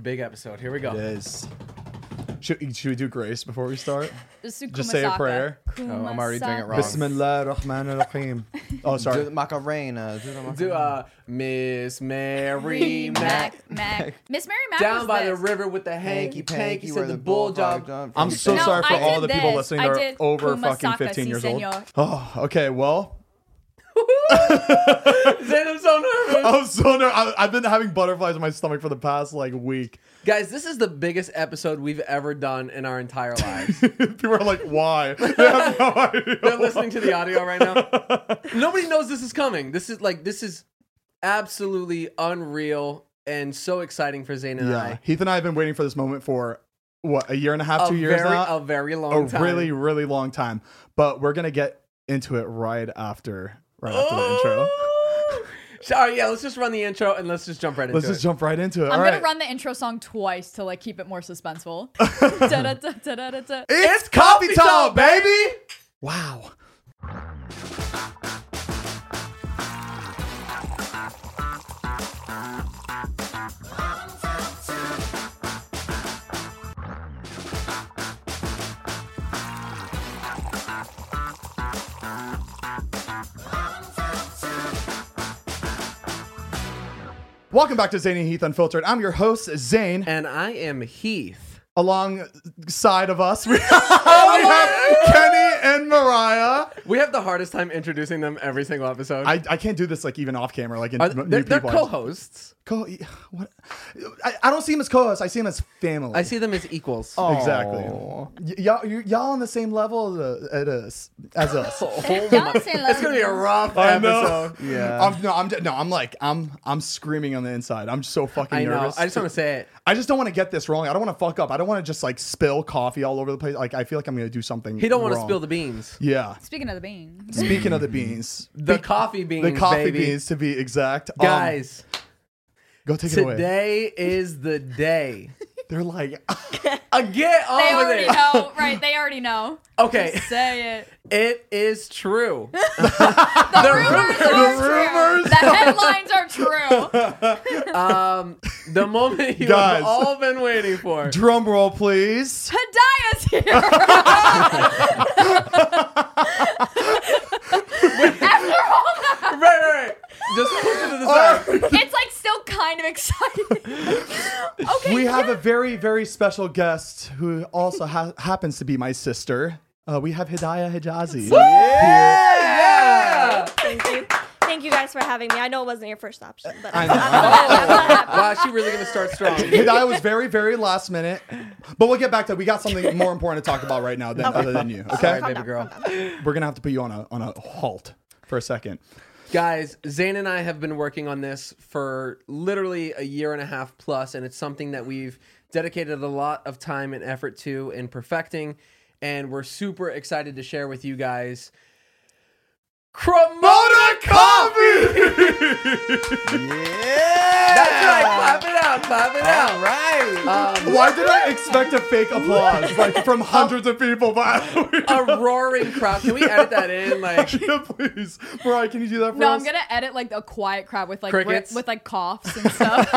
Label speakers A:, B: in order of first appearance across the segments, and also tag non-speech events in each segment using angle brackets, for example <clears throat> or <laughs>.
A: Big episode. Here we go.
B: It is. Should, should we do grace before we start?
C: Just
B: say a prayer.
A: No, Oh, I'm already doing it wrong.
B: Bismillah rahman rahim Oh,
D: Do
B: sorry.
D: the Macarena. Do the Macarena.
A: Do uh, Miss Mary Mac.
C: <laughs> Mac, Mac. Miss Mary Mac.
A: Down
C: was
A: by
C: this.
A: the river with the hanky
D: Hanky
A: panky,
D: panky,
A: said
D: where
A: the
D: the
A: bull
D: bulldog
A: job. <laughs>
D: jumped.
B: I'm so
C: No,
B: sorry for
C: I
B: all
C: did
B: the people
C: this.
B: listening
C: I
B: that are
C: did
B: over
C: Kumasaka,
B: fucking 15
C: si,
B: years old.
C: senor.
B: Oh, okay. Well, <laughs>
A: Then I'm so nervous.
B: I'm so ner- I, I've been having butterflies in my stomach for the past like week. <laughs>
A: Guys, this is the biggest episode we've ever done in our entire lives. <laughs>
B: people are like, why? <laughs> They have no idea.
A: They're listening to the audio right
B: <laughs>
A: now. Nobody knows this is coming. This is like this is absolutely unreal and so exciting for Zane and
B: Yeah.
A: I.
B: Heath and I have been waiting for this moment for what a year and a half,
A: A
B: two years
A: very,
B: now.
A: a very long
B: a
A: time.
B: really, really long time. But we're gonna get into it right after, right after the intro.
A: Oh! <laughs> Sorry, yeah, let's just run the intro and let's just jump right into
B: Let's
A: it.
B: just jump right into it.
C: I'm
B: All
C: gonna
B: right.
C: run the intro song twice to like keep it
B: <laughs>
C: more suspenseful. Da-da-da-da-da-da.
B: It's, coffee time, baby. Wow. Welcome back to Zane and Heath Unfiltered. I'm your host, Zane.
A: and I am Heath.
B: alongside of us. <laughs>
A: <laughs>
B: We, we have Kenny and Mariah.
A: We have the hardest time introducing them every single episode.
B: I, I can't do this like even off camera. Like in
A: Are,
B: new
A: Uh, they're they're
B: people. I just-
A: co-hosts.
B: co what? I, I don't see him as co-host. I see him as family.
A: I see them as equals.
B: exactly. Y- y'all you- y'all on the same level as, uh, at us, as
A: <laughs>
B: us.
C: Y'all say love
A: It's gonna be a
C: you.
A: rough episode.
B: Yeah. I'm, no, I'm no, I'm like I'm I'm screaming on the inside. I'm so fucking
A: I know.
B: nervous.
A: I just want to say it.
B: I just don't want to get this wrong. I don't want to fuck up. I don't want to just like spill coffee all over the place. Like I feel like I'm gonna do something.
A: He don't want to
B: wrong.
A: spill the beans.
B: Yeah.
C: Speaking of the beans.
B: Speaking of the beans,
A: The coffee beans,
B: the coffee
A: baby.
B: beans to be exact. Um,
A: Guys,
B: go take it away.
A: today is the day.
B: They're like, <laughs>
A: Uh, get on
C: They
A: with
C: already
A: it.
C: know, right? They already know.
A: Okay,
C: Say it.
A: it is
C: <laughs>
A: true. <laughs>
C: The, rumors are true.
B: rumors-
C: The headlines are true.
B: <laughs>
A: Um, the moment you
B: Guys.
A: have all been waiting for.
B: drum roll, please.
C: Hadiah's here.
B: <laughs>
A: <laughs> Right, right, right. Just push it to the side.
C: it's like still kind of exciting. okay.
B: We have a very, very special guest who also ha- happens to be my sister. Uh, we have Hidayah Hijazi.
A: Yeah.
E: Thank you. Thank you guys for having me. I know it wasn't your first option, but
B: I know.
A: Wow, she really gonna start strong.
B: Hidayah was very, very last minute, but we'll get back to that. We got something more important to talk about right now than other than you. Okay,
A: Sorry, baby girl.
B: we're gonna have to put you on a on a halt for a second.
A: Guys, Zane and I have been working on this for literally a year and a half plus, and it's something that we've dedicated a lot of time and effort to in perfecting, and we're super excited to share with you guys. Cremona coffee!
D: Yeah.
A: <laughs> That's right, clap it out, clap it
D: All
A: out.
D: right.
B: Why did I expect a fake applause like from hundreds of people? <laughs> But
A: A roaring crowd. Can we edit that in? Like,
B: yeah, please, Mariah, can you do that for
C: No,
B: us?
C: I'm gonna edit like a quiet crowd with like
A: Crickets.
C: ri- with like coughs and stuff.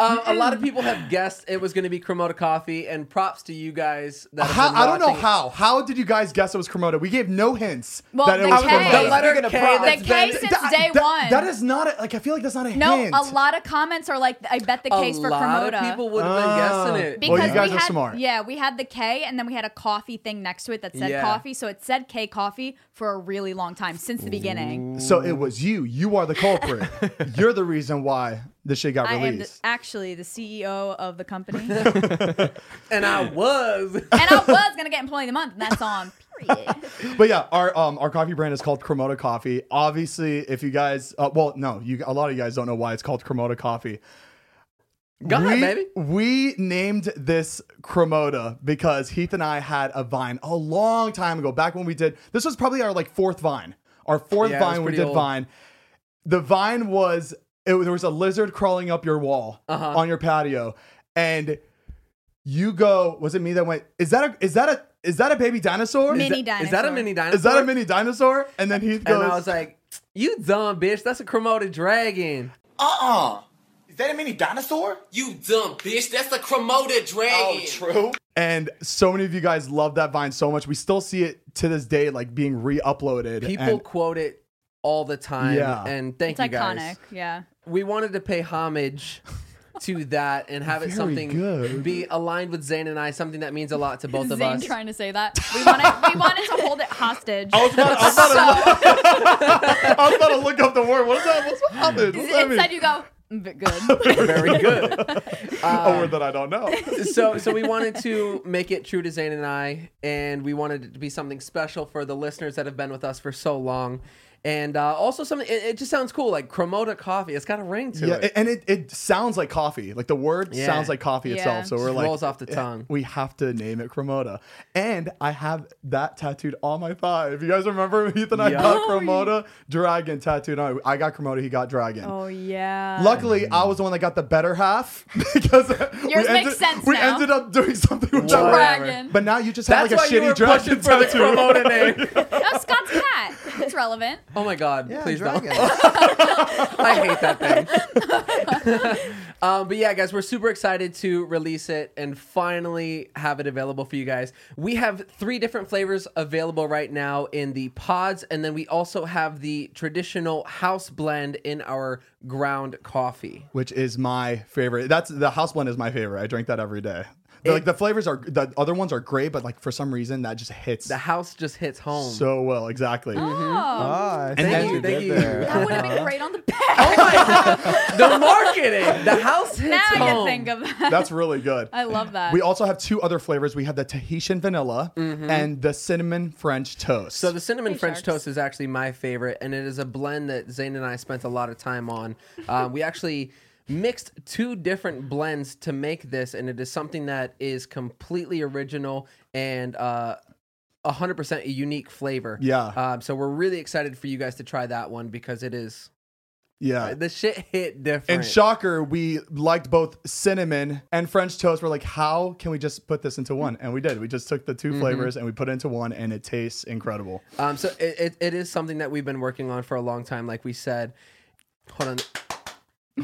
A: Um, a lot of people have guessed it was going to be Cremota Coffee, and props to you guys. That have
B: How,
A: been
B: I don't know
A: watching.
B: how. How did you guys guess it was Cremota? We gave no hints
C: Well,
B: that it
C: the
B: was
C: K-
B: Cremota.
A: The letter
D: Speaking of
A: K
D: props.
A: that's
C: The
A: been-
C: K since day one.
B: That is not a, like I feel like that's not a
C: No,
B: hint.
C: a lot of comments are like, I bet the case
A: a
C: for
A: lot
C: Cremota.
A: of people would have been
B: Ah.
A: guessing it.
B: Well, you guys
C: we
B: are
C: had,
B: smart.
C: Yeah, we had the K and then we had a coffee thing next to it that said
A: Yeah.
C: coffee. So it said K coffee for a really long time since the beginning.
B: So it was you. You are the
C: <laughs>
B: culprit. You're the reason why this shit got
C: I am the,
B: released.
C: actually the CEO of
B: <laughs>
C: the company. and
A: and I was. <laughs>
C: I was going to get employee of the month, and that's on
B: <laughs>
C: period.
B: but yeah, our um our coffee brand is called Cremota Coffee. Obviously, if you guys, uh, well, no, you a lot of you guys don't know why it's called Cremota Coffee.
A: Go
B: we,
A: ahead, baby.
B: We named this Cremota because Heath and I had a vine a long time ago, back when we did. This was probably our like fourth vine. Our fourth
A: Yeah, it was
B: vine we
A: pretty
B: did
A: old.
B: vine. The vine was it, there was a lizard crawling up your wall
A: Uh-huh.
B: on your patio, and you go. Was it me that went? Is that a is that a is that a baby dinosaur?
C: Mini
A: Is that- Is that a
C: dinosaur.
A: mini dinosaur?
B: Is that a mini dinosaur? And then Heath goes.
A: And I was like, "You dumb bitch! That's a Cremota dragon."
D: Uh-uh. Is that a mini dinosaur? Oh,
F: You dumb bitch, that's a Cremota dragon.
D: true.
B: And so many of you guys love that vine so much. We still see it to this day, like being re-uploaded.
A: People
B: and-
A: quote it all the time.
B: Yeah.
A: And thank
C: It's
A: you
C: iconic.
A: guys.
C: Yeah.
A: We wanted to pay homage to that and have it
B: Very
A: something
B: good.
A: be aligned with Zayn and I, something that means a lot to both of
C: Zane
A: us.
C: trying to say that. We wanted, we wanted to hold it hostage.
B: I was about, I was about to, <laughs> I was about to look up the word. What is that? What's happening? What's that mean?
C: Instead, you go, "Mm,
B: <laughs>
C: good.
A: Very good.
B: a word that I don't
C: <laughs>
B: know.
A: so so we wanted to make it true to Zayn and I, and we wanted it to be something special for the listeners that have been with us for so long. And uh, also something it, it just sounds cool, like Cremota coffee. It's got a ring to
B: yeah,
A: it.
B: and it, it sounds like coffee. Like the word
A: Yeah.
B: sounds like coffee
C: Yeah.
B: itself. So we're
A: Just
B: like,
A: rolls off the tongue.
B: We have to name it Cremota. And I have that tattooed on my thigh. If you guys remember, Heath and I
A: Yeah.
B: got Cremota dragon tattooed on. I got Cremota. He got dragon.
C: Oh, yeah.
B: Luckily, I was the one that got the better half <laughs> because we,
C: Yours
B: ended,
C: makes sense
B: we
C: now.
B: ended up doing something with
C: Oh,
B: that word.
C: Dragon.
B: But now you just have
A: That's
B: like
A: why
B: a
A: you
B: shitty
A: were
B: dragon
A: pushing for the
B: tattoo.
A: Cremota
B: <laughs>
A: name.
C: That's Scott's cat. It's <laughs> relevant.
A: Oh my god!
B: Yeah,
A: please
B: dragon.
A: don't. I hate that thing. <laughs> um, but yeah, guys, we're super excited to release it and finally have it available for you guys. We have three different flavors available right now in the pods, and then we also have the traditional house blend in our ground coffee.
B: Which is my favorite. That's the house blend is my favorite. I drink that every day. The- like the flavors are the other ones are great, but like for some reason that just hits
A: The house just hits home.
B: so well. Exactly.
C: Oh,
D: Ah,
A: Thank
D: thank
A: you,
D: you.
A: thank
D: Thank
A: you. <laughs>
C: that would have been great <laughs> on the back.
A: the marketing, the house hits
C: Oh, now I
A: home.
C: can think of
B: <laughs>
C: that.
B: That's really good.
C: I love that.
B: we also have two other flavors. We have the Tahitian vanilla and the cinnamon French toast.
A: Mm-hmm. So the cinnamon French
C: sharks.
A: toast is actually my favorite, and it is a blend that Zayn and I spent a lot of time on. Um, we actually mixed two different blends to make this, and it is something that is completely original and uh, 100% a unique flavor.
B: Yeah.
A: Um, so we're really excited for you guys to try that one because it is
B: yeah.
A: the shit hit different.
B: Uh, And shocker, we liked both cinnamon and French toast. We're like, how can we just put this into one? And we did. We just took the
A: Mm-hmm.
B: 2 flavors and we put it into one, and it tastes incredible.
A: um, so it, it, it is something that we've been working on for a long time, like we said. Hold on.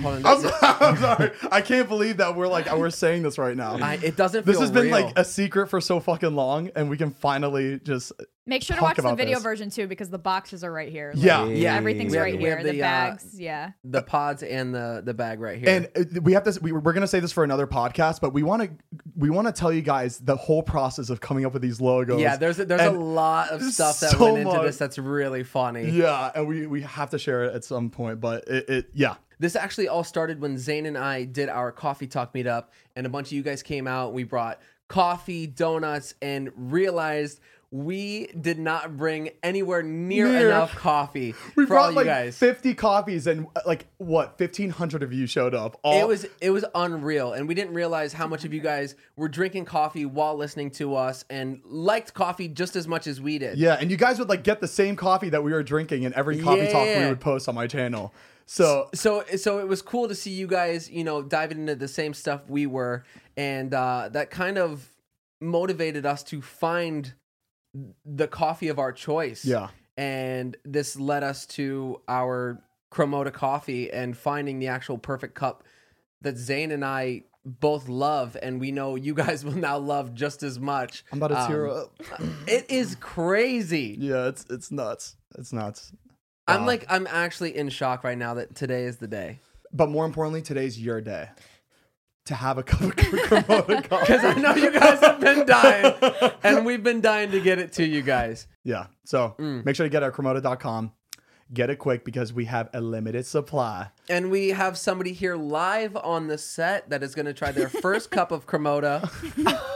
A: Hold on.
B: <laughs> I'm sorry. I'm sorry. I can't believe that we're like we're saying this right now.
A: I, it doesn't feel
B: this has been
A: real.
B: like a secret for so fucking long, and we can finally just
C: Make sure to
B: talk
C: watch the
B: about
C: video
B: this.
C: version too because the boxes are right here. Like,
B: yeah.
A: Yeah.
C: Everything's
A: We have-
C: right
A: we have
C: here. The,
A: the, uh,
C: bags, yeah.
A: the pods and the the bag right here.
B: And uh, we have this. We, we're gonna say this for another podcast, but we want to we want to tell you guys the whole process of coming up with these logos.
A: yeah, there's a, there's
B: And-
A: a lot of stuff that
B: so
A: went into
B: much.
A: this that's really funny.
B: yeah, and we we have to share it at some point. But it, it yeah,
A: This actually all started when Zane and I did our coffee talk meetup, and a bunch of you guys came out. We brought coffee, donuts, and realized we did not bring anywhere near,
B: Near.
A: enough coffee
B: <laughs> We
A: for all
B: brought
A: you
B: like
A: guys.
B: 50 copies and uh, like what 1500 of you showed up. All
A: It was it was unreal, and we didn't realize how much of you guys were drinking coffee while listening to us and liked coffee just as much as we did.
B: Yeah, and you guys would like get the same coffee that we were drinking in every coffee talk we
A: Yeah.
B: would post on my channel. So
A: so so it was cool to see you guys you know diving into the same stuff we were and uh that kind of motivated us to find the coffee of our choice
B: Yeah.
A: and this led us to our cremota coffee and finding the actual perfect cup that Zane and I both love, and we know you guys <laughs> will now love just as much.
B: I'm about to tear
A: Um,
B: up.
A: It is crazy.
B: Yeah, it's it's nuts. It's nuts.
A: I'm like, I'm actually in shock right now that today is the day.
B: But more importantly, today's your day to have a cup of <laughs> Kamoda
A: Because <laughs> I
B: coffee.
A: know you guys have been dying, and we've been dying to get it to you guys.
B: Yeah. So make sure to get our Kamoda.com. Get it quick because we have a limited supply.
A: And we have somebody here live on the set that is going to try their first cup of
C: <laughs>
A: Cremoda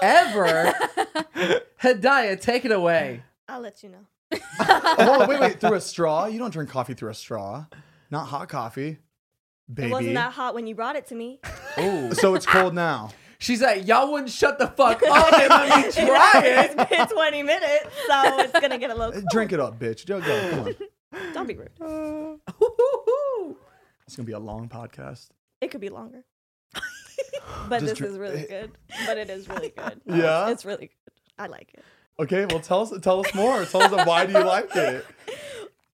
A: ever. Hidayah, take it away.
E: I'll let you know.
B: Oh, wait, wait. Through a straw? You don't drink coffee through a straw. Not hot coffee,
E: It wasn't
B: baby.
E: that hot when you brought it
B: <laughs>
E: to me. <laughs>
A: Ooh.
B: So it's cold now.
A: She's like, y'all wouldn't shut the fuck
C: <laughs>
A: up and let me try it.
E: It's been 20 minutes, so it's gonna get a
B: <laughs>
E: little. cold.
B: Uh, Drink it up, bitch. Go, go. Come on.
E: Don't be rude.
A: Ooh.
B: It's going to be a long podcast.
E: It could
B: <laughs>
E: be longer. but
B: Just
E: this
B: drink- <laughs>
E: is really good. But it is really good.
B: Yeah?
E: It's, it's really good. I like it.
B: Okay, well, tell us, tell us more. Tell us why do you like it?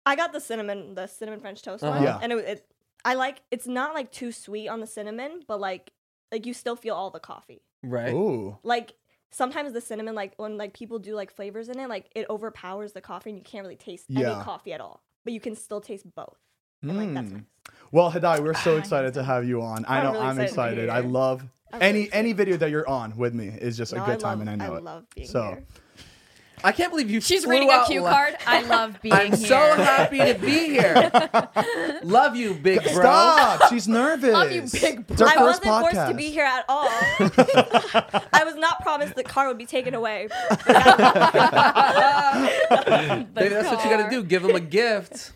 E: I got the cinnamon, the cinnamon French toast one,
B: Uh-huh. Yeah.
E: and it, it, I like. It's not like too sweet on the cinnamon, but like, like you still feel all the coffee.
A: <laughs> Right.
B: Ooh,
E: Like sometimes the cinnamon, like when like people do like flavors in it, like it overpowers the coffee, and you can't really taste
B: Yeah.
E: any coffee at all. But you can still taste both. And, like that's
B: Mm.
E: nice.
B: Well, Hadai, we're
E: <sighs>
B: so excited to have you on. I
E: I'm
B: know
E: really
B: I'm
E: excited to be
B: excited. I
E: here.
B: love
E: I'm really
B: any
E: excited.
B: any video that you're on with me is just a
E: No,
B: good
E: I
B: time,
E: love,
B: and I know
E: I
B: it.
E: love being
B: so
E: here.
A: I can't believe you.
C: She's
A: flew
C: reading a
A: out
C: cue
A: li-
C: card. <laughs> I love being
A: I'm
C: here.
A: so happy to be
C: <laughs>
A: here. Love you, big bro.
B: stop.
E: <laughs>
B: She's nervous.
C: Love you, big
B: It's her
E: I
B: first
E: wasn't forced to be here at
B: <laughs>
E: all. I was not promised the car would be taken away.
C: <laughs>
A: Maybe that's what you got to do. Give them a gift,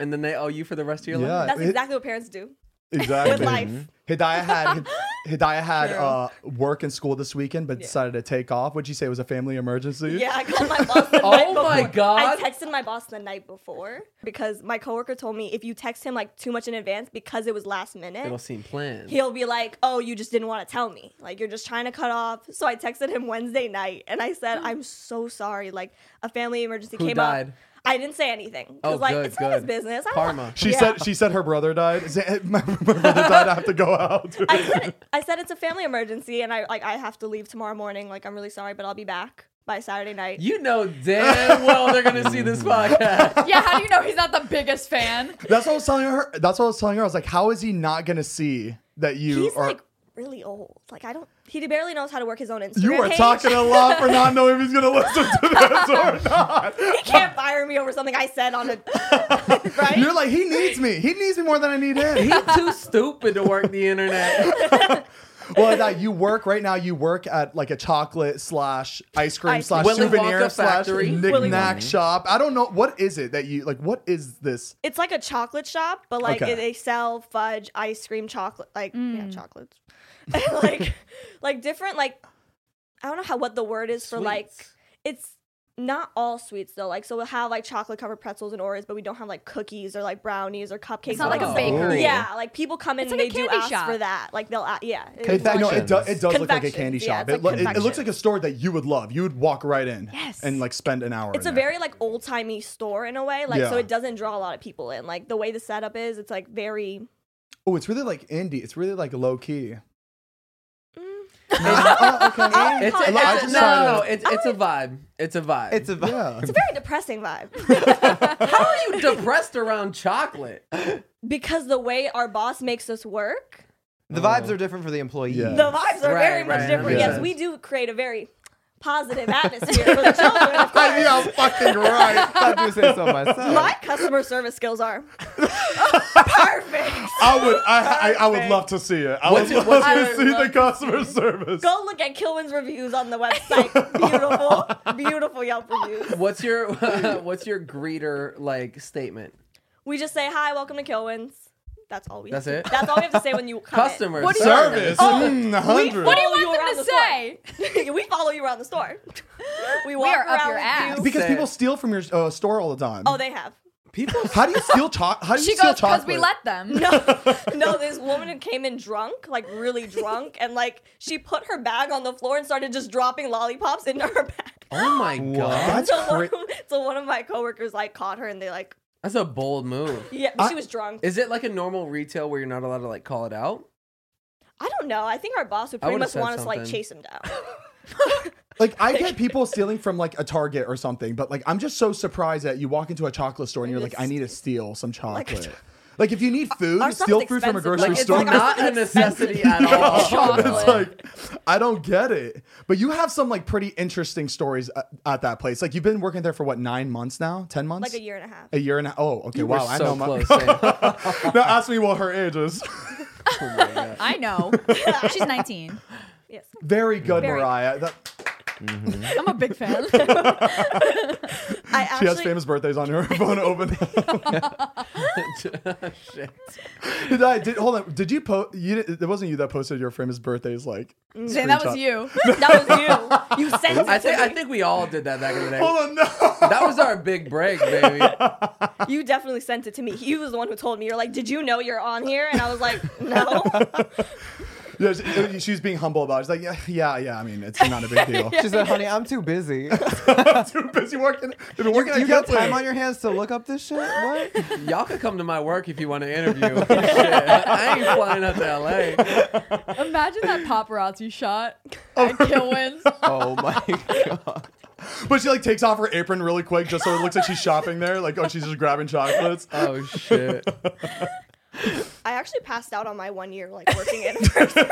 A: and then they owe you for the rest of your
B: Yeah.
A: life.
E: That's
B: It-
E: exactly what parents do.
B: Exactly.
E: With life. Mhm.
B: Hidayah
E: <laughs>
B: had Hidayah had uh, work and school this weekend, but decided to take off. Would you say it was a family emergency?
E: Yeah, I called my boss
B: <laughs>
E: the
A: <laughs> Oh
E: night before.
A: my God.
E: I texted my boss the night before because my coworker told me if you text him like too much in advance because it was last minute,
A: It'll seem planned.
E: he'll be like, "Oh, you just didn't want to tell me. Like you're just trying to cut off." So I texted him Wednesday night and I said, "I'm so sorry. Like a family emergency
A: Who
E: came
A: died?
E: up." I didn't say anything because
A: Oh,
E: like
A: good,
E: it's not his
A: good.
E: business. I'm
A: Karma.
E: Not,
B: She
E: Yeah.
B: said she said her brother died. Z- <laughs> My, my brother died. I have to go out.
E: <laughs> I said, I said it's a family emergency and I like I have to leave tomorrow morning. Like I'm really sorry, but I'll be back by Saturday night.
A: You know damn well they're gonna see this
C: <laughs>
A: podcast.
C: Yeah, how do you know he's not the biggest fan?
B: That's what I was telling her. That's what I was telling her. I was like, how is he not gonna see that you
E: He's
B: are?
E: like really old. Like I don't. He barely knows how to work his own Instagram.
B: you are
E: page.
B: talking a lot for not knowing if he's gonna listen to this or not.
E: <laughs> He can't fire me over something I said on a. right.
B: You're like, he needs me. He needs me more than I need him.
A: He's too stupid to work the internet.
B: <laughs> well, that you work right now. You work at like a chocolate slash ice cream
E: Ice
B: slash
A: cream. Willy
B: souvenir
A: Wonka
B: slash
A: factory.
E: Willy
B: knickknack shop. I don't know what is it that you like. What is this?
E: it's like a chocolate shop, but like
B: Okay.
E: they sell fudge, ice cream, chocolate, like yeah,
C: Mm.
E: chocolates, <laughs> like like different like I don't know how what the word is for like
A: Sweets.
E: it's not all sweets though. Like so we'll have like chocolate covered pretzels and Oreos, but we don't have like cookies or like brownies or cupcakes.
C: It's not like a
E: Oh.
C: bakery.
E: Yeah, like people come in
C: It's
E: and
C: like
E: they
C: a
E: do
C: candy
E: ask
C: shop.
E: for that. Like they'll a- yeah.
B: It, that, no, it, do, it
A: Confections.
B: does look like a candy
E: Confections. Yeah,
B: shop.
E: it's
B: it,
E: like
B: loo- it, it looks
C: confections.
B: like a store that you would love. You would walk right in
C: Yes.
B: and like spend an hour.
E: it's
B: in
E: a
B: there.
E: very like old timey store in a way, like so
B: Yeah.
E: it doesn't draw a lot of people in. Like the way the setup is, it's like very
B: Oh, it's really like indie. It's really like low key.
E: Mm.
B: oh,
E: <laughs>
A: It's, a, it's
E: I just
A: a- no,
B: started-
A: no, no, it's it's a vibe. It's a vibe.
G: <laughs> It's a
B: Yeah.
E: it's a very depressing vibe.
C: <laughs>
A: How are you depressed around chocolate?
E: because the way our boss makes us work,
G: the vibes are different for the employees.
B: Yeah.
E: the vibes are
A: Right,
E: very
A: right,
E: much
A: that
E: different.
B: makes
E: Yes,
B: sense.
E: we do create a very positive atmosphere for the children.
A: <laughs>
E: Of course.
B: yeah, fucking right.
G: <laughs> I do say so myself.
E: My customer service skills
A: <laughs>
E: are perfect.
B: I would, I, I, I would love to see it. I
A: What's
B: would
A: it-
B: love
A: what's
B: to
A: it-
B: see the customer service.
E: Go look at Kilwin's reviews on the website. Beautiful, beautiful Yelp reviews.
A: What's your <laughs> what's your greeter like statement?
E: We just say hi, welcome to Kilwin's. That's all we.
A: That's
E: have
A: it?
E: To, that's all we have to say when you come in.
A: Customer
C: What do you-
B: Service,
C: Oh,
B: mm, a hundred.
C: What do you
E: Follow
C: want
E: around
C: them to
E: the store.
C: say?
E: <laughs> we follow you around the store. We walk
C: are up
E: around
C: your
E: with
C: ass.
E: you.
B: because
A: say?
B: people steal from your uh, store all the time.
E: oh, they have.
A: People
B: How do you steal chocolate? How do you
C: She
B: steal
C: goes because
B: chocolate?
C: we let them.
B: <laughs>
E: <laughs> No, no, this woman who came in drunk, like really drunk, and like she put her bag on the floor and started just dropping lollipops into her bag. <laughs>
A: Oh my god.
B: That's
E: So one,
B: cra-
E: <laughs> so one of my coworkers like caught her and they like
A: That's a bold move.
E: yeah, but she
B: I-
E: was drunk.
A: Is it like a normal retail where you're not allowed to like call it out?
E: don't know. I think our boss would pretty
A: would've
E: much
A: said
E: want us to like
A: something.
E: chase him
B: <laughs>
E: down.
B: Like I get people stealing from like a Target or something, but like I'm just so surprised that you walk into a chocolate store and you're like, I need to steal some
E: a
B: chocolate.
E: cho-
B: Like if you need food,
E: Our stuff is
B: steal food from a
E: expensive,
B: grocery
E: like,
A: it's
B: store.
E: like our-
A: not a necessity at all.
C: Chocolate.
B: it's like <laughs> I don't get it. But you have some like pretty interesting stories at, at that place. Like you've been working there for what nine months now, ten months,
E: like a year and a half.
B: a year and a oh okay
A: You
B: wow
A: were
B: I
A: so
B: know my
A: close. Sam.
B: <laughs> now ask me what her age is.
C: <laughs> I know. She's 19.
E: Yes.
B: Very good,
E: Very-
B: Mariah. That,
C: I'm a big fan.
E: I
B: she has
E: actually
B: famous birthdays on her <laughs> phone open.
E: <laughs>
B: Did I did hold on? Did you post? You didn't- it wasn't you that posted your famous birthdays like.
E: Mm.
C: Zane, <laughs> that was
B: screenshot.
C: you.
E: that was you. You sent it
A: I
E: to
A: think I
E: me.
A: think we all did that back in the day.
B: Hold
E: <laughs>
B: on, no.
A: That was our big break, baby.
E: You definitely sent it to me. He was the one who told me. You're like, did you know you're on here? And I
B: <laughs>
E: was like, no.
B: Yeah, she, she was being humble about. it. She's like, yeah, yeah, yeah. I mean, it's not a
E: <laughs>
B: big deal.
G: She said, honey, I'm too busy.
B: Too busy working. They've been working at
G: you got
B: Kipling.
G: time on your hands to look up this shit?
A: <laughs>
G: What?
A: Y'all could come to my work if you want to interview. Shit, I ain't flying up to LA.
C: <laughs> Imagine that paparazzi shot at <laughs> Kilwins.
G: oh my <laughs> god.
B: But she like takes off her apron really quick just so it looks like she's shopping there. Like, oh, she's just grabbing chocolates.
A: Oh shit.
E: I actually passed out on my one year like
B: <laughs>
E: working anniversary.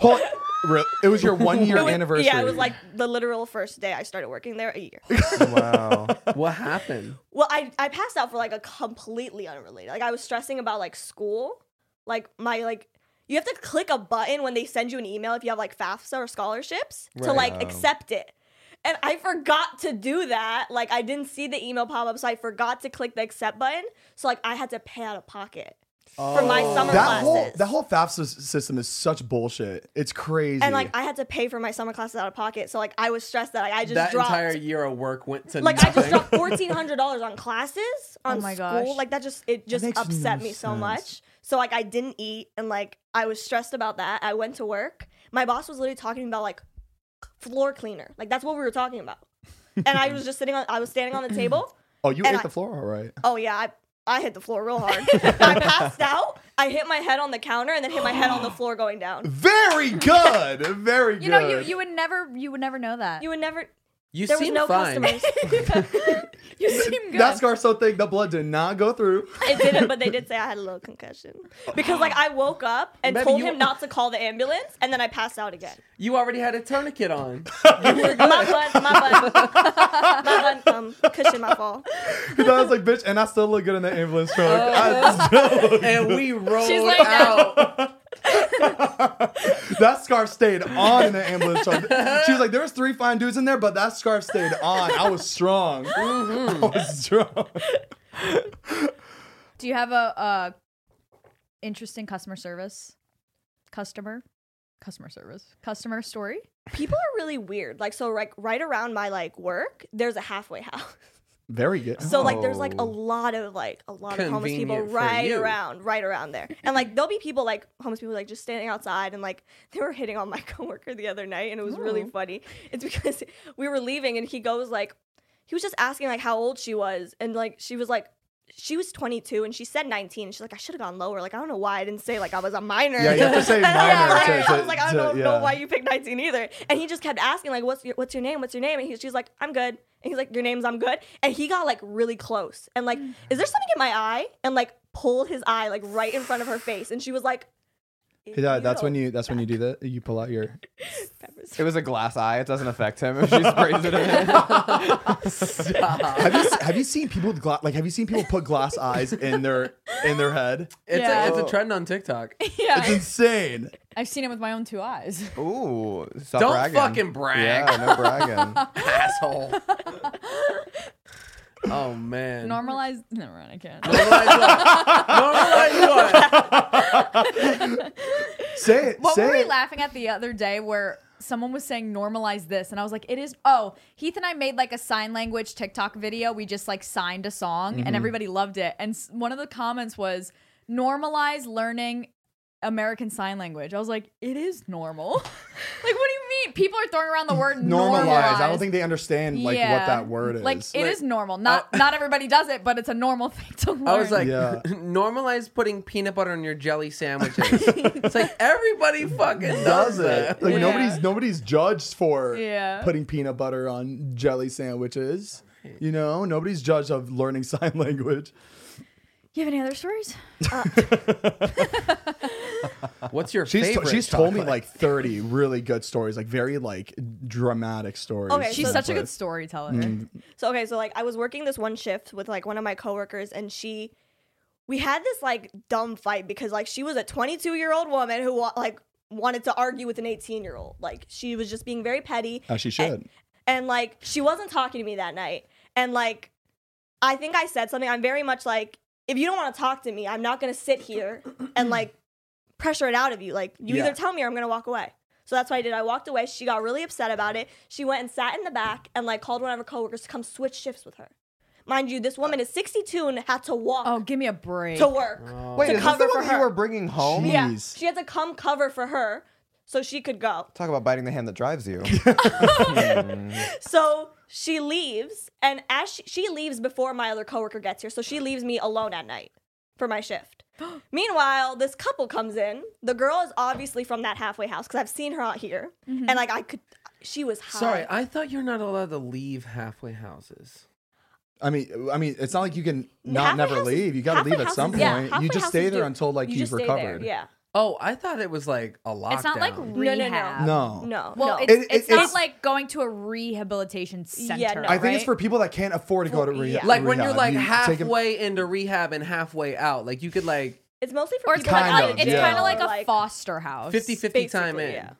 B: Hold re- It was your one year
E: <laughs> It was-
B: anniversary.
E: Yeah, it was like the literal first day I started working there a year.
G: Wow.
A: What happened?
E: Well, I, I passed out for like a completely unrelated. Like I was stressing about like school. Like my like you have to click a button when they send you an email if you have like FAFSA or scholarships to
A: Right.
E: like
B: Oh.
E: accept it. And I forgot to do that. Like I didn't see the email pop up, so I forgot to click the accept button. So like I had to pay out of pocket for my summer
B: Oh. that
E: classes.
B: whole that whole FAFSA s- system is such bullshit. It's crazy.
E: and like I had to pay for my summer classes out of pocket. So like I was stressed that like, I just
A: that
E: dropped
A: entire year of work went to
E: like I
A: nothing.
E: just dropped fourteen hundred dollars on classes on
C: Oh my
E: school.
C: gosh.
E: Like that just it just
B: makes
E: upset
B: no
E: me so
B: sense.
E: much. So like I didn't eat and like I was stressed about that. I went to work. My boss was literally talking about like floor cleaner. Like that's what we were talking about. And I was just sitting on I was standing on the table.
B: oh, you
E: and
B: ate
E: I-
B: the floor, all right?
E: Oh yeah, I I hit the floor real hard. I passed out. I hit my head on the counter and then hit my head on the floor going down.
B: Very good. Very good.
C: You know, you, you would never you would never know that.
E: You would never
A: you
E: there was
A: seem
E: no
A: fine.
E: customers.
C: You seem good.
B: that Scarso thing, the blood did not go through. <laughs>
E: It didn't, but they did say I had a little concussion because like I woke up and
A: Maybe
E: told
A: you-
E: him not to call the ambulance, and then I passed out
A: <laughs>
E: again.
A: You already had a tourniquet on.
E: My butt, my butt, my butt, um, cushion, my fall.
B: Because I was like, bitch, and I still look good in the ambulance truck.
A: and we rolled
C: She's like,
A: out.
C: <laughs>
B: I- that scarf stayed on in the ambulance truck. She was like, there was three fine dudes in there, but that scarf stayed on. I was strong. I was strong.
C: Do you have a uh, interesting customer service? Customer? Customer service. Customer story?
E: People are really weird. Like so, like right around my like work, there's a halfway house.
B: Very good.
E: So like, there's like a
G: Oh.
E: lot of like a lot of homeless people
A: Convenient for
E: right
A: you.
E: around, right around there, and like there'll be people like homeless people like just standing outside, and like <laughs> they were hitting on my coworker the other night, and it was really
A: Oh.
E: funny. It's because <laughs> we were leaving, and he goes like, he was just asking like how old she was, and like she was like. She was 22 and she said 19. She's like, I should have gone lower. Like, I don't know why I didn't say like I was a minor.
B: Yeah, you have to say
E: <laughs> And I
B: minor
E: was
B: to-
E: like- I was like, I
B: to-
E: don't
B: to-
E: know
B: yeah.
E: why you picked 19 either. And he just kept asking like, what's your what's your name? What's your name? And he, she's like, I'm good. And he's like, your name's I'm good. And he got like really close and like, is there something in my eye? And like pulled his eye like right in front of her face. And she was like,
B: Yeah, that's when you that's when you do that. You pull out your
G: It was a glass eye. It doesn't affect him if she sprays it in.
B: have
C: <laughs>
B: you have you seen people with gla- like have you seen people put glass eyes in their in their head?
A: It's,
C: Yeah.
A: a, it's a trend on
E: <laughs>
A: TikTok.
C: <laughs> Yeah.
B: It's insane.
C: I've seen it with my own two eyes.
G: Ooh, stop
A: Don't
G: bragging.
A: fucking brag,
G: Yeah,
A: <laughs>
G: no bragging.
A: asshole.
E: <laughs>
A: oh man.
C: Normalize. Never mind, I can't.
A: Normalize
E: <laughs>
A: what? Normalize what?
B: Say it.
C: What
B: say
C: were we
B: it.
C: laughing at the other day where someone was saying normalize this and I was like it is oh Heath and I made like a sign language TikTok video we just like signed a song and
B: Mm-hmm.
C: everybody loved it and s- one of the comments was normalize <laughs> learning American sign language I was like it is normal like what do you mean people are throwing around
B: <laughs>
C: the word normalize.
B: normalized. I don't think they understand like what that word is.
C: Like it is normal. Not not everybody does it, but it's a normal <laughs> thing to learn.
A: I was like,
B: Yeah.
A: <laughs> normalize putting peanut butter on your jelly
E: <laughs>
A: sandwiches. it's like everybody fucking does,
B: does it?
A: that.
B: Like
C: Yeah.
B: nobody's nobody's judged for
C: Yeah.
B: putting peanut butter on jelly sandwiches. You know, nobody's judged of learning <laughs> sign language.
C: you have any other stories?
A: What's your
B: She's
A: favorite?
B: she's told me
A: chocolate?
B: like thirty really good stories, like very like dramatic stories.
E: Okay,
C: She's
E: So-
C: such a good storyteller.
B: Mm.
E: So okay, so like I was working this one shift with like one of my coworkers and she we had this like dumb fight because like she was a 22-year-old woman who wa- like wanted to argue with an 18-year-old. Like she was just being very petty
B: As she should.
E: and like she wasn't talking to me that night. And like I think I said something I'm very much like if you don't want to talk to me, I'm not going to sit here and like pressure it out of you. Like you
A: Yeah.
E: either tell me or I'm going to walk away. So that's what I did. I walked away. She got really upset about it. She went and sat in the back and like called one of her coworkers to come switch shifts with her. Mind you, this woman is 62 and had to walk
C: Oh, give me a break.
E: to work.
G: Wait,
E: to
G: is this
E: cover
G: the
E: for
G: one you
E: her.
G: were bringing home?
E: Yeah,
B: Jeez.
E: she had to come cover for her so she could go.
G: Talk about biting the hand that drives you.
E: So she leaves, and as she, she leaves before my other coworker gets here, so she leaves me alone at night for
C: <gasps>
E: my shift. Meanwhile, this couple comes in. The girl is obviously from that halfway house because I've seen her out here,
C: Mm-hmm.
E: and like I could, she was high.
A: Sorry, I thought you're not allowed to leave halfway houses.
B: I mean, I mean, it's not like you can not
E: Halfway
B: never
E: houses-
B: leave. You got to
E: halfway
B: leave at some
E: houses-
B: point.
E: yeah, halfway
B: you just
E: houses
B: stay there
E: do-
B: until like
E: you
B: you've
E: just stay there,
B: recovered.
E: Yeah.
A: Oh, I thought it was like a lockdown.
C: it's not like
E: no,
C: rehab.
E: no.
B: No.
E: No.
C: Well,
E: no.
C: it's,
B: It- it- it's-
C: it's, not like going to a rehabilitation center.
E: no.
C: right?
B: I think it's for people that can't afford to go to
E: Well,
B: reha-
E: yeah.
B: rehab.
A: like when you're like
B: You
A: <laughs>
B: take a-
A: halfway into rehab and halfway out. Like you could like
E: it's mostly for
C: or it's
E: people
C: kind
E: that
C: of
E: go
C: like,
E: to
C: it's
B: yeah.
C: kind of like a
E: Like-
C: foster house.
A: 50-50
E: Oh, Basically,
A: time in.
E: yeah.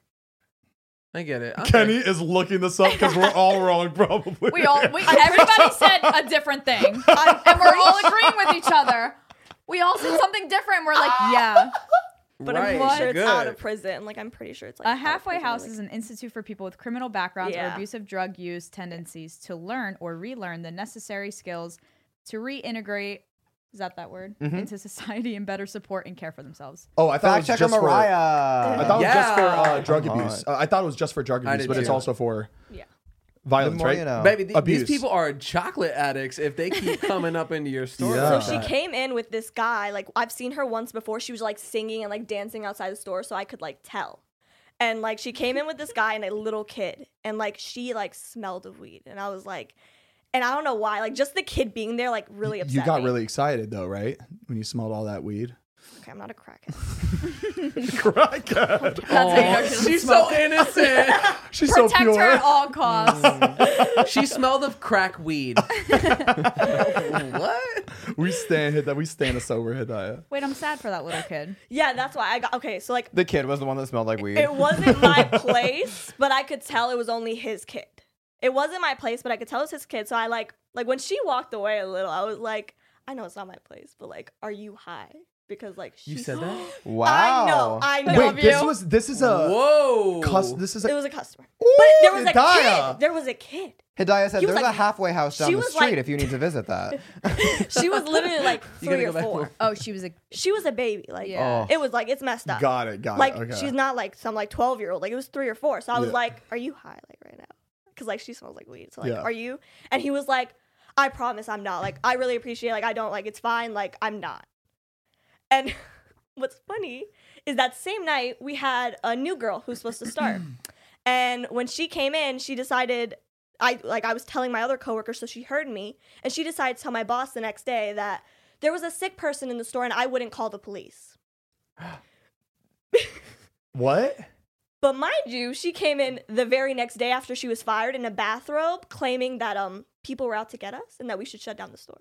A: I get it. Okay.
B: Kenny is looking this up because we're all wrong, probably.
C: We all
E: <laughs>
C: we, everybody said a different thing, and we're all agreeing with each other. We all said something different. We're
E: <laughs>
C: like, yeah,
E: But
A: right.
E: I'm pretty sure it's out
A: good.
E: of prison. Like I'm pretty sure it's like out
C: a
E: of
C: halfway
E: prison,
C: house
E: like-
C: is an institute for people with criminal backgrounds or
E: Yeah.
C: abusive drug use tendencies to learn or relearn the necessary skills to reintegrate. Is that that word
B: Mm-hmm.
C: into society and better support and care for themselves?
B: Oh, I thought it
G: Fact
B: was
G: checker
B: just for. I
G: Mariah.
B: thought it was just for
A: Yeah.
B: uh, drug
G: Come
B: abuse. Uh, I thought it was just for drug
A: I
B: abuse,
A: did
B: but it's
A: too.
B: also for
E: Yeah.
G: The
B: violence,
G: more
B: right?
G: you know.
A: Baby, th-
B: Oh. Abuse.
A: these people are chocolate addicts if they
E: <laughs>
A: keep coming up into your store.
B: Yeah.
A: like
E: So she
A: that.
E: came in with this guy. Like I've seen her once before. She was like singing and like dancing outside the store, so I could like tell. And like she came in with this guy and a little kid, and like she like smelled of weed, and I was like, and I don't know why. Like just the kid being there like really upset.
B: You got
E: me.
B: really excited though, right? When you smelled all that weed. <laughs>
E: Okay, I'm not a crackhead.
C: That's how you know she
A: Aw, she's so innocent.
B: She's
C: protect
B: so pure.
C: her at all
A: <laughs>
C: costs.
A: Mm. she smelled of crack
G: <laughs>
A: weed. what?
B: we stand hit that. We stand a sober Hidayah.
C: Wait, I'm sad for that little kid.
E: yeah, that's why I got okay. So
B: <laughs>
E: like
G: The kid was the one that smelled like weed.
E: it wasn't my place, but I could tell it was only his kid. It wasn't my place, but I could tell it was his kid. So I like like when she walked away a little, I was like, I know it's not my place, but like, are you high? Because like she
A: You said that?
G: wow.
E: I know, I know.
B: Wait, this was this is
G: Uh,
B: a
A: Whoa.
B: cus- this is
E: it
B: a
E: was a customer. but there was a
B: Hidayah.
E: kid. There was a kid.
G: Hidayah said
E: He was
G: there's
E: like-
G: a halfway house down
E: she
G: the
E: was
G: street
E: like-
G: if you need to visit
E: <laughs>
G: that.
E: She was literally like
A: <laughs> You gotta
E: three
A: go
E: or
A: back
E: four.
A: more.
C: Oh, she was a
E: She was a baby. Like
C: Yeah.
E: it was like it's messed up.
B: got it, got
E: Like
B: it. Okay.
E: she's not like some like twelve year old. Like it was three or four. So I was
B: Yeah.
E: like, are you high like right now? Because like she smells like weed. So like,
B: Yeah.
E: are you? And he was like, I promise I'm not. Like I really appreciate. it. Like I don't like it's fine. Like I'm not. And <laughs> what's funny is that same night we had a new girl who's supposed
B: <clears throat>
E: to start. and when she came in, she decided I like I was telling my other coworker, so she heard me, and she decided to tell my boss the next day that there was a sick person in the store and I wouldn't call the police.
B: what?
E: But mind you, she came in the very next day after she was fired in a bathrobe, claiming that um people were out to get us and that we should shut down the store.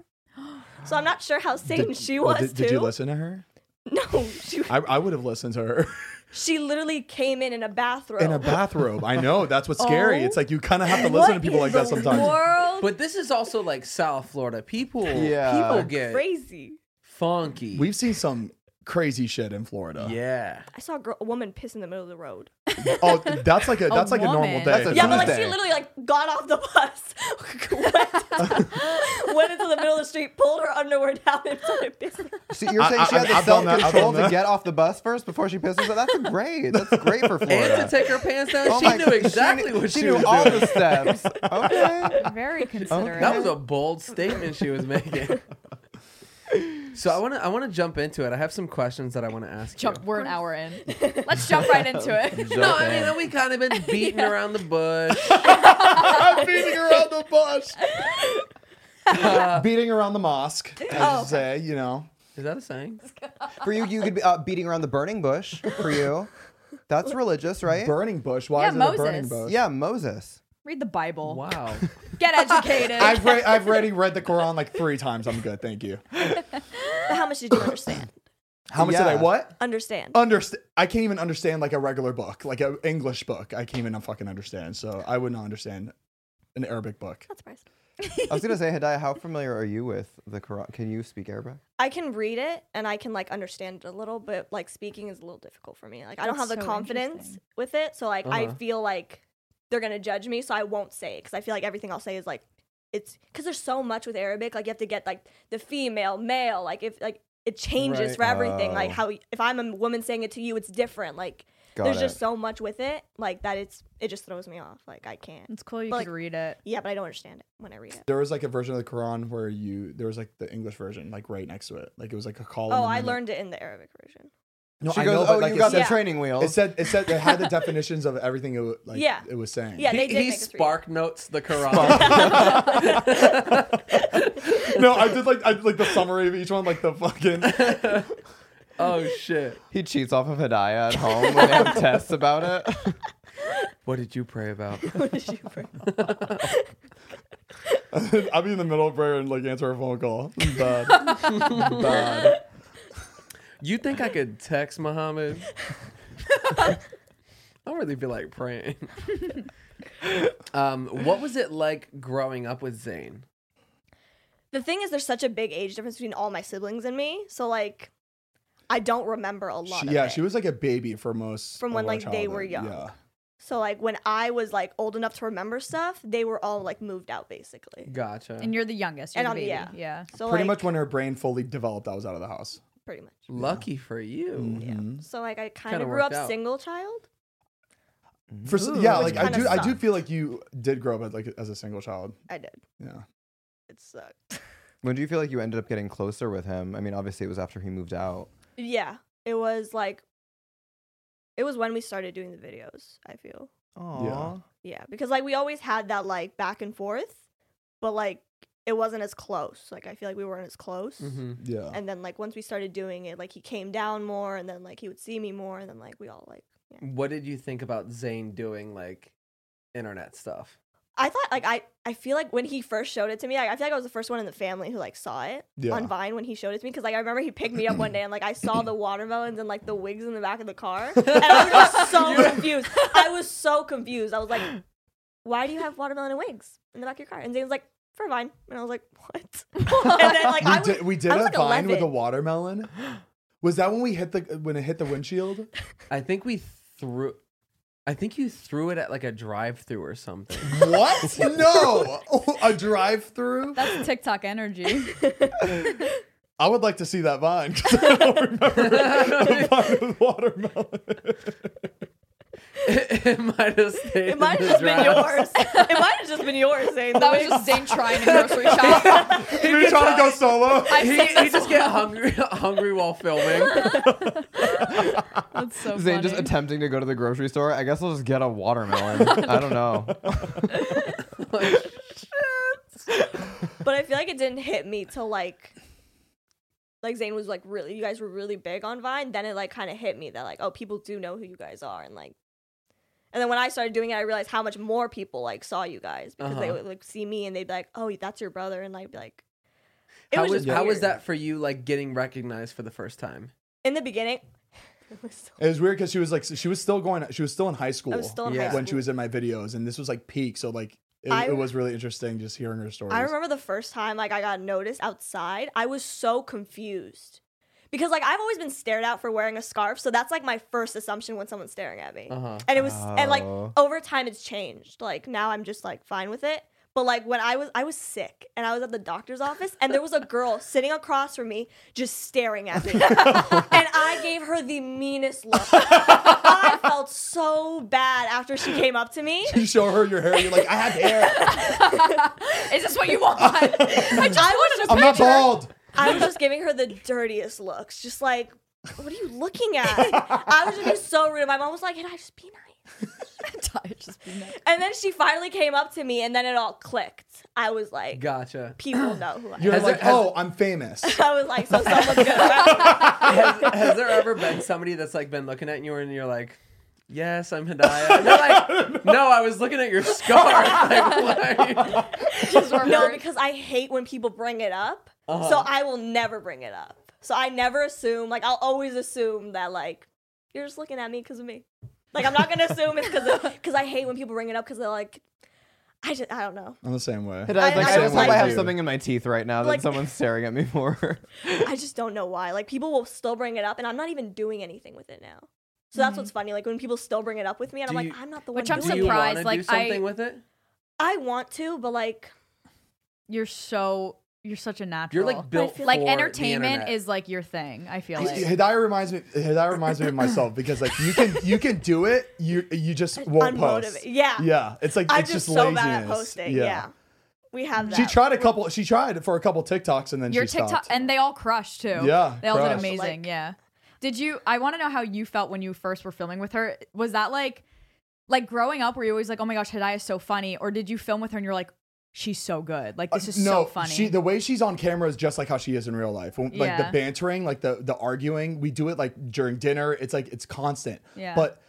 E: So I'm not sure how sane she
B: Well,
E: was
B: Did, did
E: too.
B: you listen to her?
E: <laughs> No, she
B: I, I would have listened to her <laughs>
E: she literally came in in a bathrobe.
B: in a bathrobe. I know that's what's scary.
C: Oh.
B: It's like you kind of have to listen to
E: What
B: people
E: in
B: like that
E: the
B: sometimes.
E: World
A: But this is also like South Florida. People
G: Yeah.
A: people get
E: crazy.
A: funky.
B: We've seen some crazy shit in Florida.
A: yeah.
E: I saw a, girl, a woman piss in the middle of the road.
B: Oh, that's
E: <laughs>
B: like a that's like a normal
C: woman.
B: day.
C: That's
G: a
E: yeah, but like she
G: Tuesday.
E: literally like got off the <laughs> bus,
B: <laughs>
E: went, went into the middle of the street, pulled her underwear down, and started pissing.
G: See, you're
B: I-
G: saying she
B: I-
G: had the
B: I've done
G: self
B: that, I've
G: control
B: done
G: to
B: that.
G: get off the bus first before she pisses. herself? That's great. That's great
E: <laughs>
G: for Florida.
A: and to take her pants down.
G: <laughs> Oh
A: she
G: my-
A: knew exactly
G: knew-
A: what she,
G: she knew
A: was
G: all
A: doing.
G: the
E: <laughs>
G: steps. Okay.
C: <laughs> <laughs> Very considerate.
A: That was a bold statement she was making. So I want to I want to jump into it. I have some questions that I want to ask
C: jump.
A: you.
C: We're an
A: <laughs>
C: hour in. Let's jump right into it. <laughs>
A: No, I mean we kind of
E: <laughs>
A: been beating around the bush.
B: <laughs> beating around the
E: <laughs>
B: bush, beating around the mosque, as
E: Oh,
B: you say, you know.
A: Is that a
E: <laughs>
A: saying?
G: For you, you could be uh, beating around the burning bush. For you, that's religious, right?
B: Burning bush. Why
C: Yeah,
B: is it a burning
C: Moses.
B: bush?
G: yeah,
E: <laughs>
G: Moses.
C: Read the Bible.
A: Wow. <laughs>
C: Get educated.
B: I've re- I've already read the Quran like three times. I'm good, thank you.
E: But how much did you understand?
B: How much did I
G: Yeah.
B: what?
E: Understand?
B: Understand? I can't even understand like a regular book, like an English book. I can't even fucking understand. So I would not understand an Arabic book.
E: Not surprised.
G: I was gonna say, Hidayah, how familiar are you with the Quran? Can you speak Arabic?
E: I can read it and I can like understand it a little, but like speaking is a little difficult for me. Like I don't
C: That's
E: have the
C: so
E: confidence
C: interesting.
E: with it, so like I
A: Uh-huh.
E: feel like they're gonna judge me, so I won't say it because I feel like everything I'll say is like it's because there's so much with Arabic. Like you have to get like the female, male, like if like it changes
A: Right.
E: for everything. Like
G: Oh.
E: how if I'm a woman saying it to you, it's different. Like
G: Got
E: there's
G: it.
E: just so much with it, like that it's it just throws me off. Like I can't.
C: it's cool you
E: But,
C: could
E: like-
C: read it.
E: Yeah, but I don't understand it when I read it.
B: There was like a version of the Quran where you there was like the English version like right next to it. Like it was like a column.
E: Oh,
B: and
E: I
B: then-
E: learned it in the Arabic version.
B: No,
G: she
B: I
G: goes,
B: know,
G: "Oh,
B: but like
G: you
B: it
G: got the
B: said,
E: Yeah.
G: training
B: it
G: wheels."
B: said it said it
E: <laughs>
B: had the definitions of everything it wa- like
E: Yeah.
B: it was saying. <laughs>
E: Yeah, they
A: He,
E: did.
A: he
E: make us read it.
A: spark notes the Quran.
B: No, I did like I did like the summary of each one, like the
E: <laughs>
B: fucking. <laughs>
A: oh shit!
G: he cheats off of Hidayah at home when they
E: <laughs>
G: have tests about it.
A: What did you pray about?
E: What did you bring?
B: I'll be in the middle of prayer and like answer a phone
E: <laughs>
B: call. This is Bad, bad.
A: You think I could text
E: <laughs>
A: Muhammad? I don't really feel like praying. <laughs> um, what was it like growing up with Zayn?
E: the thing is there's such a big age difference between all my siblings and me so like i don't remember a lot
B: She-
E: of
B: yeah,
E: it.
B: she was like a baby for most
E: From
B: of
E: when,
B: our
E: like, they were
B: childhood.
E: young. so like when i was like old enough to remember stuff they were all like moved out basically
A: Gotcha.
C: And you're the youngest. You're
E: And
C: the
E: I'm-
C: baby.
E: yeah.
C: <laughs> yeah.
E: so
B: pretty
E: like,
B: much when her brain fully developed, I was out of the house.
E: pretty much
A: Lucky for you.
E: yeah so like i kind
A: Kinda
E: of grew
A: worked
E: up
A: out.
E: single child
B: For s- yeah,
E: Which
B: like I
E: kinda
B: do, I do
E: sucked.
B: feel like you did grow up as, like as a single child.
E: i did
B: Yeah,
E: it sucked <laughs>
G: When do you feel like you ended up getting closer with him? I mean, obviously it was after he moved out.
E: yeah it was like it was when we started doing the videos i feel
G: Aw.
E: yeah because like we always had that like back and forth but like it wasn't as close like i feel like we weren't as close
A: hmm
B: yeah.
E: and then like once we started doing it like he came down more and then like he would see me more and then like we all like yeah.
A: What did you think about Zayn doing like internet stuff?
E: i thought like i i feel like when he first showed it to me like, i feel like i was the first one in the family who like saw it
B: Yeah.
E: on vine when he showed it to me because like i remember he picked me up one day and like i
B: <coughs>
E: saw the watermelons and like the wigs in the back of
B: <laughs>
E: the car and i was just so confused i was so confused i was like why do you have watermelon and wigs in the back of your car and Zane was like for vine and i was like what <laughs> and <laughs> then like
B: we
E: i was
B: did, we did
E: I
B: a
E: was, like,
B: vine with a
E: 11. <gasps>
B: watermelon. Was that when we hit the when it hit the
E: <laughs>
B: windshield?
A: I think we threw. I think you threw it at like a drive-through or something. <laughs>
B: what? <laughs> No, a drive through.
C: That's TikTok energy.
B: I would like to see that vine. 'cause I don't remember
E: <laughs>
B: a vine with watermelon.
A: it, might have stayed.
E: it might have just been yours. It might have just been yours, Zane.
C: <laughs>
E: The
C: That was
E: wigs.
C: just Zane trying to grocery <laughs>
A: <laughs>
C: shop.
B: Are you trying to
E: <laughs>
B: go solo?
A: He, he just get hungry, hungry while
E: <laughs>
A: filming.
C: That's so
G: <laughs> Zane just
C: funny.
G: attempting to go to the grocery store. I guess I'll just get a
E: <laughs>
G: watermelon. I
B: <laughs>
G: don't know.
A: Like,
E: but I feel like it didn't hit me till like like Zayn was like really you guys were really big on Vine. Then it like kind of hit me that like oh people do know who you guys are and like and then when I started doing it, I realized how much more people like saw you guys because they
A: Uh-huh.
E: would like see me and they'd be like oh that's your brother and I'd be like it
A: how
E: was,
A: was,
E: just
A: how was
E: weird.
A: that for you? Like getting recognized for the first time.
E: in the beginning. It was so-
B: It was weird because she was like she was still going she was still in high school.
E: I was Oh, still in
A: Yeah.
E: high school
B: when she was in my videos, and this was like peak. So like it,
E: I-
B: it was really interesting just hearing her stories.
E: I remember the first time like I got noticed outside. I was so confused because like I've always been stared at for wearing a scarf, so that's like my first assumption when someone's staring at me.
B: Uh-huh.
E: And it was and like
G: Oh.
E: over time it's changed. Like now I'm just like fine with it. But like when I was I was sick and I was at the doctor's office and there was a
B: <laughs>
E: girl sitting across from me just staring at me. and I gave her the meanest look. I felt so bad after she came up to
B: <laughs>
E: me.
B: You show her your hair. You're like, I have hair.
C: Is this what you
A: <laughs>
C: want? <laughs> I just
E: I was
C: wanted
E: just
C: a
B: I'm not
C: picture.
B: bald.
E: I was just giving her the dirtiest looks, just like, what are you looking at? I was just being so rude. My mom was like, can I just be nice?
C: I'd <laughs> just be nice.
E: And then she finally came up to me, and then it all clicked. I was like,
A: Gotcha.
E: people know who I
B: You're
E: am.
A: Has
B: like,
A: it- has
B: oh, I'm famous.
E: <laughs> I was like, so someone's good.
A: has, has there ever been somebody that's like been looking at you and you're like, "Yes, I'm Hidayah." And they're like, "No, I was looking at your scar." <laughs> Like, what are you-
C: Just remember-
E: no, because I hate when people bring it up, so I will never bring it up. So I never assume, like, I'll always assume that, like, you're just looking at me because of me. Like, I'm not gonna assume it's because because I hate when people bring it up because they're like, I just, I don't know.
B: I'm the same way.
E: I-
G: I, like,
E: I
G: I
E: just
G: just hope I
E: like
G: have
E: you.
G: something in my teeth right now
E: Like-
G: that someone's staring at me
E: <laughs>
G: for. <laughs>
E: I just don't know why. Like people will still bring it up, and I'm not even doing anything with it now. So that's what's funny. Like when people still bring it up with me, and
A: Do
E: I'm
A: you-
E: like, I'm not the one.
C: Which I'm
E: doing
A: Do you
E: it.
C: surprised,
A: want to do
C: like, I-
A: something with it? <laughs>
E: I want to, but like,
C: you're so you're such a natural.
A: You're like built
C: like
A: for the
C: entertainment
A: internet.
C: is like your thing. I feel like
B: Hidayah reminds me. Hidayah reminds me of myself because like you can you can do it. You you just won't post.
E: Unmotivated. Yeah.
B: Yeah. It's like
E: I'm
B: it's
E: just,
B: just,
E: so
B: laziness.
E: bad at posting. Yeah. we have that.
B: She tried a couple. She tried for a couple TikToks and then
C: your
B: she
C: TikTok
B: stopped.
C: and they all crushed too.
B: Yeah,
C: they all did
B: crushed.
C: amazing.
E: Like-
C: yeah. Did you? I want to know how you felt when you first were filming with her. Was that like, like growing up? Were you always like, oh my gosh, Hidayah's so funny? Or did you film with her and you're like, she's so good. Like this is
B: Uh, no,
C: so funny.
B: She the way she's on camera is just like how she is in real life. When- Like
C: Yeah.
B: the bantering, like the the arguing, we do it like during dinner. It's like it's constant.
C: Yeah.
B: But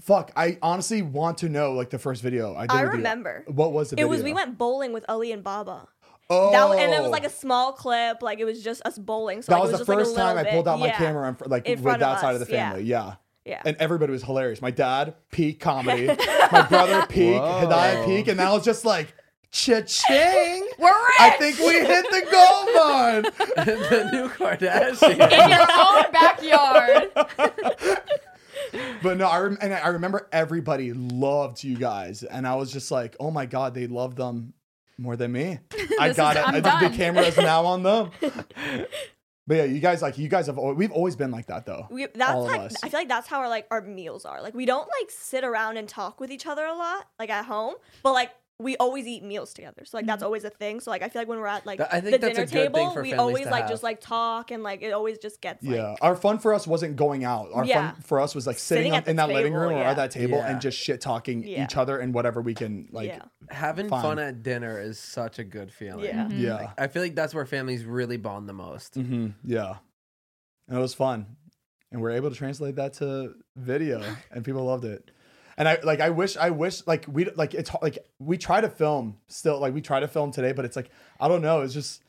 B: fuck, I honestly want to know like the first video I did.
E: I
B: with you.
E: remember.
B: What was the
E: It
B: video?
E: was we went bowling with Ali and Baba.
B: Oh,
E: That wa- and it was like a small clip. Like it was just us bowling. So
B: that
E: like,
B: was
E: it was
B: the
E: just,
B: first
E: like, a
B: time I
E: little
B: pulled
E: bit.
B: out my
E: Yeah.
B: camera in fr- like
E: In
B: with
E: front
B: that
E: of
B: side of the
E: us, yeah.
B: family. Yeah.
E: Yeah.
B: And everybody was hilarious. My dad, peak
E: <laughs>
B: comedy. my brother, peak.
G: Whoa.
B: Hidayah, peak. And I was just like,
E: <laughs>
B: cha-ching.
C: we're rich.
B: I think we hit the goal mine.
A: the new Kardashian.
C: <laughs> in your
B: <laughs>
C: own backyard.
B: But no, I rem- and I remember everybody loved you guys, and I was just like, oh my god, they love them more than
E: <laughs>
B: me. I
C: This
B: got
C: is-
B: it.
C: I'm
B: I think
C: done.
B: the camera is now on them. but yeah, you guys like you guys have al- we've always been like that though.
E: We, that's
B: all of
E: like
B: us.
E: I feel like that's how our like our meals are. Like we don't like sit around and talk with each other a lot, like at home, but like we always eat meals together. So like that's always a thing. So like I feel like when we're at like
A: Th- I think
E: the
A: that's
E: dinner
A: a good thing
E: table,
A: for
E: we
A: families
E: always
A: to
E: like
A: have.
E: just like talk and like it always just gets like
B: Yeah, our fun for us wasn't going out. Our
E: Yeah.
B: fun for us was like sitting,
E: Sitting
B: on,
E: at the
B: in that living
E: table,
B: room or
E: yeah.
B: at that table
A: Yeah.
B: and just shit talking
E: Yeah.
B: each other and whatever we can like.
E: Yeah.
A: Having
B: Fun.
A: fun at dinner is such a good feeling.
E: Yeah.
B: Yeah,
A: I feel like that's where families really bond the most.
B: hmm yeah, and it was fun, and we are able to translate that to video, and people loved it. And I like I wish I wish like we like it's like we try to film still like we try to film today, but it's like I don't know, it's just.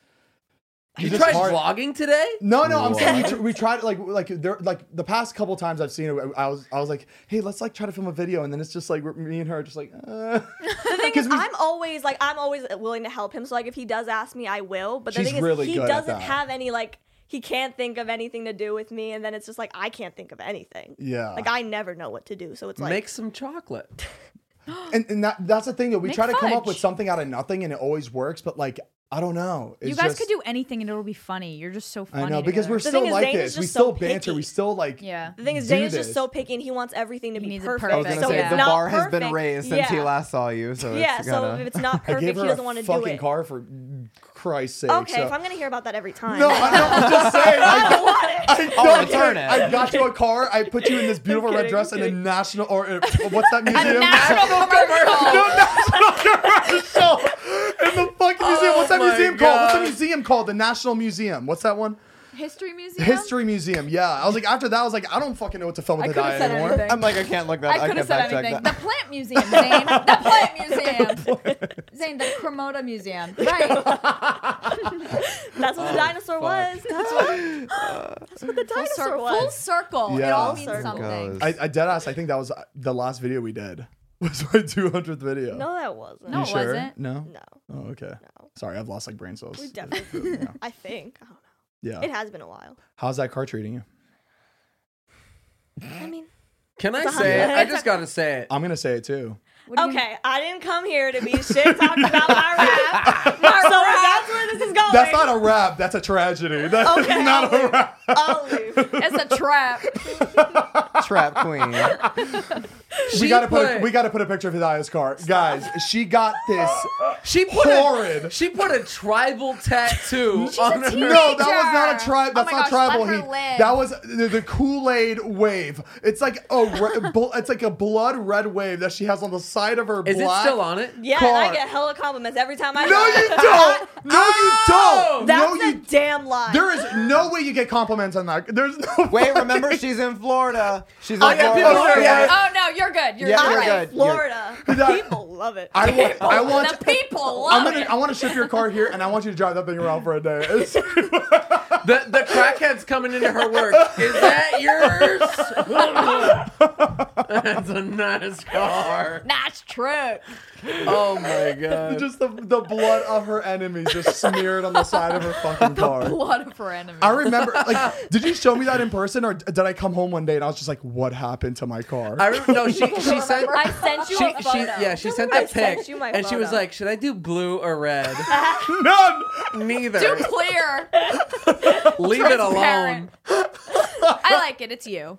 A: You
B: Mm-hmm. it's just
A: tried
B: hard.
A: vlogging today?
B: No, no, I'm saying we, tr- we tried like like there like the past couple times I've seen it, I was I was like, hey, let's like try to film a video, and then it's just like we're- me and her are just like, uh.
E: The thing
B: <laughs> 'Cause
E: is,
B: we-
E: I'm always like I'm always willing to help him. So like if he does ask me, I will. But the
B: She's
E: thing is,
B: really
E: he
B: good at
E: doesn't
B: that.
E: have any like he can't think of anything to do with me, and then it's just like I can't think of anything.
B: Yeah.
E: like I never know what to do. So it's like
A: Make some chocolate.
B: and and that, that's the thing that we
C: Make
B: try to come up
C: fudge.
B: with something out of nothing, and it always works, but like I don't know,
C: You
B: It's
C: guys
B: just-
C: could do anything and it'll be funny. You're just so funny.
B: I know because we're still
C: together.
E: The thing is,
B: like
E: Zayn is
B: this. We
E: just
B: still
E: so
B: banter. We
E: picky.
B: still like.
C: Yeah.
E: The thing is,
B: do
E: Zane is just
B: this.
E: so picky, and he wants everything to
C: He
E: be
C: needs it
E: perfect.
C: perfect.
G: I was gonna
E: so
G: say
E: if
G: the
E: not
G: bar has been
E: perfect-
G: raised
E: yeah.
G: since he last saw you, so
E: Yeah,
G: it's
E: so
G: gotta...
E: if it's not
B: I
E: perfect,
B: gave
E: he
B: her
E: doesn't
B: a
E: want to do
B: fucking
E: it.
B: car for Christ's sake.
E: okay,
B: so-
E: if I'm gonna hear about that every time, <laughs>
B: no, I, no, I'm just saying. I don't want it. I don't
G: I'll return
B: care.
G: it.
B: I got you a car. I put you in
E: <laughs>
B: this beautiful red
E: kidding,
B: dress
E: I'm
B: in a
E: kidding.
B: national
E: <laughs>
B: or uh, what's that
C: <laughs> A
B: museum? <laughs>
C: national
B: No,
C: commercial.
B: national commercial <laughs> in the
E: Oh
B: fucking museum. What's that
A: my
B: museum called? What's that
A: God.
B: museum called? The National Museum. What's that one?
C: History
E: Um,
C: museum.
B: History Museum. Yeah. I was like, after that, I was like, I don't fucking know what to film
C: I
B: with the
C: could've
B: diet
C: said
B: anymore.
C: anything.
G: I'm like, I can't look that.
C: I could
G: can't
C: have said
G: fact check
C: anything. The
G: That.
C: plant museum, Zane. the plant museum. <laughs> Zane, the Cremota museum. Right.
E: that's what the dinosaur was. That's what, that's what the
C: Full,
E: dinosaur
C: cir- full
E: was.
C: circle. It
B: Yeah.
C: all
B: Full
C: means
E: circle.
C: something.
G: Goes.
B: I, I dead ass. I think that was uh, the last video we did. <laughs> Was my 200th video.
E: No, that wasn't.
C: No,
B: You
C: it
B: sure?
C: wasn't.
B: No.
E: No,
B: Oh, okay. Sorry, I've lost like brain cells.
E: we definitely. <laughs>
B: Yeah.
E: I think. I don't know.
B: Yeah.
E: It has been a while.
B: How's that car treating you?
E: I mean,
A: Can I
E: It's a
A: say it?
E: hundred.
A: I just gotta say it.
B: I'm gonna say it too.
C: What do you-
E: okay, I didn't come here to be shit talked about my rap. so that's where this is going.
B: That's not a rap. That's a tragedy. That's
E: Oh, <laughs> Okay,
B: not
E: I'll
B: a
E: leave.
B: rap.
E: I'll leave.
C: It's a trap.
G: Trap queen.
B: <laughs>
E: <laughs>
B: we gotta put, a,
A: put-
B: we gotta put a picture of Hidaya's car, guys. She got this.
A: She put a
B: Horrid.
A: she put a tribal tattoo
C: a
A: on her.
C: teen-
B: No, that was not a tribe.
C: Oh
B: That's
C: my
B: not
C: gosh, let
B: tribal
C: her
B: heat.
C: live.
B: That was the, the Kool Aid wave. It's like a re- bl- it's like a blood red wave that she has on the side of her.
A: Is it
B: black
A: still on it?
E: Yeah, and
B: car.
E: I get hella compliments every time I.
B: No,
E: <laughs>
B: you don't. No, <laughs> you don't.
E: That's
B: no,
E: a
B: you.
E: damn lie.
B: There is no way you get compliments on that. There's no.
G: Wait,
B: fucking-
G: remember she's in Florida. She's in
B: I got
G: Florida.
B: people that are
G: yeah.
B: like-
C: Oh no, you're good. You're
G: Yeah,
C: good.
E: I'm
G: you're
E: in
B: <laughs>
G: good.
E: Florida.
B: <laughs> That-
E: People love it.
B: I want. I want.
C: The people love
B: I'm gonna,
C: it.
B: I want to ship your car here, and I want you to drive that thing around for a day. It's- <laughs>
A: The the crackhead's coming into her work. Is that yours? That's a nice car.
C: That's true. <laughs>
A: Oh my god.
B: just the, the blood of her enemies just smeared on the side of her fucking car.
C: Blood of her enemies.
B: I remember, like, did you show me that in person, or did I come home one day and I was just like, "What happened to my car?"
A: I remember, no, she she sent
C: I sent you
A: she,
C: a
A: she
C: photo.
A: yeah she sent
E: I
A: that
E: sent
A: pic
E: you my
A: and she was
E: photo.
A: like, should I do blue or
E: <laughs>
A: red?
B: <laughs> None.
A: Neither.
C: Too clear.
A: Leave it alone.
C: Transparent. I like it. It's you.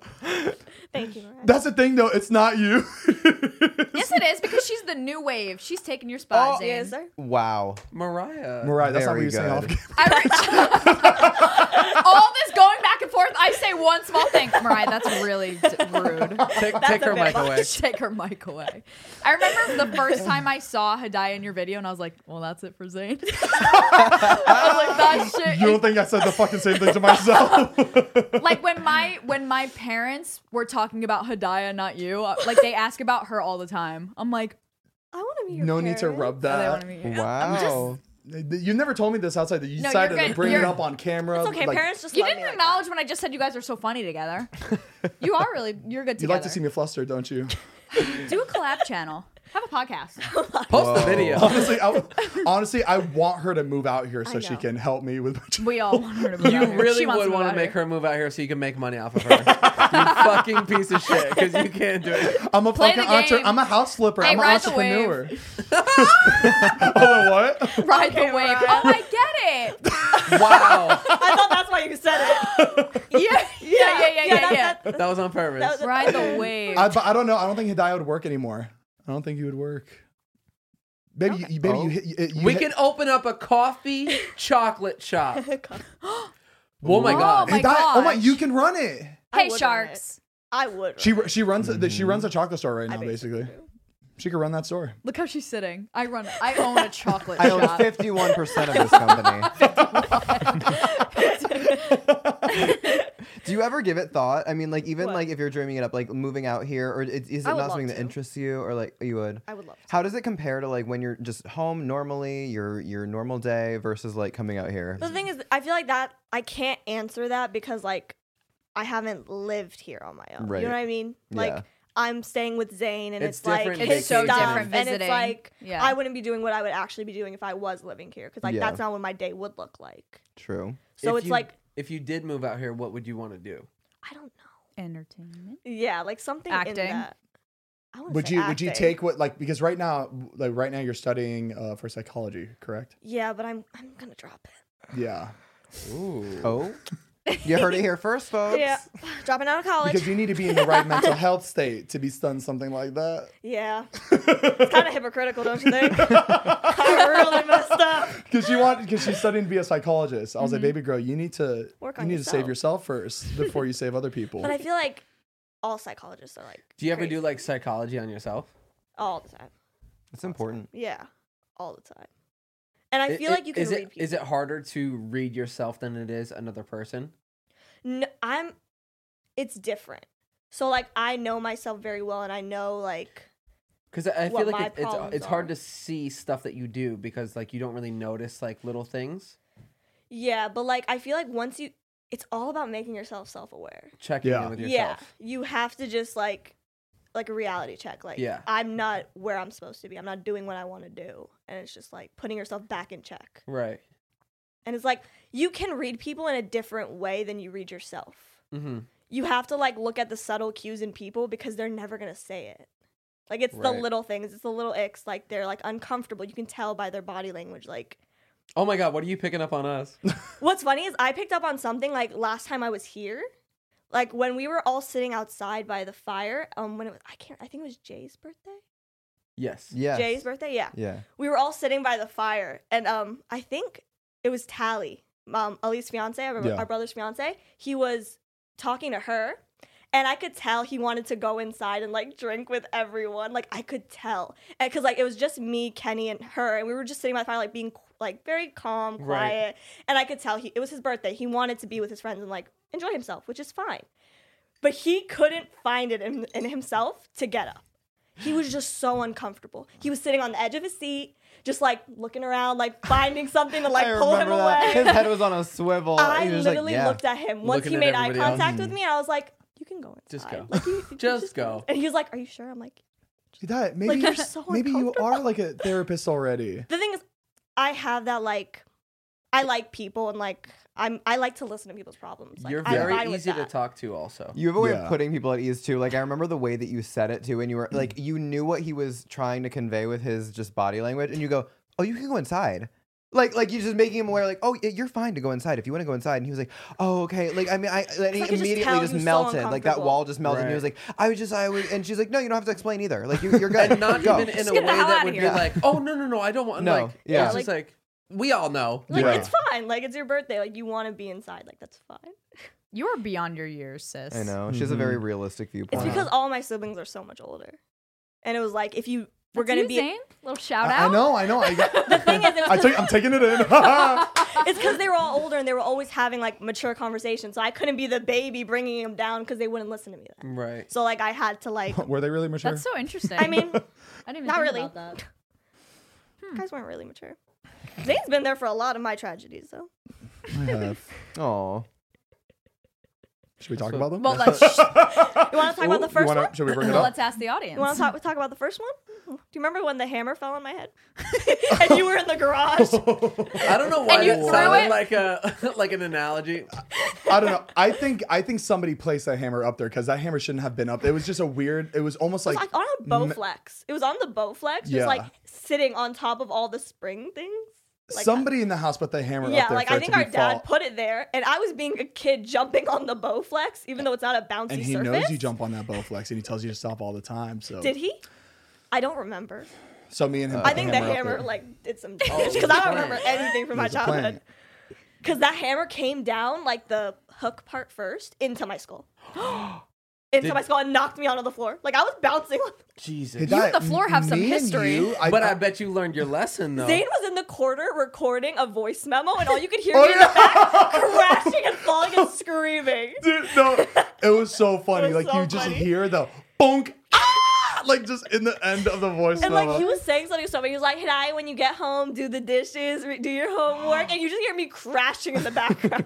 E: Thank you. Mariah.
B: That's the thing, though. It's not you. <laughs>
C: Yes, it is because she's the new wave. She's taking your spot. Zane.
E: Yes, sir.
G: Wow.
A: Mariah.
B: Mariah, that's
G: Very
B: not what you
G: good.
B: say.
C: I re- All this going back and forth. I say one small thing, Mariah. That's really d- rude.
A: Take,
E: That's
A: take
E: a
A: her
E: bit
A: mic
E: much.
A: away.
C: Take her mic away. I remember the first time I saw Hadaya in your video, and I was like, "Well, that's it for Zane." <laughs> I was like, "That shit."
B: You don't think I said the fucking same
C: <laughs>
B: thing to myself?
C: like when my when my parents were talking about Hadaya, not you. uh, Like they ask about her all the time. I'm like,
E: I want to be your
B: no need to
E: parent.
B: rub
C: oh, they want
B: that.
C: to meet you.
G: Wow.
B: You never told me this outside. That you
C: No, you're
B: decided to
C: good.
B: bring it
C: You're-
B: up on camera.
E: It's okay.
B: like,
E: parents just
C: You
E: love
C: didn't
E: me like that.
C: acknowledge when I just said you guys are so funny
E: <laughs>
C: together. you are really you're good
B: You
C: together.
B: like to see me flustered, don't you? <laughs>
C: Do a collab channel. Have a podcast.
A: Post the video.
B: honestly, I,
C: <laughs>
B: honestly, I want her to move out here so
E: I
B: she
E: know.
B: can help me with. My
C: We
E: <laughs>
C: all want her to move
A: You
C: out here.
A: really
C: She wants
A: would
C: move
A: want
C: out
A: to make
C: here.
A: her move out here so you can make money off of her. you fucking piece of shit because you can't do it.
B: <laughs> I'm a
C: Play
B: fucking
C: the game.
B: entre- I'm a house flipper.
C: Hey,
B: I'm an
C: ride the wave.
B: entrepreneur. <laughs> oh, what?
C: ride the wave. Oh, I get
E: <laughs>
C: it.
A: Wow.
E: <laughs> I thought that's why you said it.
B: <laughs>
C: Yeah, yeah, yeah, yeah, yeah.
E: that-
C: yeah.
E: that-
A: That was on purpose.
E: That was a- <laughs>
C: Ride the wave.
B: I, but I don't know. I don't think Hidayah would work anymore. I don't think he would work. Maybe, you, maybe
G: Oh.
B: you, hit, you, you
A: we
B: hit-
A: could open up a coffee chocolate
E: <laughs>
A: shop. oh my
C: Whoa,
A: god.
C: my-
B: Hidayah- oh my!
C: gosh.
B: You can run it.
E: I
C: hey,
E: would
C: sharks.
E: I would.
B: She she runs the she runs a chocolate store right now.
E: basically
B: Basically, she could run that store.
C: Look how she's sitting. I run. I own a chocolate
G: I own
C: shop.
G: 51% of this company. <laughs> Do you ever give it thought? I mean, like even
E: What?
G: like if you're dreaming it up, like moving out here, or is, is it
E: I would
G: not
E: love
G: something that
E: to.
G: interests you, or like you would?
E: I would love to.
G: How does it compare to like when you're just home normally, your your normal day versus like coming out here?
E: The thing is, I feel like that I can't answer that because like I haven't lived here on my own.
G: Right.
E: You know what I mean? Like
G: Yeah.
E: I'm staying with Zane, and
A: It's
E: it's,
A: different
E: like
A: It's
E: his
A: so
E: stuff,
A: different
E: and
C: visiting.
E: it's like
C: Yeah.
E: I wouldn't be doing what I would actually be doing if I was living here because like
G: Yeah.
E: that's not what my day would look like.
G: True.
E: So
A: If
E: it's
A: you-
E: like
A: if you did move out here, what would you want to do?
E: I don't know.
C: Entertainment.
E: Yeah, like something
C: Acting.
E: in that. I wouldn't
B: Would
E: say
B: you would you
E: acting.
B: take what like because right now like right now you're studying uh, for psychology, correct?
E: Yeah, but I'm I'm gonna drop it.
B: Yeah,
G: Oh, you heard it here first, folks.
E: Yeah, <laughs> dropping out of college.
B: because you need to be in the right mental health state to be stunned something like that.
E: yeah,
B: <laughs>
E: it's kind of hypocritical, don't you think? <laughs> I really messed up.
B: Because you want because she's studying to be a psychologist. I was like, baby girl, you need to
E: Mm-hmm. Work
B: you
E: on
B: need to save yourself
E: yourself."
B: first before you save other people.
E: But I feel like all psychologists are like.
A: Do you ever do
E: crazy.
A: like psychology on yourself?
E: all the time?
G: It's important.
E: Yeah, all the time. And I
A: It-
E: feel
A: it-
E: like you can
A: is
E: read
A: it,
E: people.
A: is it harder to read yourself than it is another person?
E: No, I'm. It's different. So like I know myself very well, and I know like
A: Because I I feel
E: What
A: like
E: my
A: it, it's
E: problems
A: it's hard
E: are.
A: to see stuff that you do because like you don't really notice like little things.
E: yeah, but like I feel like once you, it's all about making yourself self-aware.
A: Checking
B: Yeah.
A: in with
E: Yeah,
A: yourself.
E: you have to just like, like a reality check. Like
A: Yeah.
E: I'm not where I'm supposed to be. I'm not doing what I want to do, and it's just like putting yourself back in check.
A: Right.
E: and it's like you can read people in a different way than you read yourself.
A: Mm-hmm.
E: You have to like look at the subtle cues in people because they're never gonna say it. Like it's the
A: Right.
E: little things, it's the little icks. Like they're like uncomfortable. You can tell by their body language. Like
A: Oh my god, what are you picking up on us?
E: What's funny is I picked up on something like last time I was here, like when we were all sitting outside by the fire. Um, when it was I can't I think it was Jay's birthday.
A: yes.
G: Yeah.
E: Jay's birthday, yeah.
G: Yeah.
E: We were all sitting by the fire, and um, I think it was Tally, um, Ali's fiance, our,
B: Yeah.
E: our brother's fiance. He was talking to her, and I could tell he wanted to go inside and like drink with everyone. Like I could tell, and because like it was just me, Kenny, and her, and we were just sitting by the fire, like being qu- like very calm,
A: Right.
E: quiet, and I could tell he it was his birthday. He wanted to be with his friends and like enjoy himself, which is fine. But he couldn't find it in, in himself to get up. He was just so uncomfortable. He was sitting on the edge of his seat, just like looking around, like finding something
A: <laughs>
E: to like
G: I
E: pull him
G: remember that. His
E: away.
G: head was on a swivel.
E: <laughs> I
G: He was just like,
E: literally
G: yeah.
E: looked at him once
A: Looking
E: he
A: at
E: made eye
A: everybody else. Mm.
E: contact with me, and I was like, "You can go inside.
A: Just go. <laughs>
E: Like, you- you
A: Just go.
E: And he was like, "Are you sure?" I'm like,
B: That maybe
E: Like,
B: you're
E: you're so
B: maybe you
E: uncomfortable.
B: are like a therapist
E: <laughs>
B: already.
E: "The thing is, I have that like, I like people, and like, I'm I like to listen to people's problems. Like,
A: You're
E: I'm fine
A: very
E: with
A: easy to
E: that.
A: talk to also.
G: You have a way
B: Yeah. Mm.
G: of putting people at ease too. Like I remember the way that you said it too, and you were like, you knew what he was trying to convey with his just body language, and you go, "Oh, you can go inside." Like, like you're just making him aware, like, "Oh, yeah, you're fine to go inside if you want to go inside." And he was like, "Oh, okay." Like, I mean, I then he
E: I could just
G: immediately
E: tell
G: just,
E: he was so
G: melted, like that
E: uncomfortable.
G: wall just melted. And
A: Right.
G: he was like, "I was just, I was," and she's like, "No, you don't have to explain either. Like, you, you're good."
A: and not
G: go.
A: even in
E: Just
A: a way
E: get the hell
A: that
E: outta
A: would be
E: here.
A: like, oh no no no, I don't want.
G: No,
A: like,
G: yeah.
A: it's just like we all know.
E: Like,
B: Yeah.
E: it's fine. Like, it's your birthday. Like, you want to be inside. Like, that's fine.
C: You are beyond your years, sis.
G: I
B: Mm-hmm.
G: know she has a very realistic
E: It's
G: viewpoint.
E: because all my siblings are so much older, and it was like if you were
C: That's
E: gonna
C: you,
E: be.
C: Zane. Little shout
B: I, I
C: out.
B: know, Oh, I know.
G: <laughs>
B: I got, the
E: <laughs> thing is, it was
B: I took, I'm taking it in. <laughs>
E: It's because they were all older and they were always having like mature conversations, so I couldn't be the baby bringing them down because they wouldn't listen to me then.
A: Right.
E: So like I had to like.
B: Were they really mature?
C: That's so interesting.
E: I mean,
C: <laughs> I didn't even
E: <laughs> not
C: think
E: really.
C: about that.
B: Hmm.
E: guys weren't really mature. Zane's been there for a lot of my tragedies, though.
G: oh,
B: Should we talk about them?
C: Well, let's, sh-
E: You want to talk about the
B: You
E: 1st
B: wanna-
E: one?
B: Should we <laughs> bring it
C: well,
B: up?
C: let's ask the
E: You
B: <laughs>
E: want
C: audience.
E: to talk, talk about the first one? Do you remember when the hammer fell on my head <laughs> and you were in
B: <laughs>
E: the garage?
A: I don't know why
C: you
A: that
C: threw
A: sounded
C: it-
A: like a <laughs> like an analogy.
B: I don't know. I think I think somebody placed that hammer up there because that hammer shouldn't have been up. It was just a weird. It was almost
E: It was
B: like,
E: like oh, on a Bowflex. It was on the Bowflex, just
B: Yeah.
E: like sitting on top of all the spring things. like that.
B: somebody in the house put the hammer
E: yeah,
B: up there.
E: like
B: for
E: I
B: it to
E: think
B: be
E: our dad
B: fall-
E: put it there, and I was being a kid jumping on the Bowflex, even though it's not a bouncy
B: and he
E: surface.
B: knows you jump on that Bowflex, and he tells you to stop all the time. So
E: Did he? I don't remember.
B: So me and him.
E: I
B: put the
E: think the
B: hammer, up
E: hammer
B: there. Oh,
E: like
B: <laughs>
E: did some damage
A: he
E: because I
A: was
E: don't remember
A: playing.
E: anything from
B: He
E: my
B: was playing.
E: childhood. Because that hammer came down like the hook part first into my skull, <gasps> into
A: Did-
E: my skull, and knocked me onto the floor. Like I was bouncing. on-
A: Jesus.
B: Did
C: and the floor have some
B: me and
C: history.
B: you,
A: But I bet you learned your lesson
B: Oh.
A: though.
E: Zane was in the corner recording a voice memo, and all you could hear
B: Oh,
E: was in
B: yeah. <laughs>
E: the back crashing and falling and screaming.
B: Dude, <laughs> no, it was so funny.
E: <laughs> It was
B: like
E: so
B: you just
E: funny.
B: hear the bonk, ah, like just in the end of the voice.
E: And like
B: memo.
E: he was saying something to somebody, he was like, "Hey, when you get home, do the dishes, re- do your
B: <gasps>
E: homework," and you just hear me crashing in
B: <laughs>
E: the background.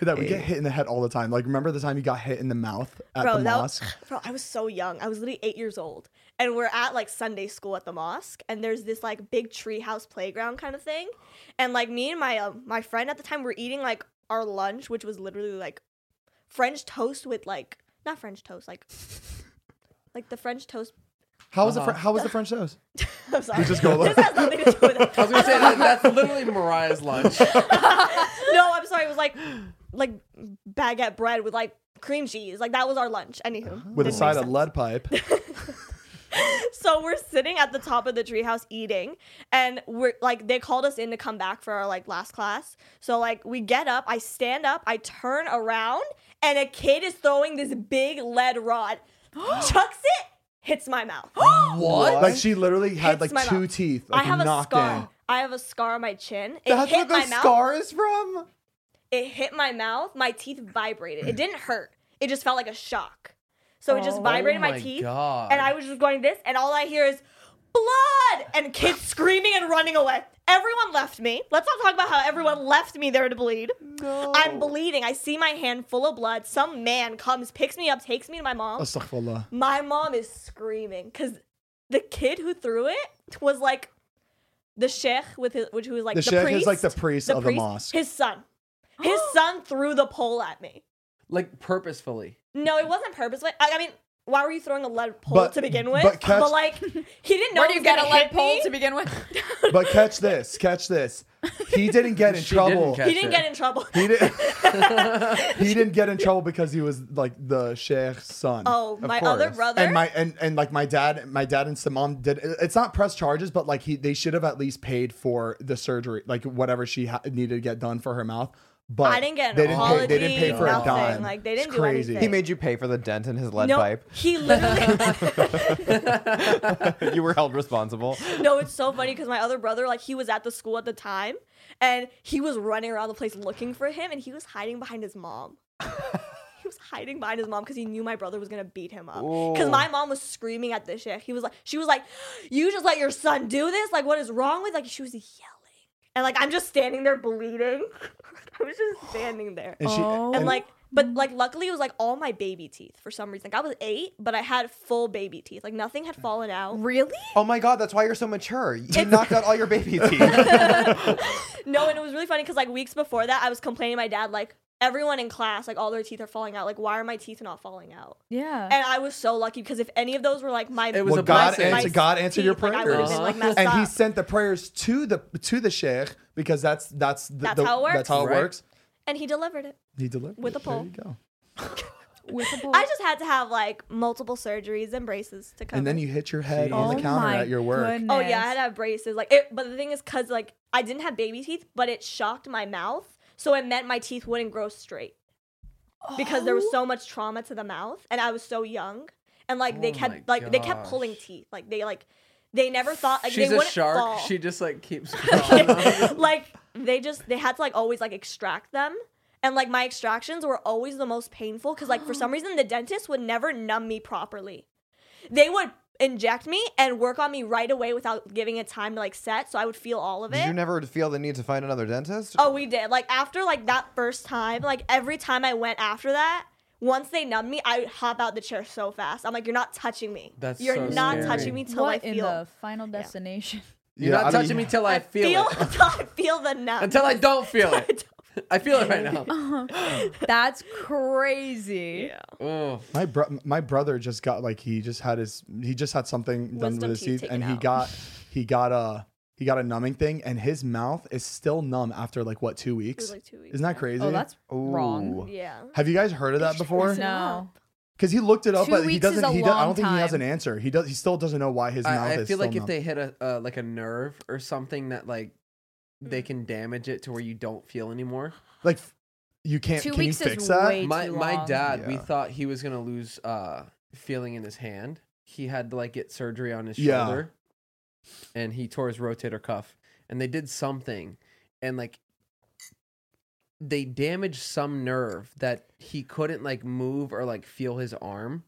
B: that we get hit in the head all the time. Like remember the time you got hit in the mouth at
E: bro,
B: the
E: that
B: mosque?
E: bro, I was so young. I was literally eight years old, and we're at like Sunday school at the mosque, and there's this like big treehouse playground kind of thing, and like me and my um, my friend at the time were eating like our lunch, which was literally like
B: <laughs>
E: French toast with like not French toast, like like the French toast
B: How was the fr- how was the French toast?
E: I'm sorry.
B: just go
E: <laughs> this has nothing to do
B: <laughs>
E: with it.
A: I was gonna say that, that's literally Mariah's
E: <laughs>
A: lunch.
E: no, I'm sorry. It was like like baguette bread with like cream cheese. Like that was our lunch. Anywho,
B: With a
E: Didn't
B: side
E: make
B: of lead pipe.
E: so we're sitting at the top of the treehouse eating, and we're like they called us in to come back for our like last class. So like we get up, I stand up, I turn around, and a kid is throwing this big lead rod, chucks it, hits my mouth.
B: What? Like she literally had
E: Hits
B: like
E: my
B: two
E: mouth.
B: teeth.
E: I
B: Like
E: have a
B: knocked
E: scar.
B: in.
E: I have a scar on my chin. It
G: That's
E: hit
G: what
E: my
G: the
E: mouth.
G: scar is from.
E: it hit my mouth, my teeth vibrated. It didn't hurt. It just felt like a shock. So it
B: Oh
E: just vibrated my,
A: my
E: teeth.
A: God.
E: And I was just going this, and all I hear is blood
B: <laughs>
E: and kids screaming and running away. Everyone left me. Let's not talk about how everyone left me there to bleed. No. I'm bleeding. I see my hand full of blood. Some man comes, picks me up, takes me to my mom.
B: Astaghfirullah.
E: My mom is screaming because the kid who threw it was like the sheikh with his, which who was like
B: The
E: the,
B: sheikh
E: priest,
B: is like the priest of the mosque.
E: His son,
B: <gasps>
E: his son threw the pole at me.
A: Like purposefully.
E: No, it wasn't purposeful. I, I mean, why were you throwing a lead pole
B: But-
E: to begin with?
B: but
E: But,
B: catch-
E: like, he didn't know
C: Where do
E: it
C: you
E: was
C: get a
E: gonna
C: lead
E: hit
C: pole
E: me.
C: to begin with?
E: <laughs>
B: But catch this, catch this. He didn't get in
A: She didn't
B: trouble.
A: catch-
E: He didn't
A: Sure.
E: get in trouble.
B: he didn't. he didn't get in trouble because he was like the sheikh's son.
E: <laughs> Oh,
A: Of
E: my other
A: course.
E: brother.
B: And my and, and like my dad, my dad and Samam did. It's not press charges, but like he, they should have at least paid for the surgery, like whatever she ha- needed to get done for her mouth. But
E: I didn't get an
B: they didn't pay, they
E: apology,
B: didn't pay for
E: nothing.
B: a dime.
E: Like, they
B: It's
E: didn't do
B: crazy.
G: He
E: anything.
G: made you pay for the dent in his lead
E: no,
G: pipe. <laughs>
B: <laughs>
E: he literally. <laughs>
G: you were held responsible.
E: no, it's so funny because my other brother, like, he was at the school at the time, and he was running around the place looking for him, and he was hiding behind his mom. he was hiding behind his mom because he knew my brother was gonna beat him up. Because my mom was screaming at the shit. He was like, she was like, "You just let your son do this? Like, what is wrong with?" Like, she was yelling, and like, I'm just standing there bleeding. <laughs> I was just standing there.
B: And she
E: And like, but like, luckily it was like all my baby teeth for some reason. Like I was eight, but I had full baby teeth. Like nothing had fallen out.
C: Really?
G: Oh my god, that's why you're so mature. You knocked out all your baby teeth.
E: No, and it was really funny because like weeks before that, I was complaining to my dad like everyone in class like all their teeth are falling out. Like why are my teeth not falling out?
C: Yeah.
E: And I was so lucky because if any of those were like my
A: It was
B: well,
A: a
B: God
A: blessing.
B: answered, God answered your
E: Like, I
B: prayers,
E: would've been, like, messed
B: and He
E: up.
B: sent the prayers to the to the sheikh because that's that's the,
E: That's
B: the-
E: how it works.
B: That's how it
A: Right.
B: works.
E: and he delivered it.
B: He delivered
E: With a
B: it.
E: pole.
B: There you go.
C: With a pole.
E: I just had to have like multiple surgeries and braces to cover.
B: And then you hit your head
A: Jeez.
B: on
A: Oh
B: the counter
C: my
B: at your work.
C: goodness.
E: Oh yeah, I had to have braces. Like, it, but the thing is, cause like I didn't have baby teeth, but it shocked my mouth, so it meant my teeth wouldn't grow straight because there
A: Oh.
E: was so much trauma to the mouth, and I was so young, and like they
A: Oh my
E: kept like they kept pulling
A: gosh.
E: teeth, like they like they never thought like
A: She's
E: they
A: a
E: wouldn't
A: shark.
E: fall.
A: She just like
E: <laughs>
A: keeps <laughs> crawling.
E: like they just they had to like always like extract them. And like my extractions were always the most painful because like for some reason the dentist would never numb me properly. They would inject me and work on me right away without giving it time to like set, so I would feel all of
G: Did you
E: it.
G: never feel the need to find another dentist?
E: Oh, we did. Like after like that first time, like every time I went after that, once they numb me, I would hop out the chair so fast. I'm like, you're not touching me.
A: That's
E: you're
A: so
E: not
A: scary.
E: touching me till
C: what
E: I feel.
C: in the final destination?
A: You're not touching me till I, feel, it.
E: until <laughs> I feel the
A: <laughs>
E: numb.
A: Until I don't
E: <laughs>
A: feel it. I feel it right now.
C: That's crazy.
A: Oh,
B: My bro- my brother just got like he just had his he just had something done with
E: Wisdom
B: his
E: teeth
B: teeth, and
E: taken
B: he
E: out.
B: got he got a he got a numbing thing, and his mouth is still numb after like what two weeks?
E: like, two weeks,
B: Isn't that
E: yeah.
B: crazy?
C: Oh, that's
G: Ooh.
C: wrong.
E: yeah. Oh
B: Have you guys heard of that before?
E: Listen up.
C: No.
B: Because he looked it up,
C: Two
B: but he
C: weeks is
B: doesn't.
C: a
B: He does, I don't
C: long
B: think he has
C: time.
B: an answer. He does. He still doesn't know why his mouth
A: I, I
B: is
A: feel
B: still
A: like
B: numb.
A: if they hit a uh, like a nerve or something that like
C: Mm.
A: they can damage it to where you don't feel anymore.
B: like f- you can't.
C: Two
B: can
C: weeks
B: you
C: is
B: fix that?
C: way-
A: my
C: too
A: my
C: long.
A: dad, we
G: Yeah.
A: thought he was gonna lose uh feeling in his hand. He had to like get surgery on his
B: Yeah.
A: shoulder, and he tore his rotator cuff. And they did something, and like they damaged some nerve that he couldn't like move or like feel his arm.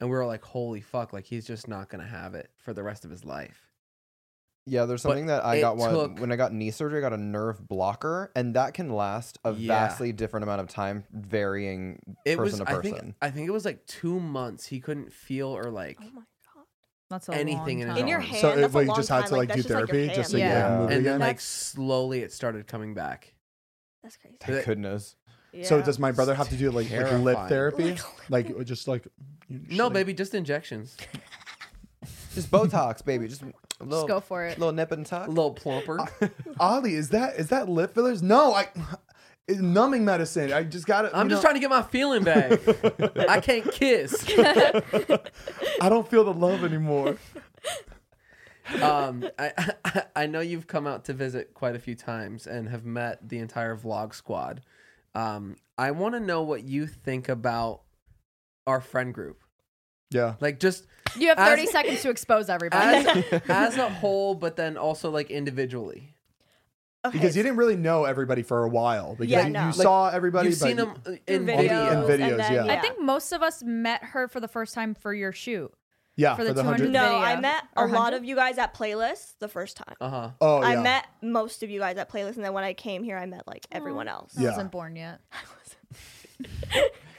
A: And we were like, "Holy fuck! Like he's just not gonna have it for the rest of his life."
G: Yeah, there's
A: But
G: something that I
A: it
G: got one
A: took-
G: when I got knee surgery. I got a nerve blocker, and that can last a
A: Yeah.
G: vastly different amount of time, varying
A: It
G: person
A: was,
G: to
A: I
G: person.
A: think, I think it was like two months. He couldn't feel or like,
E: Oh my god.
C: That's a
A: Anything in
C: long
A: his
C: time.
E: In your
A: arm.
E: hand.
B: Um, so it,
E: that's a
B: well, you
E: long
B: just had
E: time.
B: to like,
E: that's
B: do
E: just, your
B: therapy just to
E: hand.
B: get
G: Yeah.
B: him moving
A: and
B: again.
A: then like
E: That's-
A: slowly it started coming back.
E: That's crazy.
G: Thank
A: That-
G: goodness.
B: So
E: Yeah.
B: does my brother have to do like, like
A: Terrifying.
B: lip therapy?
E: Like lip
B: Like just like you-
A: No,
B: shitting-
A: baby, just injections.
G: Just Botox, baby. Just a little,
C: go for it.
G: Little nip and tuck.
A: Little plumper.
B: Ollie, is that is that lip fillers? No, I. <laughs> It's numbing medicine. I just got it.
A: <laughs> I'm just trying to get my feeling back. I can't kiss.
B: I don't feel the love anymore.
A: <laughs> Um, I, <laughs> I I know you've come out to visit quite a few times and have met the entire vlog squad. Um, I want to know what you think about our friend group.
B: Yeah.
A: Like just
C: You have 30
A: As-
C: seconds to expose everybody. <laughs>
A: as <laughs> as a whole, but then also like individually.
E: Okay,
B: Because you didn't really know everybody for a while. Because
E: Yeah,
B: you,
E: no.
B: you
E: Like,
B: saw everybody.
A: You've
B: but
A: seen them in
E: videos,
A: video.
B: and videos,
E: and then,
B: yeah.
C: I think most of us met her for the first time for your shoot.
B: Yeah,
C: for the 200
B: hundred.
E: No,
C: video.
E: I met a
C: Or
E: lot
C: 100?
E: of you guys at Playlist the first time.
A: Uh huh.
B: Oh yeah.
E: I met most of you guys at Playlist, and then when I came here, I met like everyone else.
C: I
B: Yeah.
C: wasn't born yet.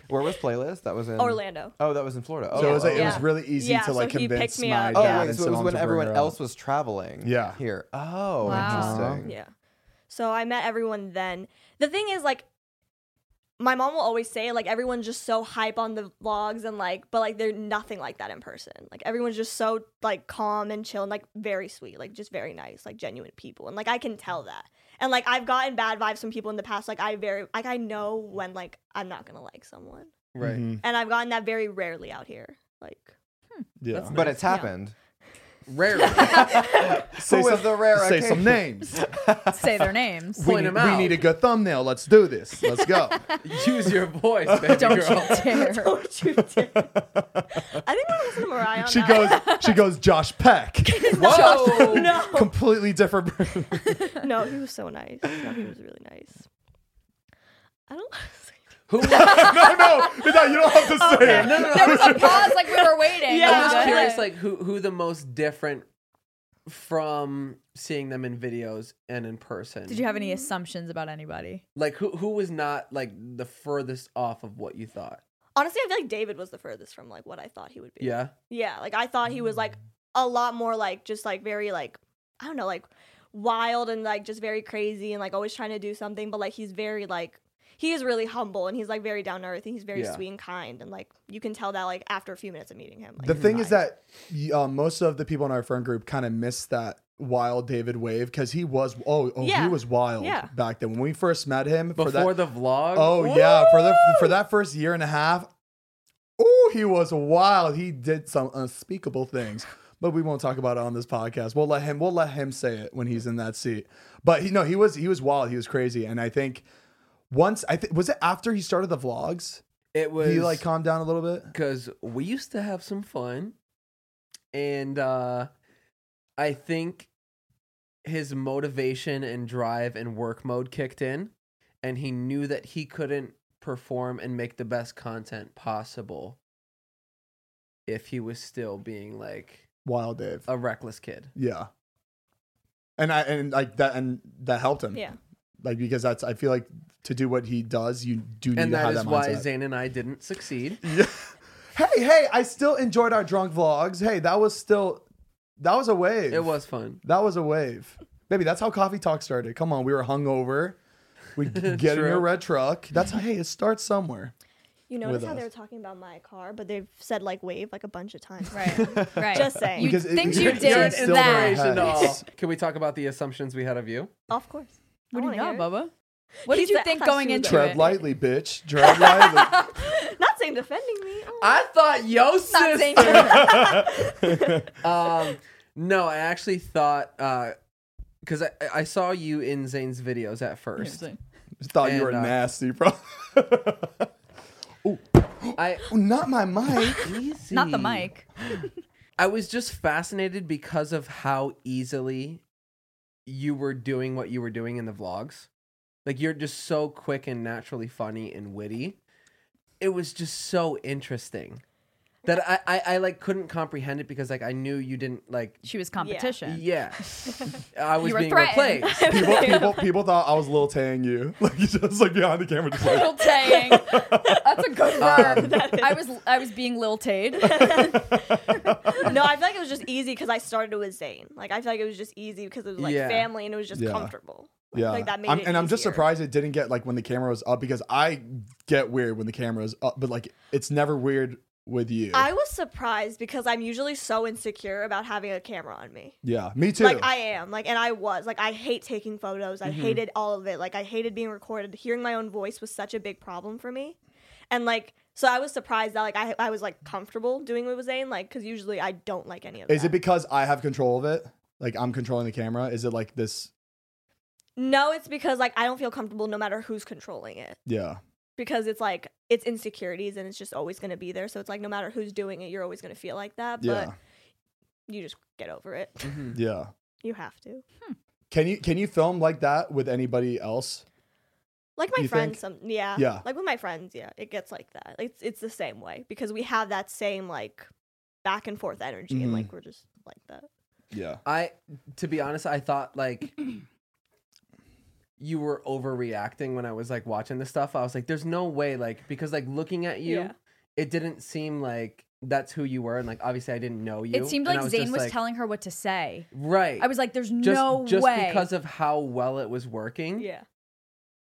G: Where was playlist? That was in
E: Orlando.
G: Oh, that was in Florida. Oh,
B: So it was like, it was
E: Yeah.
B: really easy
E: Yeah,
B: to like
E: so he picked
B: convince
E: me
B: my
E: up.
G: Oh,
B: dad
E: Yeah.
G: wait,
B: and
G: so it was
B: Solange
G: when
B: to
G: everyone
B: bring her
G: else
B: up.
G: was traveling.
B: Yeah.
G: Here. Oh,
C: Wow.
G: interesting.
E: Yeah. So I met everyone then. The thing is, like, my mom will always say, like, everyone's just so hype on the vlogs and, like, but, like, they're nothing like that in person. Like, everyone's just so, like, calm and chill and, like, very sweet, like, just very nice, like, genuine people. And, like, I can tell that. And, like, I've gotten bad vibes from people in the past. Like, I very, like, I know when, like, I'm not gonna like someone.
A: Right.
B: Mhm.
E: And I've gotten that very rarely out here. Like,
B: Yeah.
A: That's
G: But it's happened.
C: <laughs>
A: Rarely.
B: Say
G: Who is
B: some-
G: the rare
B: Say some
G: occasion? <laughs>
B: names.
C: Say their names.
B: we,
A: Point
B: need,
A: 'em
B: we <laughs>
A: out.
B: need a good thumbnail. Let's do this. Let's
G: <laughs>
B: go.
A: Use your voice, baby
C: Don't
A: girl.
C: you dare.
E: don't you dare. I think I listen to
B: <laughs>
E: Mariah on
B: she
E: that
B: goes.
E: one.
B: She goes. Josh
E: <laughs>
B: Peck.
A: Whoa.
E: No.
B: Completely different. <laughs> person.
E: <laughs> No, he was so nice. No, he was really nice. I don't.
A: <laughs>
E: <laughs>
A: Who was?
B: no, no, no. You don't have to say it.
A: No, no,
C: <laughs>
A: no.
C: There was a pause like we were waiting.
E: Yeah.
A: I'm just
E: Yeah.
A: curious, like who who the most different from seeing them in videos and in person.
C: Did you have any assumptions about anybody?
A: like who who was not like the furthest off of what you thought?
E: Honestly, I feel like David was the furthest from like what I thought he would be.
A: Yeah.
E: Yeah, like I thought he was like a lot more like just like very like I don't know like wild and like just very crazy and like always trying to do something, but like he's very like he is really humble and he's like very down to earth and he's very
A: Yeah.
E: sweet and kind and like you can tell that like after a few minutes of meeting him. Like,
B: The
E: his
B: thing is
E: vibe.
B: that uh, most of the people in our friend group kind of missed that wild David wave because he was oh oh
E: Yeah.
B: he was wild
E: Yeah.
B: back then when we first met him for that-
A: Before the vlog.
B: Oh yeah, for the for that first year and a half, oh he was wild. He did some unspeakable things, but we won't talk about it on this podcast. We'll let him we'll let him say it when he's in that seat. But he no, he was he was wild. He was crazy, and I think once I think was it after he started the vlogs,
A: It was
B: he like calmed down a little bit.
A: because we used to have some fun and uh i think his motivation and drive and work mode kicked in and he knew that he couldn't perform and make the best content possible if he was still being like
B: Wild Dave.
A: a reckless kid
B: Yeah. And I and like that and that helped him.
E: yeah.
B: Like because that's I feel like to do what he does, you do need
A: and
B: to
A: that
B: have
A: is
B: that
A: why
B: mindset.
A: Zayn and i didn't
B: <laughs>
A: succeed
B: hey, hey, I still enjoyed our drunk vlogs. Hey, that was still that was a wave.
A: it was fun
B: That was a wave. Baby, that's how coffee talk started. Come on, we were hungover.
A: <laughs>
B: We get in
A: True.
B: your red truck. That's how, hey, it starts
A: <laughs>
B: somewhere.
E: You notice
B: with
E: how they were
B: us.
E: talking about my car, but they've said like wave like a bunch of times. <laughs>
C: Right. Right.
E: Just saying.
C: You,
B: Because it-
A: <laughs>
C: things you
B: you're-
C: did
B: you're an
C: that.
B: inspiration. Still
A: Inspiration to all.
B: Yes.
A: can we talk about the assumptions we had of you
E: Of course. I
C: What do you
E: wanna
C: know,
E: hear it.
C: Bubba? What
E: He
C: did you
E: said- I
C: think
E: thought
C: going
E: she was
C: into
B: Tread
C: it?
B: lightly, bitch. Tread lightly. <laughs>
E: Not saying defending me. Oh.
A: i thought yo
C: Not
A: sister <laughs>
C: saying that.
A: um, no, I actually thought because I, I saw you in Zane's videos at first.
B: Just thought you
A: And,
B: were
A: uh,
B: nasty, bro. <laughs>
A: I
B: Not
A: <laughs>
B: my mic.
C: <laughs> Not the
A: Easy.
C: mic.
A: I was just fascinated because of how easily you were doing what you were doing in the vlogs. Like you're just so quick and naturally funny and witty. It was just so interesting that I, I, I like couldn't comprehend it because like I knew you didn't like
C: She was competition. <laughs>
A: yeah. I was
C: You were
A: being
C: threatened.
A: replaced.
C: <laughs>
E: <laughs>
B: people, people, people thought I was little taying you, <laughs> like just like behind the camera, just like
C: <laughs> Lil Tang. That's a
A: Um,
C: good
A: <laughs>
C: verb.
E: That is-
C: I was I was being Lil Tade.
A: <laughs>
E: no, I feel like it was just easy because I started with Zayn. Like I feel like it was just easy because it was like
A: Yeah.
E: family and it was just
B: Yeah.
E: comfortable. I feel
B: yeah.
E: like that made
B: I'm,
E: it
B: and I'm just
E: easier.
B: surprised it didn't get like when the camera was up because I get weird when the camera is up, but like it's never weird with you.
E: I was surprised because I'm usually so insecure about having a camera on me.
B: yeah, me too. Mm-hmm.
E: Like I am, like, and I was, like, I hate taking photos. I hated all of it. Like, I hated being recorded. Hearing my own voice was such a big problem for me, and like, so I was surprised that like I, I was like comfortable doing what was saying, like, because usually I don't like any of
B: Is
E: that.
B: it because I have control of it? Like I'm controlling the camera? Is it like this?
E: no, it's because like I don't feel comfortable no matter who's controlling it,
B: Yeah.
E: because it's like it's insecurities and it's just always gonna be there. So it's like no matter who's doing it, you're always gonna feel like that. But
B: Yeah.
E: you just get over it. <laughs>
A: Mm-hmm.
B: Yeah.
E: you have to.
B: Can you can you film like that with anybody else?
E: Like my
B: You
E: friends,
B: think?
E: some yeah,
B: Yeah.
E: Like with my friends, yeah, it gets like that. It's it's the same way because we have that same like back and forth energy, and
B: Mhm.
E: like we're just like that.
B: Yeah.
A: I, to be honest, I thought like you were overreacting when I was like watching this stuff. I was like, there's no way, like, because like looking at you,
E: Yeah.
A: it didn't seem like that's who you were. And like, obviously, I didn't know you.
C: It seemed
A: and
C: like
A: I
C: Zayn
A: just
C: was telling her what to say.
A: Right.
C: I was like, there's
A: just,
C: no
A: just
C: way.
A: because of how well it was working.
E: Yeah,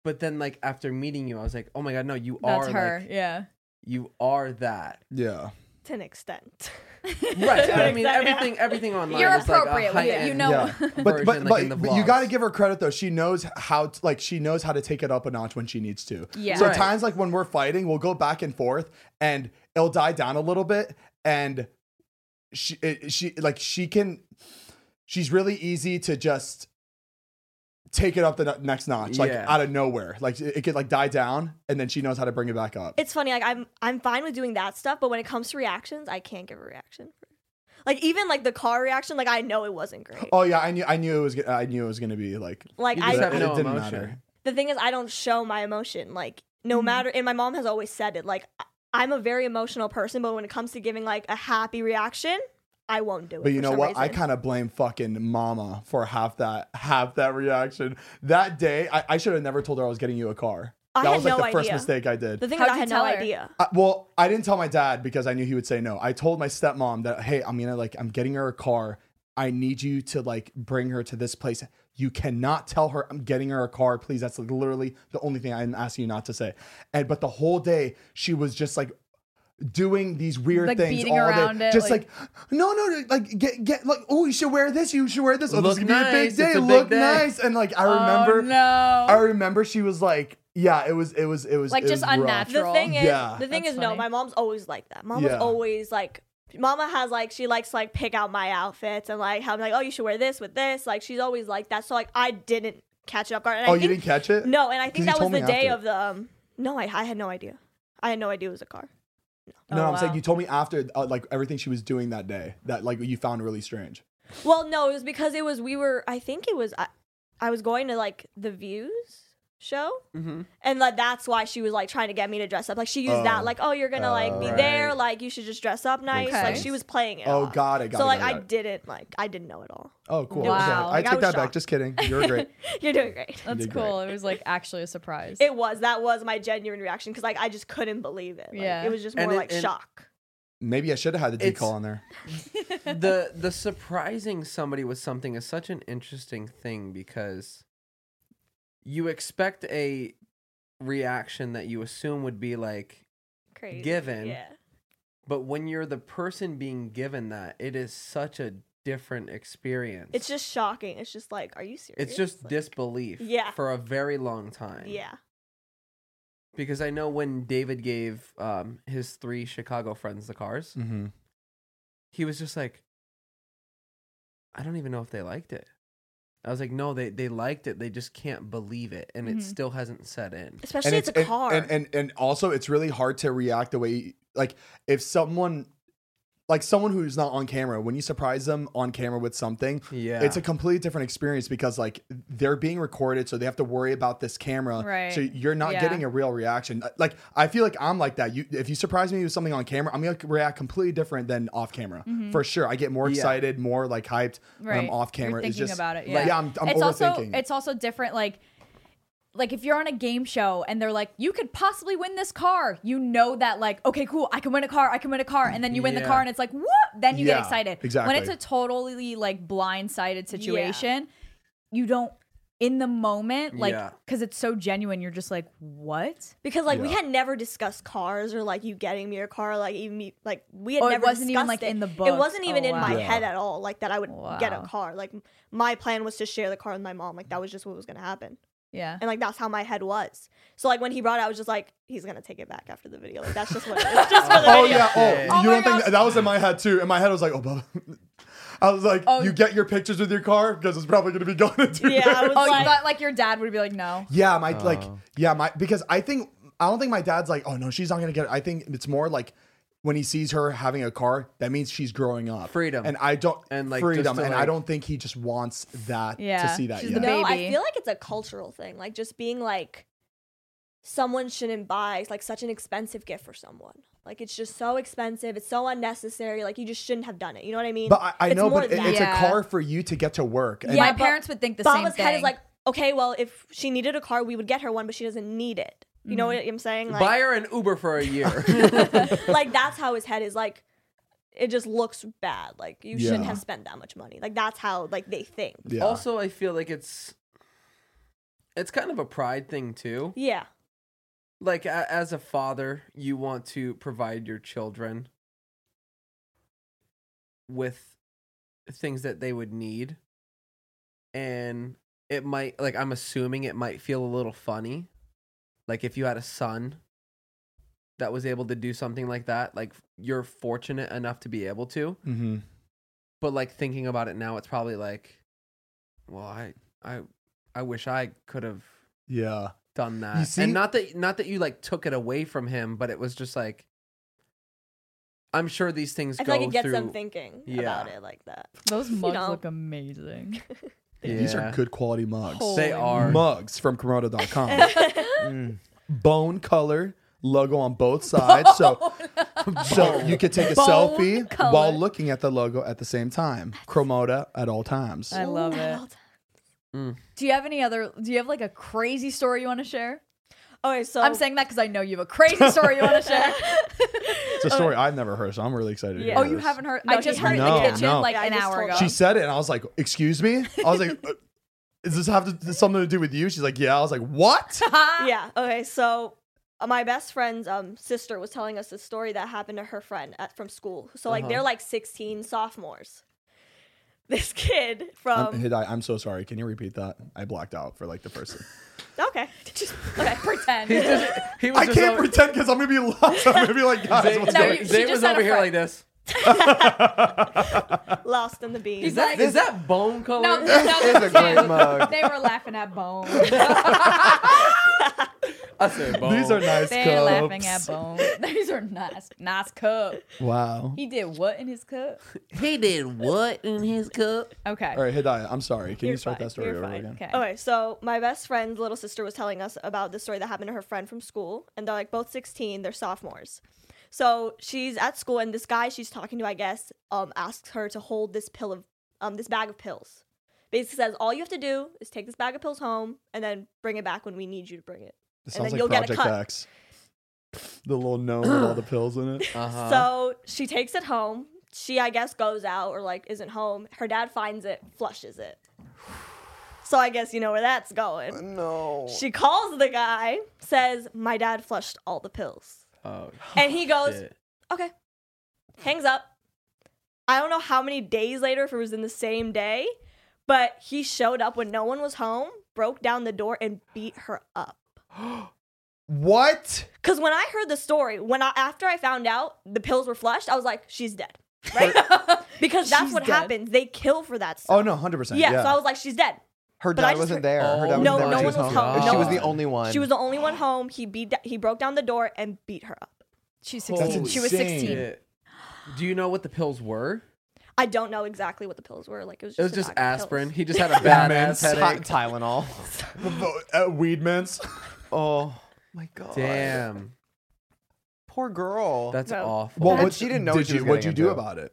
A: But then, like after meeting you, I was like, "Oh my god, no! You
C: That's
A: are
C: her.
A: like,
C: yeah.
A: you are
C: <laughs>
A: that."
B: Yeah.
E: to an extent. <laughs>
A: Right.
E: To an
A: I mean,
E: extent, yeah.
A: everything everything online
C: You're
A: is like a
C: appropriate with
A: high
C: it, you
A: end
C: know.
B: Yeah.
A: version,
B: But but,
A: like, in the
B: but, but you
A: vlogs.
B: got to give her credit though. She knows how to, like she knows how to take it up a notch when she needs to.
C: Yeah.
B: So
A: Right.
B: times like when we're fighting, we'll go back and forth, and it'll die down a little bit, and she it, she like she can, she's really easy to just take it up the no- next notch, like
A: Yeah.
B: out of nowhere. Like it, it could like die down, and then she knows how to bring it back up.
E: It's funny. Like I'm I'm fine with doing that stuff, but when it comes to reactions, I can't give a reaction. Like even like the car reaction, like I know it wasn't great.
B: oh yeah, I knew I knew it was go- I knew it was gonna be like
E: Like
A: You
E: I
A: just
B: it,
A: have no
B: it didn't
A: emotion.
B: matter.
E: the thing is I don't show my emotion like
B: Mm-hmm.
E: no matter and my mom has always said it like I- I'm a very emotional person but when it comes to giving like a happy reaction I won't do it.
B: But you
E: for
B: know
E: some
B: what? I
E: reason.
B: kind of blame fucking mama for half that half that reaction. That day, I, I should have never told her I was getting you a car.
E: I
B: that
E: had
B: was like
E: no
B: the first
E: idea.
B: mistake I did.
E: The thing
C: How'd
E: is I
C: you
E: had no
C: tell her?
E: idea.
B: I- well, I didn't tell my dad because I knew he would say no. I told my stepmom that hey, I'm gonna like I'm getting her a car. I need you to like bring her to this place. You cannot tell her I'm getting her a car, please. That's like, literally the only thing I'm asking you not to say. And but the whole day she was just like doing these weird
C: Like,
B: things
C: beating
B: all
C: around
B: day,
C: it,
B: just like,
C: like-
B: no, no, no, like get get like oh you should wear this, you should wear this. Oh,
A: Look
B: this is gonna be a big
A: nice,
B: day.
A: it's a big
B: Look
A: day.
B: nice, and like I
C: Oh,
B: remember,
C: no.
B: I remember she was like, yeah, it was, it was, it was
C: Like,
B: it was
C: just
B: rough.
C: unnatural.
E: The thing is,
B: Yeah.
E: the thing
C: That's
E: is, no,
C: funny.
E: my mom's always like that. Mama's
B: Yeah.
E: always like, Mama has like, she likes to, like pick out my outfits and like, how I'm like, oh, you should wear this with this. Like, she's always like that. So like, I didn't catch it off guard. And
B: Oh,
E: I
B: you
E: think-
B: didn't catch it?
E: No, and I
B: 'Cause you
E: think that was
B: told
E: the
B: me
E: day
B: after.
E: of the. Um, no, I, I had no idea. I had no idea it was a car.
B: No,
C: Oh,
B: I'm saying
C: wow.
B: you told me after uh, like everything she was doing that day that like you found really strange.
E: Well, no, it was because it was we were. I think it was. I, I was going to like the views show,
A: Mm-hmm.
E: and like that's why she was like trying to get me to dress up. Like she used
B: Oh.
E: that, like oh you're gonna like be
B: Oh,
E: there,
A: right.
E: like you should just dress up nice. Like
C: sense.
E: she was playing it.
B: Oh,
E: off.
B: got it, got
E: so
B: it,
E: like
B: got it,
E: I
B: got it.
E: didn't like I didn't know at all. <laughs>
B: Oh, cool.
C: Wow.
B: Okay. I
C: Like,
E: I
B: take
E: was
B: that back.
E: shocked.
B: Just kidding. You're
E: <laughs>
B: great.
E: You're doing great.
C: That's
B: did great.
C: cool. It was like actually a surprise.
E: It was that was my genuine reaction because like I just couldn't believe it. Like,
C: Yeah.
E: it was just more
A: And it-
E: like
A: and-
E: shock.
B: Maybe I should have had the
A: It's-
B: decal on there.
A: the the surprising somebody with something is such an interesting thing because you expect a reaction that you assume would be like
E: Crazy.
A: Given.
E: Yeah.
A: but when you're the person being given that it is such a different experience
E: It's just shocking. It's just like, are you serious?
A: it's just
E: Like,
A: disbelief
E: Yeah.
A: for a very long time
E: Yeah.
A: because i know when david gave um, his three chicago friends the cars
B: Mm-hmm.
A: he was just like i don't even know if they liked it i was like no they, they liked it they just can't believe it and
C: Mhm.
A: it still hasn't set
B: <laughs>
A: in
E: Especially it's, a car.
B: And, and and also it's really hard to react the way you- like if someone like someone who's not on camera when you surprise them on camera with something
A: yeah
B: <laughs> it's a completely different experience because like they're being recorded so they have to worry about this camera
C: Right.
B: so you're not
C: Yeah.
B: getting a real reaction Uh, like i feel like i'm like that you if you surprise me with something on camera i'm gonna react completely different than off camera for sure i get more
A: Yeah.
B: excited more like hyped when i'm
C: Mm-hmm. Right.
B: off
C: You're
B: camera it's
C: thinking
B: just
C: about it,
B: yeah,
C: yeah.
B: i'm, I'm
C: it's
B: overthinking
C: also it's also different like like if you're on a game show and they're like you could possibly win this car you know that like okay cool i can win a car i can win a car and then you win the
A: Yeah.
C: car and it's like what then you
B: Yeah,
C: get excited
B: exactly.
C: when it's a totally like blindsided situation you don't in the moment, like
A: Yeah.
C: because it's so genuine, you're just like, what?
E: Because like we
B: Yeah.
E: had never discussed cars or like you getting me a car, like even me like we had
C: Oh, it
E: never
C: wasn't even,
E: discussed
C: like,
E: it.
C: in the
E: It
C: book.
E: wasn't even
C: Oh,
E: in my
C: wow.
E: head at all, like that I would get a
C: Wow.
E: car. Like m- my plan was to share the car with my mom. Like that was just what was gonna happen.
C: Yeah.
E: And like that's how my head was. So like when he brought it, I was just like, he's gonna take it back after the video. Like that's just what it is. <laughs> Just for the
B: Oh
E: video.
B: yeah. Oh,
A: Oh
B: you
C: my
B: don't think
C: gosh.
B: that, that was in my head too? In my head, I was like, oh, Bubba. <laughs> I was like,
C: Oh.
B: you get your pictures with your car because it's probably gonna be <laughs> gone in two
E: Yeah, I
B: days."
E: was
C: Oh, you
E: like,
C: thought like your dad would be like, no.
B: Yeah,
A: Oh.
B: my like, yeah, my because I think I don't think my dad's like, oh no, she's not gonna get. It. I think it's more like when he sees her having a car, that means she's growing up,
A: Freedom.
B: and I don't
A: And, like, just
B: freedom,
A: to,
B: and I
A: like-
B: don't think he just wants that to
C: Yeah,
B: see that.
C: she's
B: yet.
C: the
E: no,
C: baby.
E: I feel like it's a cultural thing. Like just being like someone shouldn't buy like such an expensive gift for someone. Like it's just so expensive. It's so unnecessary. Like you just shouldn't have done it. You know what I mean?
B: But I, I
E: It's
B: know,
E: more
B: but it,
E: that.
B: it's
C: Yeah.
B: a car for you to get to work. And
C: My
E: but
C: parents would think the
E: Baba's
C: same
E: head
C: thing.
E: is like, okay, well, if she needed a car, we would get her one, but she doesn't need it. You know what I'm saying? Like,
A: Buy her an Uber for a year.
E: <laughs>
A: <laughs>
E: like that's how his head is. Like it just looks bad. Like you shouldn't
B: Yeah.
E: have spent that much money. Like that's how like they think.
B: <laughs> yeah.
A: Also, I feel like it's it's kind of a pride thing too.
E: Yeah.
A: Like a, as a father, you want to provide your children with things that they would need. And it might like I'm assuming it might feel a little funny. Like if you had a son that was able to do something like that, like you're fortunate enough to be able to.
B: Mhm.
A: but like thinking about it now it's probably like well i i i wish i could have
B: yeah.
A: done that
B: see-
A: and not that not that you like took it away from him but it was just like i'm sure these things
E: I
A: go
E: feel like it gets
A: through
E: them thinking
A: Yeah.
E: about it like
A: <laughs>
E: that.
C: Those
E: you
C: mugs
E: know.
C: look amazing.
B: These are
A: Yeah.
B: good quality mugs.
A: they are
B: Mugs from
E: <laughs>
B: Komodo.com. Bone color logo on both sides.
C: <laughs> Oh,
B: So so you could take a
C: Bone
B: selfie
C: color.
B: while looking at the logo at the same time. Chromoda at all times.
C: I love it. Do you have any other? Do you have like a crazy story you want to share?
E: Okay, so
C: I'm saying that because I know you have a crazy story you want to share.
B: It's a story I've never heard, so I'm really excited. to hear
C: Oh, you
B: this.
C: haven't heard?
E: No,
C: I just
E: he
C: heard it in
B: hasn't.
C: the kitchen
B: No, no.
C: like
E: Yeah, I
C: an
E: just
C: hour
E: told
C: ago. <laughs>
B: She said it, and I was like, "Excuse me." I was like, uh, "Does this have to, something to do with you?" She's like, "Yeah." I was like, "What?"
E: yeah. Okay, so uh, my best friend's um, sister was telling us a story that happened to her friend at, from school. So like
A: Uh-huh.
E: they're like 16 sophomores. <laughs> This kid
B: I'm,
C: Um,
A: Uh,
E: from
B: Hidai, I'm so sorry. Can you repeat that? I blacked out for like the
C: <laughs>
B: first.
E: okay, <laughs>
C: just okay,
A: <laughs>
C: pretend.
A: He's just- he was
B: I
A: just
B: can't
A: over-
B: pretend because I'm gonna be lost. I'm gonna be like, guys,
A: Zay,
B: what's
C: No,
B: going?
C: you- she
A: Zay
C: just
A: was
C: had
A: over
C: a
A: here
C: friend.
A: like this
E: lost in the beam.
A: is that, is that bone color <laughs>
C: <laughs> no, no,
G: It's a great
C: pretend.
G: mug.
C: They were laughing at Bone.
A: i said bone
B: <laughs> These are <laughs> nice
C: They're
B: cups.
C: laughing at Bone. <laughs> These are nice, nice cup.
B: Wow.
C: He did what in
B: <laughs>
C: his cup?
A: he did what in his cup
C: Okay.
B: All right, Hidai, I'm sorry. Can you start
E: fine.
B: that story
E: You're
B: over
E: fine.
B: again?
C: Okay.
E: Okay, so my best friend's little sister was telling us about this story that happened to her friend from school, and they're like both 16, they're sophomores. So she's at school, and this guy she's talking to, I guess, um, asks her to hold this pill of, um, this bag of pills. Basically says all you have to do is take this bag of pills home and then bring it back when we need you to bring it.
B: This
E: And
B: sounds like
E: then you'll get a
B: Project
E: cut.
B: X. The little gnome with
E: <clears throat>
B: all the pills in it.
A: uh-huh
E: So she takes it home. She, I guess, goes out or like isn't home. Her dad finds it, flushes it. So I guess you know where that's going.
G: No.
E: She calls the guy, says, My dad flushed all the pills.
A: oh,
E: And he goes,
A: shit.
E: Okay. Hangs up. I don't know how many days later, if it was in the same day, but he showed up when no one was home, broke down the door, and beat her up.
B: What?
E: Because when I heard the story, when I, after I found out the pills were flushed, I was like, She's dead. Right? <laughs> because that's
C: She's
E: what
C: dead.
E: happens. They kill for that stuff.
B: Oh no, hundred percent.
E: yeah,
B: Yeah.
E: so I was like, She's dead.
G: Her
E: But I
G: dad
E: just
G: wasn't
E: heard-
G: there. Her dad
A: Oh
G: was
E: No,
G: there.
E: no
G: she
E: one was
A: home.
G: She was
A: No.
G: the only one.
E: She was the only one home. He beat he broke down the door and beat her up.
C: She's
A: That's
C: 16. She was
B: insane.
C: 16.
A: Shit. do you know what the pills were
E: I don't know exactly what the pills were. Like it was just,
A: it was
E: a
A: just
E: bag of pills.
A: aspirin he just had a
B: <laughs>
A: badass
B: Yeah, man.
G: Ty-
A: headache
G: Tylenol.
B: At uh, weed mints.
G: <laughs> Oh my god.
A: damn
G: Poor girl.
A: that's
E: No.
A: awful
G: Well, And what- she didn't know
B: Did
G: she
B: you,
G: was
B: what'd you
G: getting
B: do
G: into.
B: about it?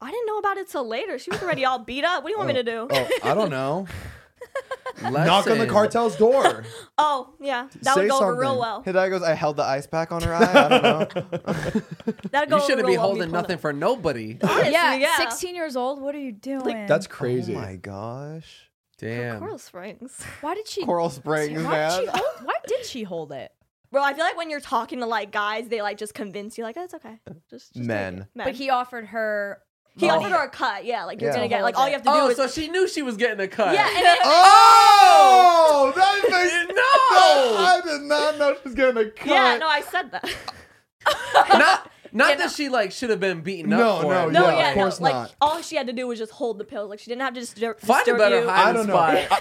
E: I didn't know about it till later. She was already all beat up. What do you want me to do?
B: Oh, I don't
E: <laughs>
B: know. Knock on the
A: Lesson.
B: cartel's door.
E: Oh, yeah. That
B: Say
E: would go over
B: something.
E: real well.
A: <laughs>
G: Hidai goes, I held the ice pack on her eye. I <laughs> don't know. Oh
E: That'd
A: You
E: go over
A: shouldn't
E: real
A: be
E: well, me
A: holding
E: pulling
A: nothing
E: up.
A: for nobody.
E: Honestly,
C: Yeah,
E: yeah.
B: Oh
C: 16 years old. What are you
B: <laughs>
C: doing?
B: That's crazy.
G: Oh my gosh.
A: Damn.
E: Coral Springs. <laughs>
C: Why did she?
G: Coral
C: why
G: Springs,
C: did
G: man.
C: she hold, why did she hold it?
E: Bro, I feel like when you're talking to like guys, they like just convince you like, oh, it's okay. Just, just take
G: Men.
E: it."
C: But he Oh. offered her.
E: he
C: money.
E: offered her a cut. Yeah, like you're
G: Yeah.
E: gonna get like
C: Hold
E: all
C: it.
E: you have to do
A: Oh,
E: is
A: so she knew she was getting a cut. <laughs>
E: yeah. And then,
G: <laughs>
B: Oh, that <laughs> makes
A: no,
B: I did not know she was getting a cut.
E: yeah, no, I
A: <laughs>
E: said that.
A: not not that she like should have been beaten up.
B: No,
A: for
B: no,
A: it.
E: No,
B: Yeah,
E: yeah,
B: of course
E: no. Like
B: not.
E: all she had to do was just hold the pills. Like she didn't have to just disturb
A: Find a better
E: you.
A: hide
B: I don't know.
A: spot.
B: I-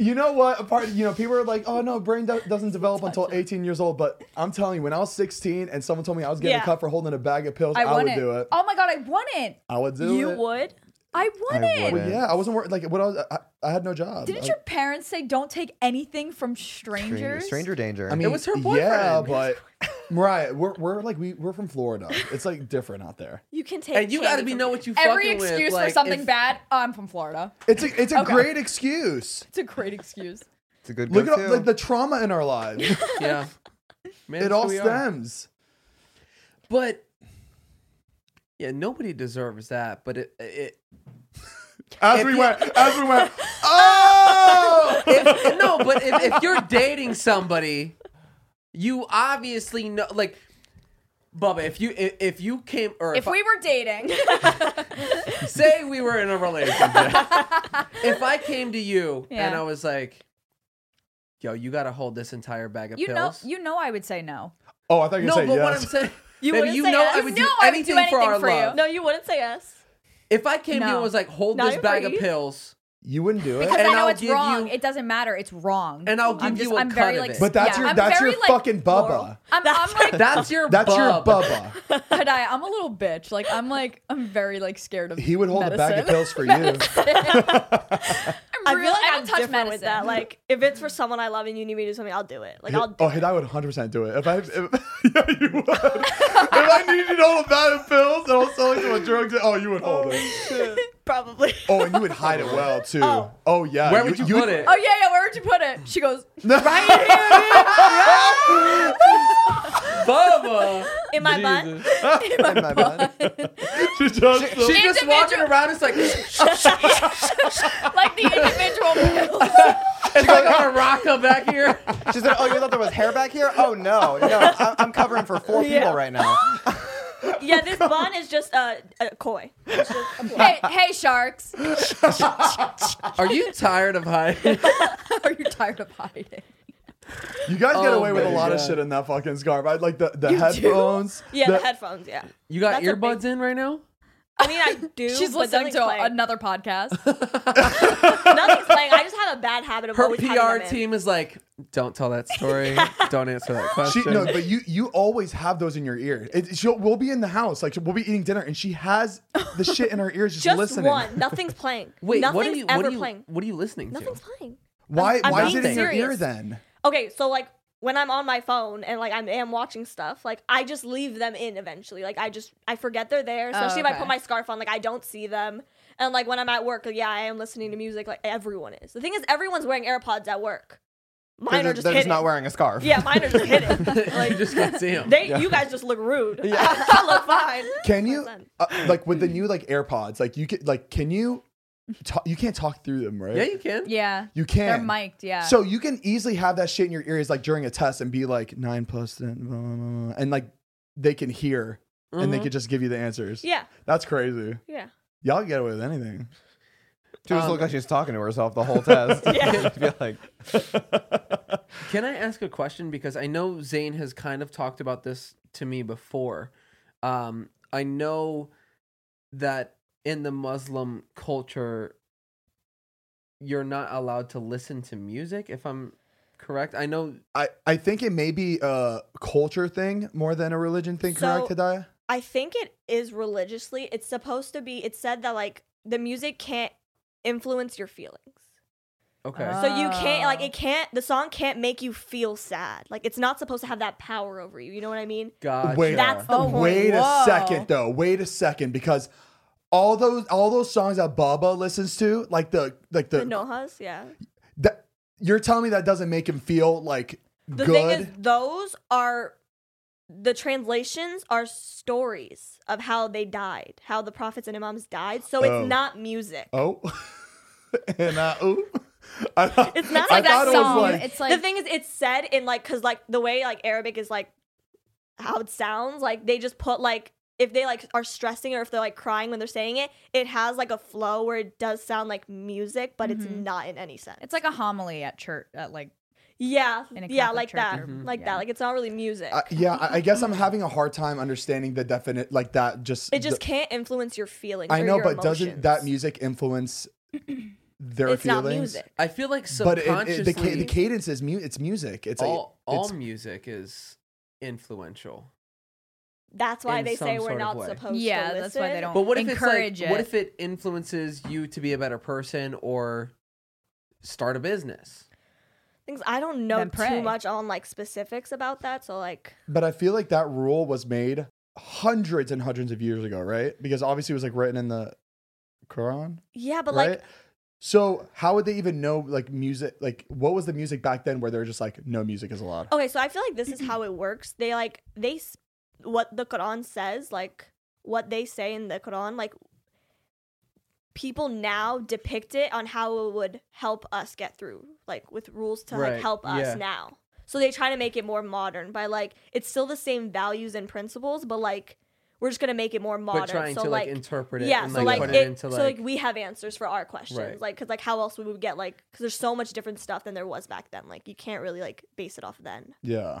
B: you know what? Apart, you know, people are like, "Oh no, brain do- doesn't develop until 18 years old." But I'm telling you, when I was 16 and someone told me I was getting
E: Yeah.
B: a cut for holding a bag of pills, I,
C: won
B: would do it.
C: Oh my god, I won it.
B: I would do
E: You
B: it.
E: would.
C: I won
G: I
C: it.
G: wouldn't.
B: Yeah, I wasn't working. Like, what? I, was, I, I had no job.
C: Didn't
B: I-
C: your parents say don't take anything from strangers?
G: Stranger, stranger danger.
B: I mean,
A: was her
B: Yeah,
A: boyfriend.
B: but
A: <laughs>
B: Mariah, we're, we're like we we're from Florida. It's like different out there.
E: You can
A: <laughs>
E: take.
A: And you
E: candy
A: gotta be
E: from
A: know
E: me.
A: what you
C: Every
A: fucking with,
C: excuse for
A: like,
C: something
A: if-
C: bad. Oh, I'm from Florida.
B: It's a it's a
C: Okay.
B: great excuse.
C: It's a great excuse.
G: it's a good
B: Look
G: go-to.
B: at all, like the trauma in our lives.
A: <laughs> Yeah. Man,
B: it
A: that's
B: all
A: who we are.
B: stems.
A: But yeah, nobody deserves that. But it, it
B: As
A: If
B: we
A: you-
B: went, as
A: <laughs>
B: we went. Oh,
A: if, no, but if, if you're dating somebody, you obviously know like Bubba, if you if, if you came or
C: If
A: I-
C: we were
A: <laughs>
C: dating,
A: say we were in a
C: <laughs>
A: relationship, if I came to you and
C: Yeah.
A: I was like, "Yo, you got to hold this entire bag of
C: you know,
A: pills,"
C: you know, I would say no.
B: oh, I thought you were
A: no,
B: saying
A: but
B: yes.
A: what I'm
C: <laughs>
A: saying,
E: You
A: baby,
E: wouldn't
A: you
E: say
A: know
E: yes.
A: I would do
C: No, I would
A: anything,
C: do
A: for
C: anything
A: our
C: for you.
A: love.
E: No, you wouldn't say yes.
A: If I came to you
C: No.
A: and was like, "Hold
E: Now
A: this
E: you're
A: bag of
E: free.
A: pills,"
B: you wouldn't do it.
C: Because
A: And
C: I know
A: I'll
C: it's
A: give
C: wrong.
A: you-
C: it doesn't matter. It's wrong.
A: And I'll
C: I'm
A: give you
C: just,
A: a
C: I'm
A: cut
C: very
A: of
C: like,
A: it.
B: But that's
C: yeah,
B: your
C: I'm
B: that's
C: very,
B: your
C: like,
B: fucking bubba.
C: moral. I'm,
B: <laughs>
C: I'm like
A: that's your
B: That's your
A: bub. <laughs>
B: bubba.
C: Hadaya, I'm a little bitch. Like I'm like I'm very like scared of.
B: He would hold a bag of
C: medicine.
B: pills
A: <laughs>
B: for you.
C: I'm
E: I
C: really,
E: feel like
C: I
E: I'm
C: don't touch
E: different
C: medicine.
E: with that. Like if it's for someone I love and you need me to do something, I'll do it. Like I'll do.
B: oh,
E: it.
B: hit! I would 100 percent do it. If <laughs> I, if, yeah, you would. if I needed all the bag of pills and I was selling someone drugs, oh, you would hold it.
A: <laughs>
E: Probably.
B: Oh, and you
G: <laughs>
B: would hide it well too. Oh,
E: Oh.
B: yeah.
A: Where would you, put it?
B: <laughs>
C: Oh yeah, yeah. Where would you put it? She goes
A: Bubba.
E: In my butt?
G: In my bed.
B: She
A: She's
B: just-
A: just walking
C: Individual-
A: around. It's
C: <laughs>
A: like <laughs> it's
C: like the individual pills.
A: like on a rocker back here.
G: She said, "Oh, you thought there was hair back here? Oh no, no, I- I'm covering for four people right now."
E: Yeah, this bun is just uh, a koi. It's just a block.
C: Hey, hey, sharks.
A: Are you tired of
C: <laughs>
A: hiding?
C: Are you tired of hiding?
B: <laughs> you guys get
A: Oh
B: away with a
A: my
B: lot of
A: God.
B: shit in that fucking scarf. I like the, the headphones.
E: Yeah, the headphones. Yeah.
A: You got
E: That's a
A: earbuds in right now?
E: I mean, I do.
C: She's
E: but
C: listening
E: nothing's
C: to
E: playing.
C: another podcast.
E: Nothing's playing. I just have a bad habit of
A: Her
E: always having them
A: PR
E: in.
A: team is like, don't tell that
C: <laughs>
A: story. don't answer that
B: <laughs> She,
A: question.
B: no, but you you always have those in your ear. It, she'll we'll be in the house, like we'll be eating dinner, and she has
E: <laughs>
B: the shit in her ears, just,
E: Just
B: listening.
E: one. Nothing's playing.
A: Wait,
E: Nothing's
A: what are you?
E: ever
A: What are you?
E: playing.
A: What are you listening <laughs>
E: Nothing's
A: to?
E: playing.
B: Why
E: I'm
B: why is
E: being
B: it in your ear
E: serious.
B: then?
E: Okay, so like when I'm on my phone and like I am watching stuff, like I just leave them in eventually. Like I just I forget they're there. Especially if I
C: okay.
E: put my scarf on, like I don't see them. And like when I'm at work, like, yeah, I am listening to music. Like everyone is. The thing is, everyone's wearing AirPods at work. Mine are
G: They're
E: just
G: they're just
E: hidden.
G: not wearing a scarf.
E: <laughs> yeah, mine are just hidden.
A: you just can't see him.
E: <laughs> They, you guys just look rude. <laughs> I look fine.
B: <laughs> Can you
E: son.
B: uh, like with the new like AirPods? Like you can like can
E: <laughs>
B: you talk, you can't talk through them, right?
A: yeah, you can.
C: Yeah.
B: You can.
C: They're mic'd. Yeah.
B: So you can easily have that shit in your ears, like during a test, and be like nine plus ten, blah, blah, blah, blah," and like they can hear and they
A: Mhm.
B: could just give you the answers.
E: Mm-hmm. Yeah,
B: that's crazy.
E: yeah.
B: Y'all get away with anything.
G: She just
A: Um,
G: looked like she was talking to herself the whole test. <laughs>
E: Yeah.
G: She'd be like,
A: Can I ask a question? Because I know Zane has kind of talked about this to me before. Um, I know that in the Muslim culture, you're not allowed to listen to music, if I'm correct. I know.
B: I, I think it may be a culture thing more than a religion thing,
E: So-
B: correct, Hidayah?
E: I think it is religiously. It's supposed to be. It's said that like the music can't influence your feelings.
A: Okay.
C: Uh,
E: So you can't like
C: Oh.
E: it can't. The song can't make you feel sad. Like it's not supposed to have that power over you. You know what I mean?
A: gotcha.
B: Wait,
E: That's the
C: Oh,
E: point.
B: wait a
C: Whoa.
B: second though. Wait a second because all those all those songs that Baba listens to, like the like the,
E: The nohas, yeah.
B: that- you're telling me that doesn't make him feel like
E: The
B: good.
E: thing is, those are the translations are stories of how they died, how the prophets and imams died. So
B: Oh. <laughs>
E: it's not music.
B: oh, and I oop. I-
E: It's not
B: I
E: like
B: thought it
E: that
B: was
E: song.
B: like-
C: it's like
E: the thing is, it's said in like, cause like the way like Arabic is like how it sounds. Like they just put like if they like are stressing or if they're like crying when they're saying it, it has like a flow where it does sound like music, but it's not in any sense.
C: Mm-hmm. it's like a homily at church at like
E: yeah,
C: in a
E: yeah,
C: Catholic
E: like
C: church
E: that,
C: or-
E: like
C: yeah.
E: that. Like it's not really music.
B: Mm-hmm. I- yeah, I, I guess I'm having a hard time understanding the definite like that. Just
E: it
B: the-
E: just can't influence your feelings.
B: I
E: or
B: know,
E: your
B: but doesn't that
E: emotions.
B: music
E: <clears throat>
B: influence their
E: It's
B: feelings?
E: not music.
A: I feel like
B: But it,
A: subconsciously,
B: it, the, ca- the cadence is mu- It's music. It's
A: all,
B: a,
A: all
B: it's,
A: music is influential.
E: That's why
A: in
E: they say
A: some
E: we're
A: sort of
E: not
A: way.
E: supposed to
C: Yeah, that's why they
E: listen.
C: don't-
A: But what if
C: encourage
A: it's like, what
C: it.
A: if it influences you to be a better person or start a business?
E: Things I don't know
C: Then pray.
E: too much on like specifics about that, so like
B: But I feel like that rule was made hundreds and hundreds of years ago, right? Because obviously it was like written in the Quran,
E: yeah, but
B: right?
E: like
B: so how would they even know like music? Like what was the music back then where they're just like no music is allowed?
E: Okay, so I feel like this is
A: <clears throat>
E: how it works. They like they s- what the Quran says, like what they say in the Quran, like people now depict it on how it would help us get through, like with rules to
A: Right,
E: like help us
A: yeah.
E: now. So they try to make it more modern by like it's still the same values and principles, but like we're just gonna make it more modern.
A: But trying
E: so
A: to like,
E: like,
A: interpret it
E: yeah,
A: and
E: so
A: like,
E: like
A: put
E: it,
A: it, into
E: so
A: like,
E: like we have answers for our questions,
A: Right.
E: like because like how else would we get like because there's so much different stuff than there was back then. Like you can't really like base it off then.
B: Yeah.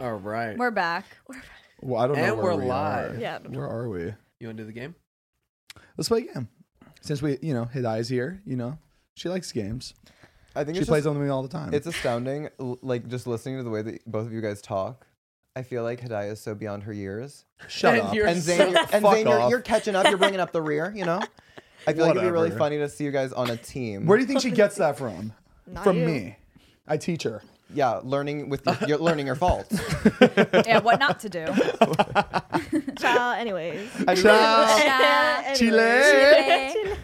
A: all right.
C: we're back.
B: Well, I don't know.
A: And
B: where
A: we're
B: we
A: live.
B: Are.
E: Yeah.
B: Where are we?
A: You want to do the game?
B: Let's play a game. Since we, you know, hit eyes here, you know, she likes games.
G: I think
B: She
G: it's
B: plays
G: just-
B: on me all the time.
G: It's astounding, l- like just listening to the way that both of you guys talk. I feel like Hidayah is so beyond her years.
B: shut
A: and
B: up.
A: you're-
G: And
A: so-
G: Zane, you're, and
B: Fuck
G: Zane you're,
B: off.
G: you're catching up. You're bringing up the rear. You know. I feel like it'd be really
B: Whatever.
G: funny to see you guys on a team.
B: Where do you think she gets that from?
E: Not
B: from
E: you.
B: me. I teach her.
G: yeah, learning with your, you're learning
B: <laughs>
G: your faults.
C: Yeah, what not to do.
E: Ciao, anyways.
G: I just-
B: Ciao.
E: <laughs>
C: Yeah.
B: Chile.
C: Okay.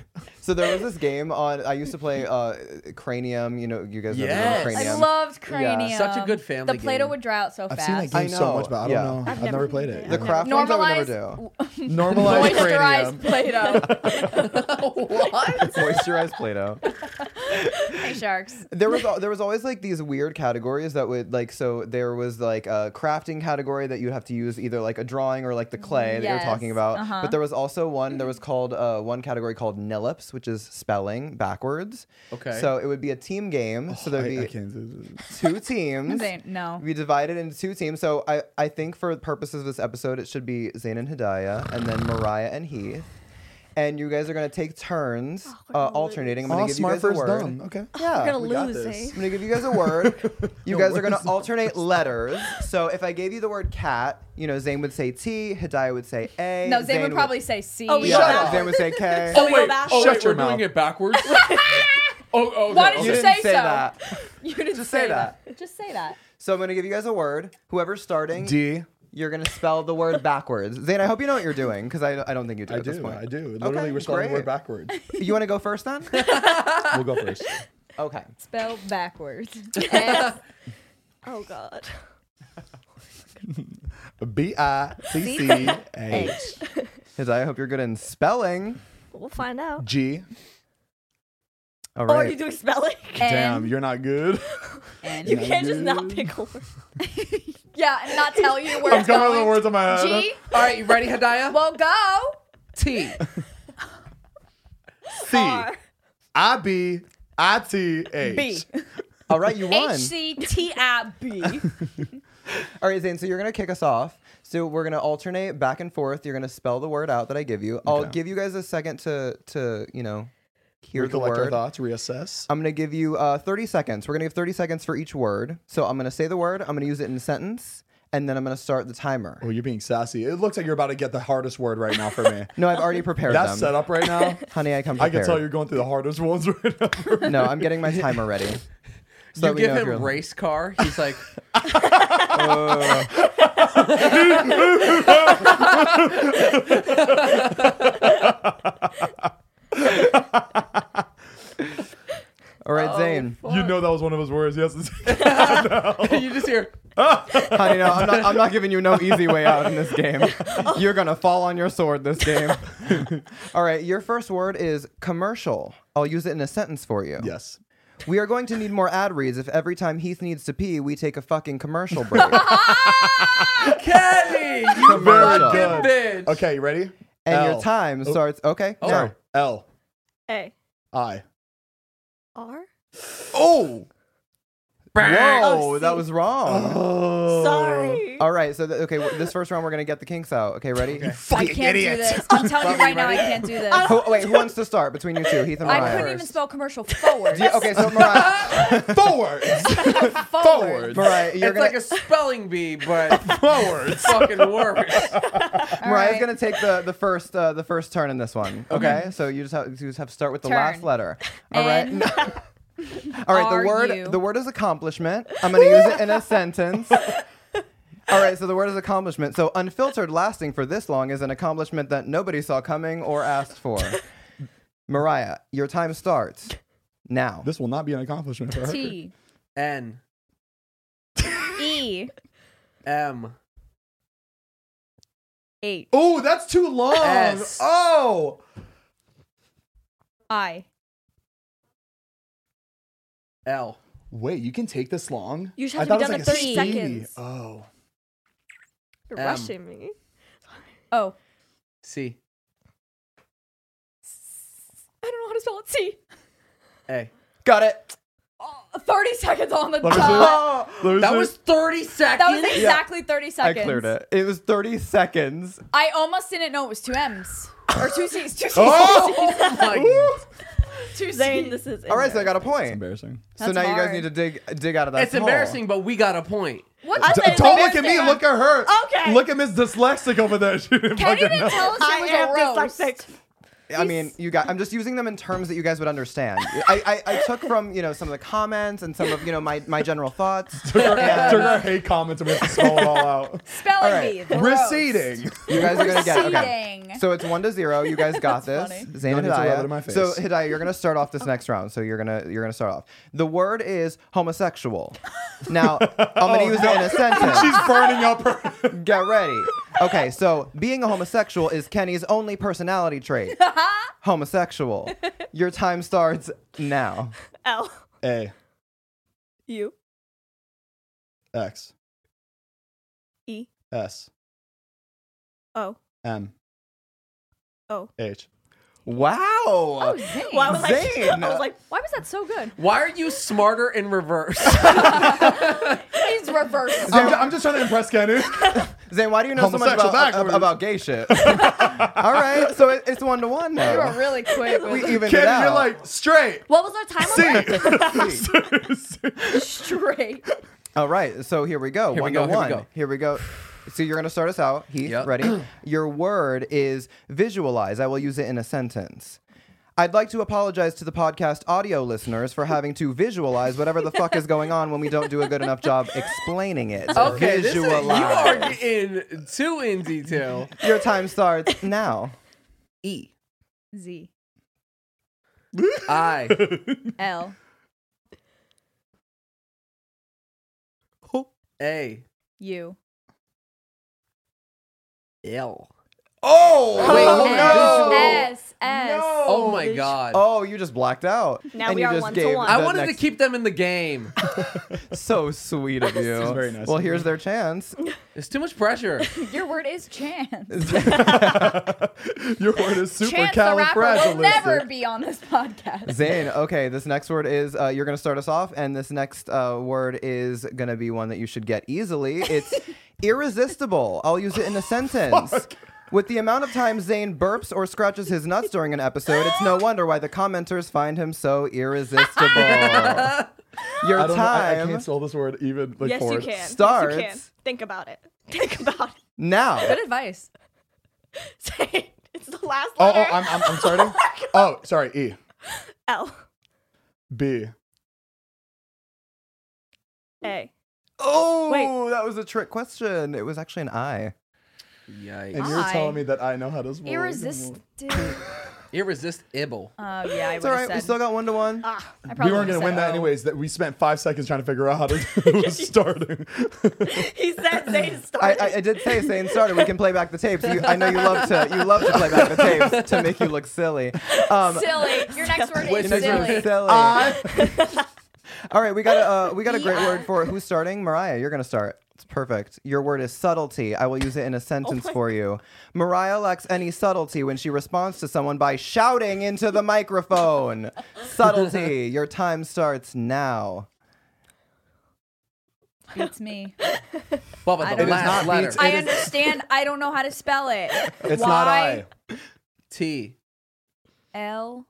G: So there was this game on. I used to play uh, Cranium. You know, you guys know the game
A: Yes.
C: I
G: Cranium.
C: loved Cranium.
A: Such a good family
C: The Play-Doh
A: game.
C: would dry out so
B: I've
C: fast.
B: seen that
G: I
B: game so much,
G: know,
B: but I
G: yeah.
B: don't know. I've, never played it.
G: the craft ones I would never
C: Normalize
G: <laughs> do.
B: Normalized cranium.
C: moisturized Play-Doh.
A: what?
G: Moisturized Play-Doh.
C: hey, sharks.
G: There
C: <laughs>
G: was al- there was always like these weird categories that would like so there was like a crafting category that you'd have to use either like a drawing or like the clay that you're talking
C: Yes,
G: about.
C: uh-huh. Mm-hmm.
G: But there was also one there was called uh, one category called Nillips, which is spelling backwards.
A: Okay.
G: So it would be a team game. so there'd
B: Oh, I, I
G: be
B: can't do this.
C: <laughs>
G: two teams.
C: Zane, no.
G: We divided into two teams. So I, I think for the purposes of this episode, it should be Zayn and Hidayah, and then Mariah and Heath. And you guys are gonna take turns uh, alternating. I'm gonna
B: Oh,
G: give
B: smart
G: you guys a
B: first
G: word.
B: dumb.
G: <laughs>
B: Okay.
G: Yeah.
E: We're gonna
B: we got
E: lose,
B: this.
E: eh?
G: I'm gonna give you guys a word.
B: <laughs>
G: You guys are gonna alternate letters. So if I gave you the word cat, you know, Zayn would say T, Hidayah would say A.
C: No, Zane would probably say C.
E: Oh, we
G: yeah,
E: Shut up.
G: Zayn would say
C: <laughs>
G: K.
E: So we
A: wait,
E: go back.
A: oh,
B: Shut
A: wait,
B: your
A: we're doing
B: mouth.
A: it backwards. oh, oh,
C: Why
A: okay,
C: did
G: You
C: you
A: okay.
G: didn't
C: say
G: say
C: so.
G: that.
C: You didn't
G: Just say that.
C: Just say that.
G: So I'm gonna give you guys a word. Whoever's starting,
B: D.
G: you're gonna spell the word backwards. Zayn, I hope you know what you're doing because I, I don't think you do
B: I
G: at this
B: do.
G: point.
B: I do. Literally,
G: Okay,
B: we're spelling the
G: great.
B: word backwards.
G: You want to go
B: <laughs>
G: first then?
B: we'll go first.
G: okay.
C: Spell backwards. S-
E: <laughs> Oh god.
B: <laughs> B I C C H
G: Because I hope you're good in spelling.
E: We'll find out.
B: G.
G: All
E: Oh, are
G: right.
E: you doing spelling? <laughs>
B: Damn, you're not <laughs> good.
C: N-
E: You can't just not pick a word.
C: yeah, and not tell you where
B: I'm
C: it's
B: coming up
C: going.
B: with the words on my head.
C: G.
A: All right, you ready, Hadiah?
C: Well, go.
A: T.
B: C. I B I T H.
E: B.
G: All right, you won.
C: H C T I B.
B: <laughs>
G: All right, Zane, so you're going to kick us off. So we're going to alternate back and forth. You're going to spell the word out that I give you. I'll give you guys a second to, to you know, hear
B: Recollect
G: the
B: our
G: word.
B: thoughts, reassess.
G: I'm going to give you uh, 30 seconds. We're going to give 30 seconds for each word. So I'm going to say the word, I'm going to use it in a sentence, and then I'm going to start the timer.
B: Oh, you're being sassy. It looks like you're about to get the hardest word right <laughs> now for me.
G: No, I've already prepared
B: That's
G: them.
B: set up right <laughs> now.
G: Honey, I come
B: I
G: prepared.
B: can tell you're going through the hardest ones right now. for me.
G: No, I'm getting my
B: <laughs>
G: timer ready.
A: you
G: So that we
A: give
G: know if
A: him
G: you're-
A: race car. He's like, <laughs>
G: All right,
B: Oh,
G: Zane.
B: You know that was one of his words. Yes. <laughs> it's-
A: you just hear.
G: Honey, no, I'm not, I'm not giving you no easy way out in
A: <laughs>
G: this game. You're going to fall on your sword this game. <laughs> All right, your first word is commercial. I'll use it in a sentence for you.
B: yes.
G: We are going to need more ad reads if every time Heath needs to pee, we take a fucking
A: <laughs>
G: commercial break.
C: Ah!
A: Kelly,
G: Oh,
A: you
G: Commercial.
A: fucking bitch.
B: Okay, you ready?
G: and
B: L.
G: your time
B: Oh.
G: starts. Okay.
B: Oh,
G: now.
B: sorry. L
E: A.
B: I.
E: R.
B: Oh.
G: Whoa,
E: Oh,
G: that
E: see.
G: was wrong.
B: Oh.
E: Sorry.
G: All right, so th- okay, w- this first round we're gonna get the kinks out. Okay, ready?
C: I
B: Fucking
C: can't
B: idiot.
C: do this. I'm telling you right now, I can't do this.
G: Who, wait, who wants to start between you two, Heath and Mariah?
C: I couldn't even
G: first?
C: spell commercial
B: <laughs>
C: forward.
G: Do you- okay,
A: <laughs>
G: so Mariah,
B: Forwards. <laughs>
C: <laughs> forward.
G: Mariah, you're
A: It's
G: gonna,
A: like a spelling bee, but
B: Forwards.
A: fucking worse.
G: Mariah's
C: Alright.
G: gonna take the the first uh, the first turn in this one.
C: <laughs>
G: Okay, so you just have you just have to start with the last
C: Turn. <laughs>
G: letter. All right.
C: N-
G: All right,
C: Are
G: the word
C: you-
G: the word is accomplishment. I'm going to use it
C: <laughs>
G: in a sentence. All right, so the word is accomplishment. So unfiltered lasting for this long is an accomplishment that nobody saw coming or
C: <laughs>
G: asked for. Mariah, your time starts now.
B: This will not be an accomplishment for her.
C: T
A: N
C: E
A: M
C: H
B: Oh, that's too long.
A: S.
B: Oh.
C: I.
A: L
B: Wait, you can take this long?
E: You should
B: I
E: have
B: thought
E: to be
B: it
E: done
B: was like
E: in 30
B: a
E: seconds.
B: C. Oh.
E: You're
A: M.
E: rushing me.
C: Oh,
A: C
C: I don't know how to spell it. T.
A: A.
G: Got it.
C: Oh, 30 seconds on the
B: Let me
C: dot.
B: Let me
A: That
B: see.
A: was thirty
C: That was
A: seconds.
C: exactly 30 seconds.
G: I cleared it. It was 30 seconds.
C: I almost didn't know it was two M's. Or two C's. Two C's.
A: Oh my!
C: Two C's.
E: Zane, this is.
G: All right, so I got a
B: It's
G: point.
B: embarrassing.
G: So
C: That's
G: now you guys
C: hard.
G: need to dig dig out of that.
A: It's
G: hole.
A: embarrassing, but we got a point.
C: What?
E: I
C: the-
E: said-
B: Don't look at me. Look at her.
E: Okay.
B: Look at Miss Dyslexic over there. <laughs> She didn't
C: Kenny
B: fucking
C: didn't
B: know.
C: tell us
E: I
C: it was
E: am
C: a roast.
E: dyslexic.
G: I mean, you guys. I'm just using them in terms that you guys would understand. I,
B: <laughs>
G: I, I took from you know some of the comments and some of you know my, my general thoughts.
C: <laughs>
B: Took her, took
G: and
B: her hate comments and we have to spell it all <laughs> out.
C: Spelling
G: Alright.
C: bee. the roast.
B: Receding.
G: you guys are gonna get okay.
C: Proceeding.
G: So it's one to zero. You guys got
C: <laughs>
G: this.
C: That's funny.
G: Zayn
B: No
G: and
B: need to rub it
G: Hidayah.
B: in my face.
G: So Hidayah, you're gonna
C: <laughs>
G: start off this next round. So you're gonna you're gonna start off. The word is homosexual. Now
B: Oh,
G: I'm gonna
B: <laughs>
G: use it in a sentence.
B: She's burning up her. <laughs>
G: Get ready. Okay, so being a homosexual is Kenny's only personality
C: <laughs>
G: trait. homosexual. Your time starts now.
E: L.
B: A
E: U.
B: X
E: E.
B: S
E: O.
B: M
E: O.
B: H.
G: Wow.
B: uh,
C: Oh, Zane.
E: Well, I was like,
G: Zane.
E: <laughs> I was like,
C: Why was that so good?
A: Why are you smarter in <laughs> reverse?
B: <laughs>
C: He's reversed.
B: I'm, ju- I'm just trying to impress Kenny.
G: Zane, why do you know so much
B: Homosexual
G: about,
B: backwards.
G: ab- about
B: <laughs>
G: gay shit? All right, so it, it's one to one
C: You were
B: Uh,
G: now.
C: really quick. With
G: We
C: it.
G: evened it
B: Kenny,
G: out.
B: you're like straight.
C: What was our time on that?
B: <laughs>
C: Straight.
G: All right, so here we go.
A: Here we
G: one
A: go,
G: to
A: here we
G: one.
A: go.
G: Here we go. So you're gonna start us out, Heath.
A: Yep. <clears throat>
G: Ready? Your word is visualize. I will use it in a sentence. I'd like to apologize to the podcast audio listeners for having to visualize whatever the fuck is going on when we don't do a good enough job explaining it.
A: okay, this is, you
G: visualize.
A: are getting too in detail.
G: Your time starts now.
A: E
C: Z
A: I <laughs>
C: L
A: A
C: U
A: L
G: Oh,
A: Wait,
G: no.
C: S S.
A: Oh my god.
G: Oh, you just blacked out.
E: Now
G: and
E: we
G: you
E: are
G: just
E: one to
G: gave
E: one.
G: the
A: I wanted to
G: next-
A: keep them in the <laughs> game.
G: So sweet <laughs> of you.
B: very nice
G: Well,
B: of you.
G: here's their <laughs> chance.
A: It's too much <laughs> pressure.
C: Your word is chance.
B: Your word is super
C: Chance the rapper will never
B: califragilistic.
C: be on this podcast.
G: Zane, okay, this next word is uh, you're going to start us off, and this next uh, word is going to be one that you should get easily. <laughs> It's irresistible. I'll use it in a sentence. With the amount of times Zane burps or scratches his nuts during an episode, it's no wonder why the commenters find him so <laughs> irresistible. Your
B: I don't know. I, I
G: time
B: can't spell this word even like
E: yes, you
B: forward.
E: can. Yes, you
G: Starts.
E: can. Think about it. <laughs> Think about it. <laughs>
G: now.
C: Good advice.
E: Say it. It's the last
B: Oh,
E: letter.
B: oh
E: <laughs>
B: I'm, I'm, I'm sorry. oh, sorry. E
E: L
B: B.
E: A.
G: Oh,
E: Wait.
G: that was a trick question. It was actually an I.
A: Yikes.
B: And you're
C: I-
B: telling me that I know how to spell.
C: Irresistible.
A: Irresistible.
C: Oh Um, yeah, I
G: It's
C: would
G: all
C: have
G: right.
C: said.
G: We still got one to one.
C: ah, I
B: We
C: probably
B: weren't
C: would've
B: gonna win
C: said
B: that
C: O.
B: anyways. That we spent five seconds trying to figure out how to who was starting.
E: He said
G: <laughs>
E: Zane
G: I,
E: started.
G: I, I did say saying started. We can play back the tapes. You, I know you love to you love to play back the tapes to make you look silly. Um,
C: oh. Silly. Your next word
A: Wait,
C: is
G: you know,
C: silly.
G: you're silly. <laughs> All right, we got a uh, we got a great word for who's starting. Mariah, you're gonna start. It's perfect. Your word is subtlety. I will use it in a sentence
C: Oh
G: for you. Mariah lacks any subtlety when she responds to someone by shouting into
C: <laughs>
G: the microphone. subtlety. Your time starts now.
C: Beats me. I
A: Bubba, the
C: don't
A: last
G: know. It
A: letter.
G: is
C: I understand. I don't know how to spell it.
B: it's not I.
A: T.
C: L.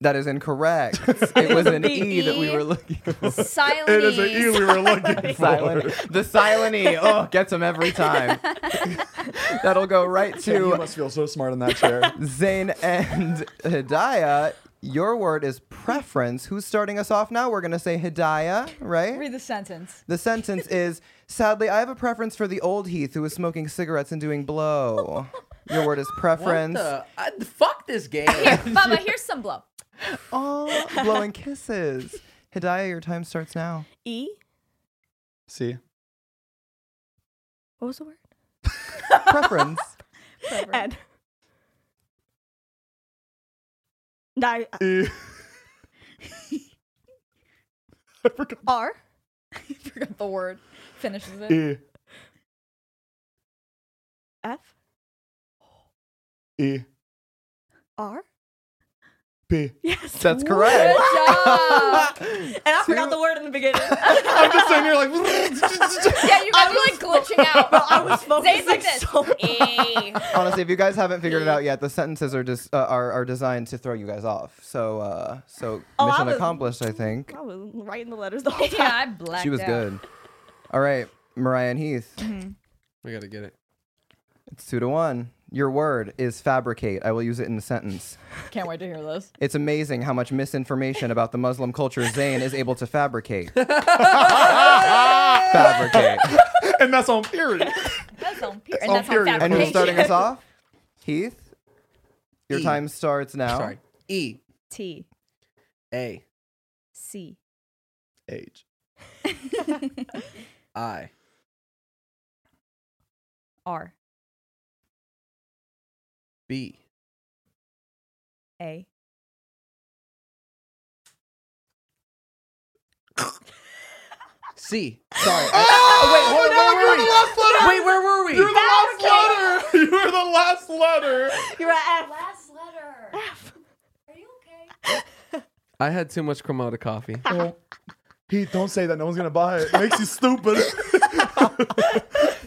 G: That is incorrect. It was an E that we were looking for.
C: Silent.
B: It is an E we were
G: <laughs>
B: looking <laughs> for.
G: Silent, the silent E. Oh, gets him every time. That'll go right
B: You
G: to
B: must feel so smart in that chair.
G: Zane and Hidayah. Your word is preference. Who's starting us off now? We're going to say Hidayah, right?
C: Read the sentence.
G: The sentence is Sadly, I have a preference for the old Heath who is smoking cigarettes and doing blow. Your word is
A: What
G: preference.
A: the? I, fuck this <laughs> game.
C: <laughs> Bubba, here's some blow. <laughs>
G: Oh, blowing kisses. Hidayah, your time starts now.
E: e.
B: See,
E: What was the word?
G: Preference.
E: N. Di-
B: E. <laughs> I forgot.
E: R.
C: I forgot the word. Finishes
B: <laughs>
C: it.
B: E
E: F.
B: E
E: R.
B: P.
E: Yes.
G: That's
C: Good
G: correct.
C: job.
E: And I forgot the word in the beginning.
G: <laughs>
B: I'm just sitting here like. <laughs>
C: <laughs> Yeah, you guys were like glitching out.
E: <laughs> I
C: <laughs>
E: was focusing
C: Zane's like this.
E: so much.
C: E.
G: Honestly, if you guys haven't figured it out yet, the sentences are just uh, are, are designed to throw you guys off. So uh, so
E: Oh, I
G: mission
E: was-
G: accomplished, I think.
E: I was writing the letters the whole time.
C: <laughs> Yeah, I blacked
G: She was
C: out.
G: good. All right, Mariah and Heath,
E: Mm-hmm.
A: we gotta get it.
G: it's two to one. Your word is fabricate. I will use it in a sentence.
C: Can't wait to hear this.
G: It's amazing how much misinformation about the Muslim culture Zayn is able to fabricate.
E: <laughs>
G: fabricate.
B: and that's on period.
C: That's on period.
B: on
C: And that's on
B: period.
G: And who's
C: fabrication.
G: starting
C: <laughs>
G: us off? Heath, your
A: E.
G: time starts now.
A: Sorry. E.
C: T
A: A.
C: C
B: Age.
A: I.
C: R
A: B.
C: A.
A: C. Sorry. <laughs> Oh, wait, where were we? Wait, where were we?
B: Last letter. You were the last letter. <laughs>
E: You're at F.
H: Last letter. Are you okay?
A: I had too much Cremota coffee.
B: <laughs> Pete, don't say that. No one's gonna buy it. It makes you stupid.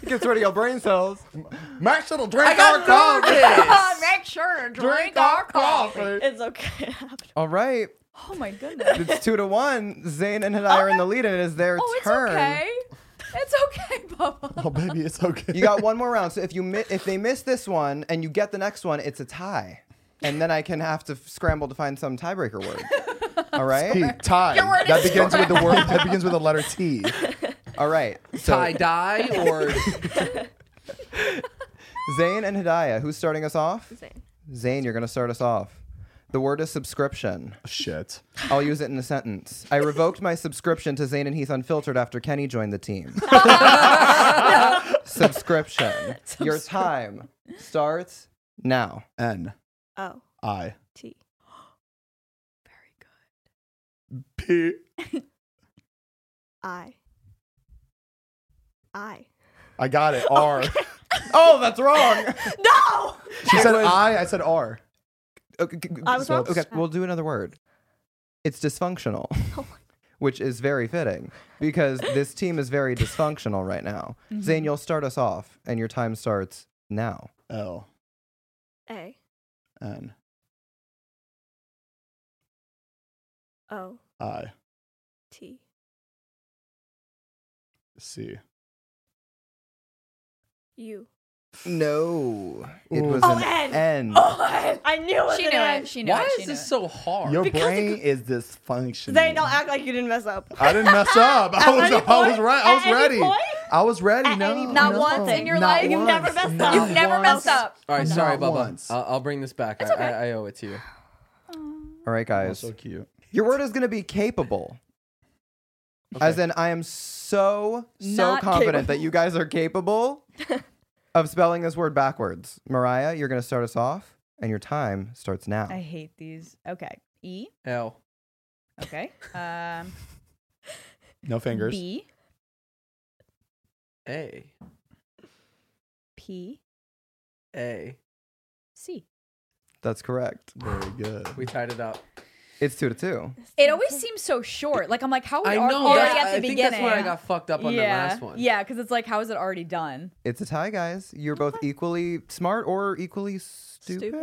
G: Gets rid of your brain cells.
B: <laughs> Max should drink
A: I got
B: our coffee. <laughs> Uh,
A: nervous.
C: Make sure to
B: Drink our coffee.
E: <laughs> It's okay. It happened.
G: All right.
C: Oh my goodness.
G: It's two to one. Zayn and Hidayah are in the lead, and it is their
C: Oh, it's
G: turn.
C: okay. It's okay,
B: <laughs> <laughs>
C: Bubba. <laughs>
B: Oh, baby, it's okay.
G: You got one more round. So if you mi- if they miss this one and you get the next one, it's a tie, and then I can have to f- scramble to find some tiebreaker word.
C: <laughs>
G: All right.
B: <laughs> Pete, tie.
C: Your word
B: That
C: is
B: begins with the word. That begins with the letter T.
G: All right. So
A: <laughs> Tie dye or
G: Zayn and Hidayah, who's starting us off?
E: Zane.
G: Zayn, you're gonna start us off. The word is subscription.
B: Shit.
G: I'll use it in a sentence.
C: <laughs>
G: I revoked my subscription to Zayn and Heath Unfiltered after Kenny joined
C: <laughs>
G: the team. subscription. Your time starts Now.
B: N
E: Oh,
B: I
E: T. Very good.
B: P.
E: I. I.
B: I got it. R.
G: Oh,
C: <laughs>
G: that's wrong.
E: No!
B: She said I. I said R.
G: okay, g- g-
E: I was wrong.
G: okay, we'll do another word. It's dysfunctional,
E: <laughs> Oh
G: <laughs> which is very fitting because this team is very dysfunctional right now.
E: Mm-hmm.
G: Zane, you'll start us off, and your time starts now.
B: L
E: my- A.
B: N
E: O.
B: I
E: T.
B: C.
E: U.
G: No, it
B: Ooh.
G: was
E: Oh,
G: an
E: N.
G: N.
E: I knew it. was
C: She
E: an
C: knew
E: N.
C: it. She knew
A: Why
C: it. She
A: is
C: knew
A: this
C: it.
A: so hard?
B: Your
E: Because it
B: brain
E: go-
B: is dysfunctional.
E: They don't act like you didn't mess up.
B: I didn't mess up. I
E: At
B: was.
E: any
B: I was
E: point?
B: right. I was
E: At any
B: ready.
E: point?
B: I was ready.
E: At
B: no,
E: any-
C: Not
B: Oh, no.
C: once in your
B: Not
C: life.
E: You've never
B: once.
E: messed
B: Not
E: up.
C: You've never messed
E: once.
C: up.
A: All right, sorry,
B: Not
A: Bubba.
B: once.
A: I'll- I'll bring this back. I, I, I owe it to you.
G: All right,
B: Oh,
G: guys.
B: so cute.
G: Your word is going to be capable. As in, I am so, so
C: Not
G: confident
C: capable.
G: that you guys are capable
E: <laughs>
G: of spelling this word backwards. Mariah, you're going to start us off, and your time starts now.
I: I hate these. Okay. E.
A: L.
I: Okay. Um,
B: No fingers.
I: B.
A: A.
I: P.
A: A.
I: C.
G: That's correct.
B: Very good.
A: We tied it up.
G: It's two to two.
C: It always seems so short. Like I'm like, how are
A: I
C: we
A: know.
C: already
A: that's-
C: at the
A: I think
C: beginning?
A: that's where I got fucked up on
I: yeah.
A: the last one.
I: Yeah, because it's like, how is it already done?
G: It's a tie, guys. You're both equally smart or equally stupid.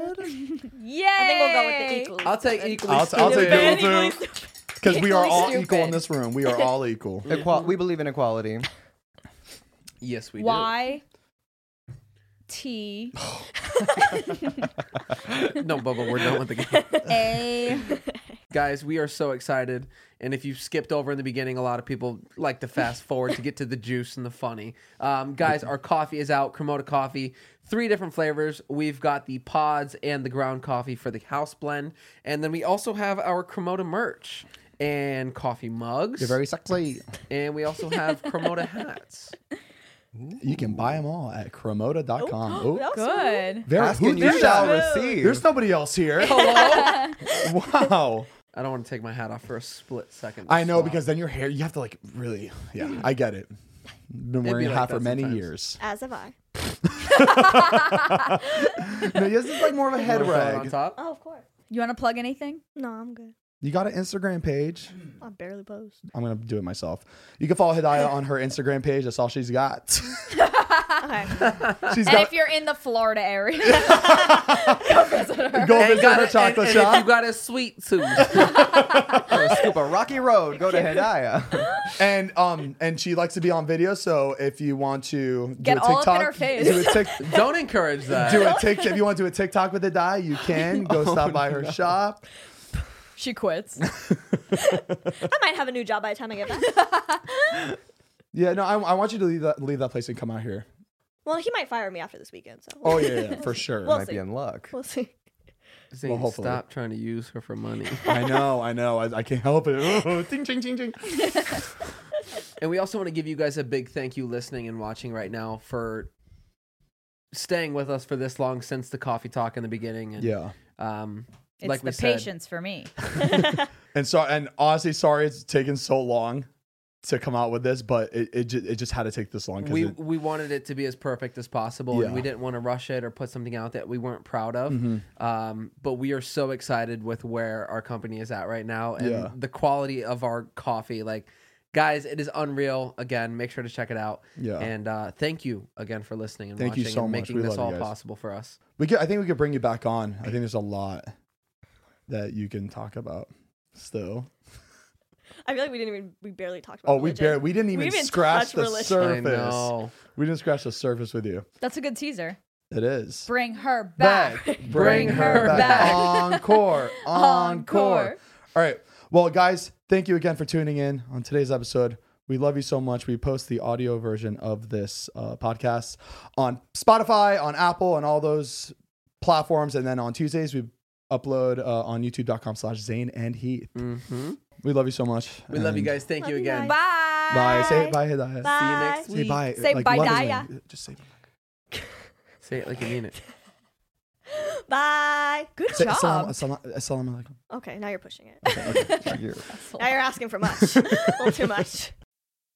I: Yeah.
E: I think we'll go with the equally.
A: I'll take equally.
B: I'll, t- I'll
A: stupid.
B: take
E: Very
B: equal
E: equally
B: too. Because we are
C: Equally
B: all
C: stupid.
B: equal in this room. We are all equal.
G: Equal- we believe in equality.
A: Yes, we do.
I: Y. T.
A: No, Bubba, we're done with the game.
I: A.
A: <laughs> Guys, we are so excited. And if you skipped over in the beginning, a lot of people like to
B: <laughs>
A: fast forward to get to the juice and the funny. Um, guys, our coffee is out, Cremota Coffee. Three different flavors. We've got the pods and the ground coffee for the house blend. And then we also have our Cremota merch and coffee mugs.
B: sexy.
A: and we also have Cremota hats.
B: You can buy them all at Cremota.com. Oh,
E: That was so rude.
A: <laughs>
I: Good.
B: Very-
G: Ask
B: who
G: and you
B: did
G: shall
B: that?
G: receive.
B: There's nobody else
C: <laughs>
B: here. <laughs> wow.
A: I don't want to take my hat off for a split second.
B: I know
A: Wow.
B: because then your hair, you have to like really. Yeah, I get it. Been
A: be
B: wearing a
A: like
B: hat
A: that
B: for many
A: sometimes.
B: years.
E: As have I.
B: No, this is like more of a head
A: Wanna throw it on
B: rag.
A: top.
E: Oh, of course.
C: You want to plug anything?
E: No, I'm good.
B: You got an Instagram page.
E: I barely post.
B: I'm gonna do it myself. You can follow Hidayah on her Instagram page. That's all she's got. <laughs>
E: Okay.
B: she's
C: And
B: got
C: if you're in the Florida area,
B: go
A: And
B: visit
A: got
B: her
A: a-
B: chocolate
A: and, and if you
B: shop.
A: got a sweet tooth.
G: Or a scoop of Rocky Road. Go to Hedaya.
B: And um, and she likes to be on video. So if you want to
C: Get
B: do a
C: all
B: TikTok,
C: up in her face.
B: do a tic,
A: Don't
B: <laughs>
A: encourage that.
B: do
C: <laughs>
B: a tic, if you want to do a TikTok with Hidayah,
A: <laughs>
B: you can go
A: Oh
B: stop by her shop.
C: <laughs> she quits.
E: I might have a new job by the time I get back.
B: Yeah, no, I, I want you to leave that leave that place and come out here.
E: Well, he might fire me after this weekend, so
B: Oh yeah, yeah,
A: <laughs>
B: for sure.
E: Well-
G: Might be in luck.
E: <laughs> we'll see.
A: Zane,
B: Well, hopefully.
A: stop trying to use her for money.
B: I know, I know. I, I can't help it. <laughs> Oh, ding, ding, ding,
C: <laughs>
B: ding.
A: <laughs> and we also want to give you guys a big thank you listening and watching right now for staying with us for this long since the coffee talk in the beginning. And,
B: Yeah.
A: Um,
I: It's
A: like we
I: the
A: said,
I: patience for me.
B: And so, and honestly, sorry it's taken so long to come out with this, but it it, ju- it just had to take this long. 'cause
A: we
B: it-
A: we wanted it to be as perfect as possible,
B: Yeah.
A: and we didn't want to rush it or put something out that we weren't proud of. Um, but we are so excited with where our company is at right now and
B: Yeah.
A: the quality of our coffee. Like, guys, it is unreal. Again, make sure to check it out.
B: Yeah.
A: And uh, thank you again for listening and
B: Thank you
A: watching
B: so
A: and
B: much.
A: making
B: We
A: this
B: love you
A: all
B: guys.
A: possible for us.
B: we could, I think we could bring you back on. I think there's a lot that you can talk about still.
E: I feel like we didn't even we barely talked about.
B: Oh, we
E: religion.
B: barely, we didn't even scratch
E: touch
B: the
E: religion.
A: I
B: surface.
A: know.
B: We didn't scratch the surface with you.
C: That's a good teaser.
B: It is.
C: Bring her back. <laughs>
A: Bring her back. <laughs>
B: Encore. Encore.
C: Encore.
B: All right. Well, guys, thank you again for tuning in on today's episode. We love you so much. We post the audio version of this uh, podcast on Spotify, on Apple, and all those platforms. And then on Tuesdays, we upload uh, on youtube.com slash Zane and Heath.
A: Mhm.
B: We love you so much.
A: We love you
B: And
A: guys. Thank you
E: Love you
A: again.
C: Bye.
E: guys.
B: Bye. Say bye, Hidayah.
A: See you
E: Bye.
A: next
B: Say
A: week.
B: bye.
C: Say
B: Like,
C: bye,
B: love is
C: Daya.
B: like- Just say bye.
A: Say it like you mean it.
E: Bye.
C: Good
B: Say, Assalamu, assalamu, assalamu alaikum.
E: Okay, now you're pushing it.
G: You're-
E: now you're asking for much. <laughs> A little too much.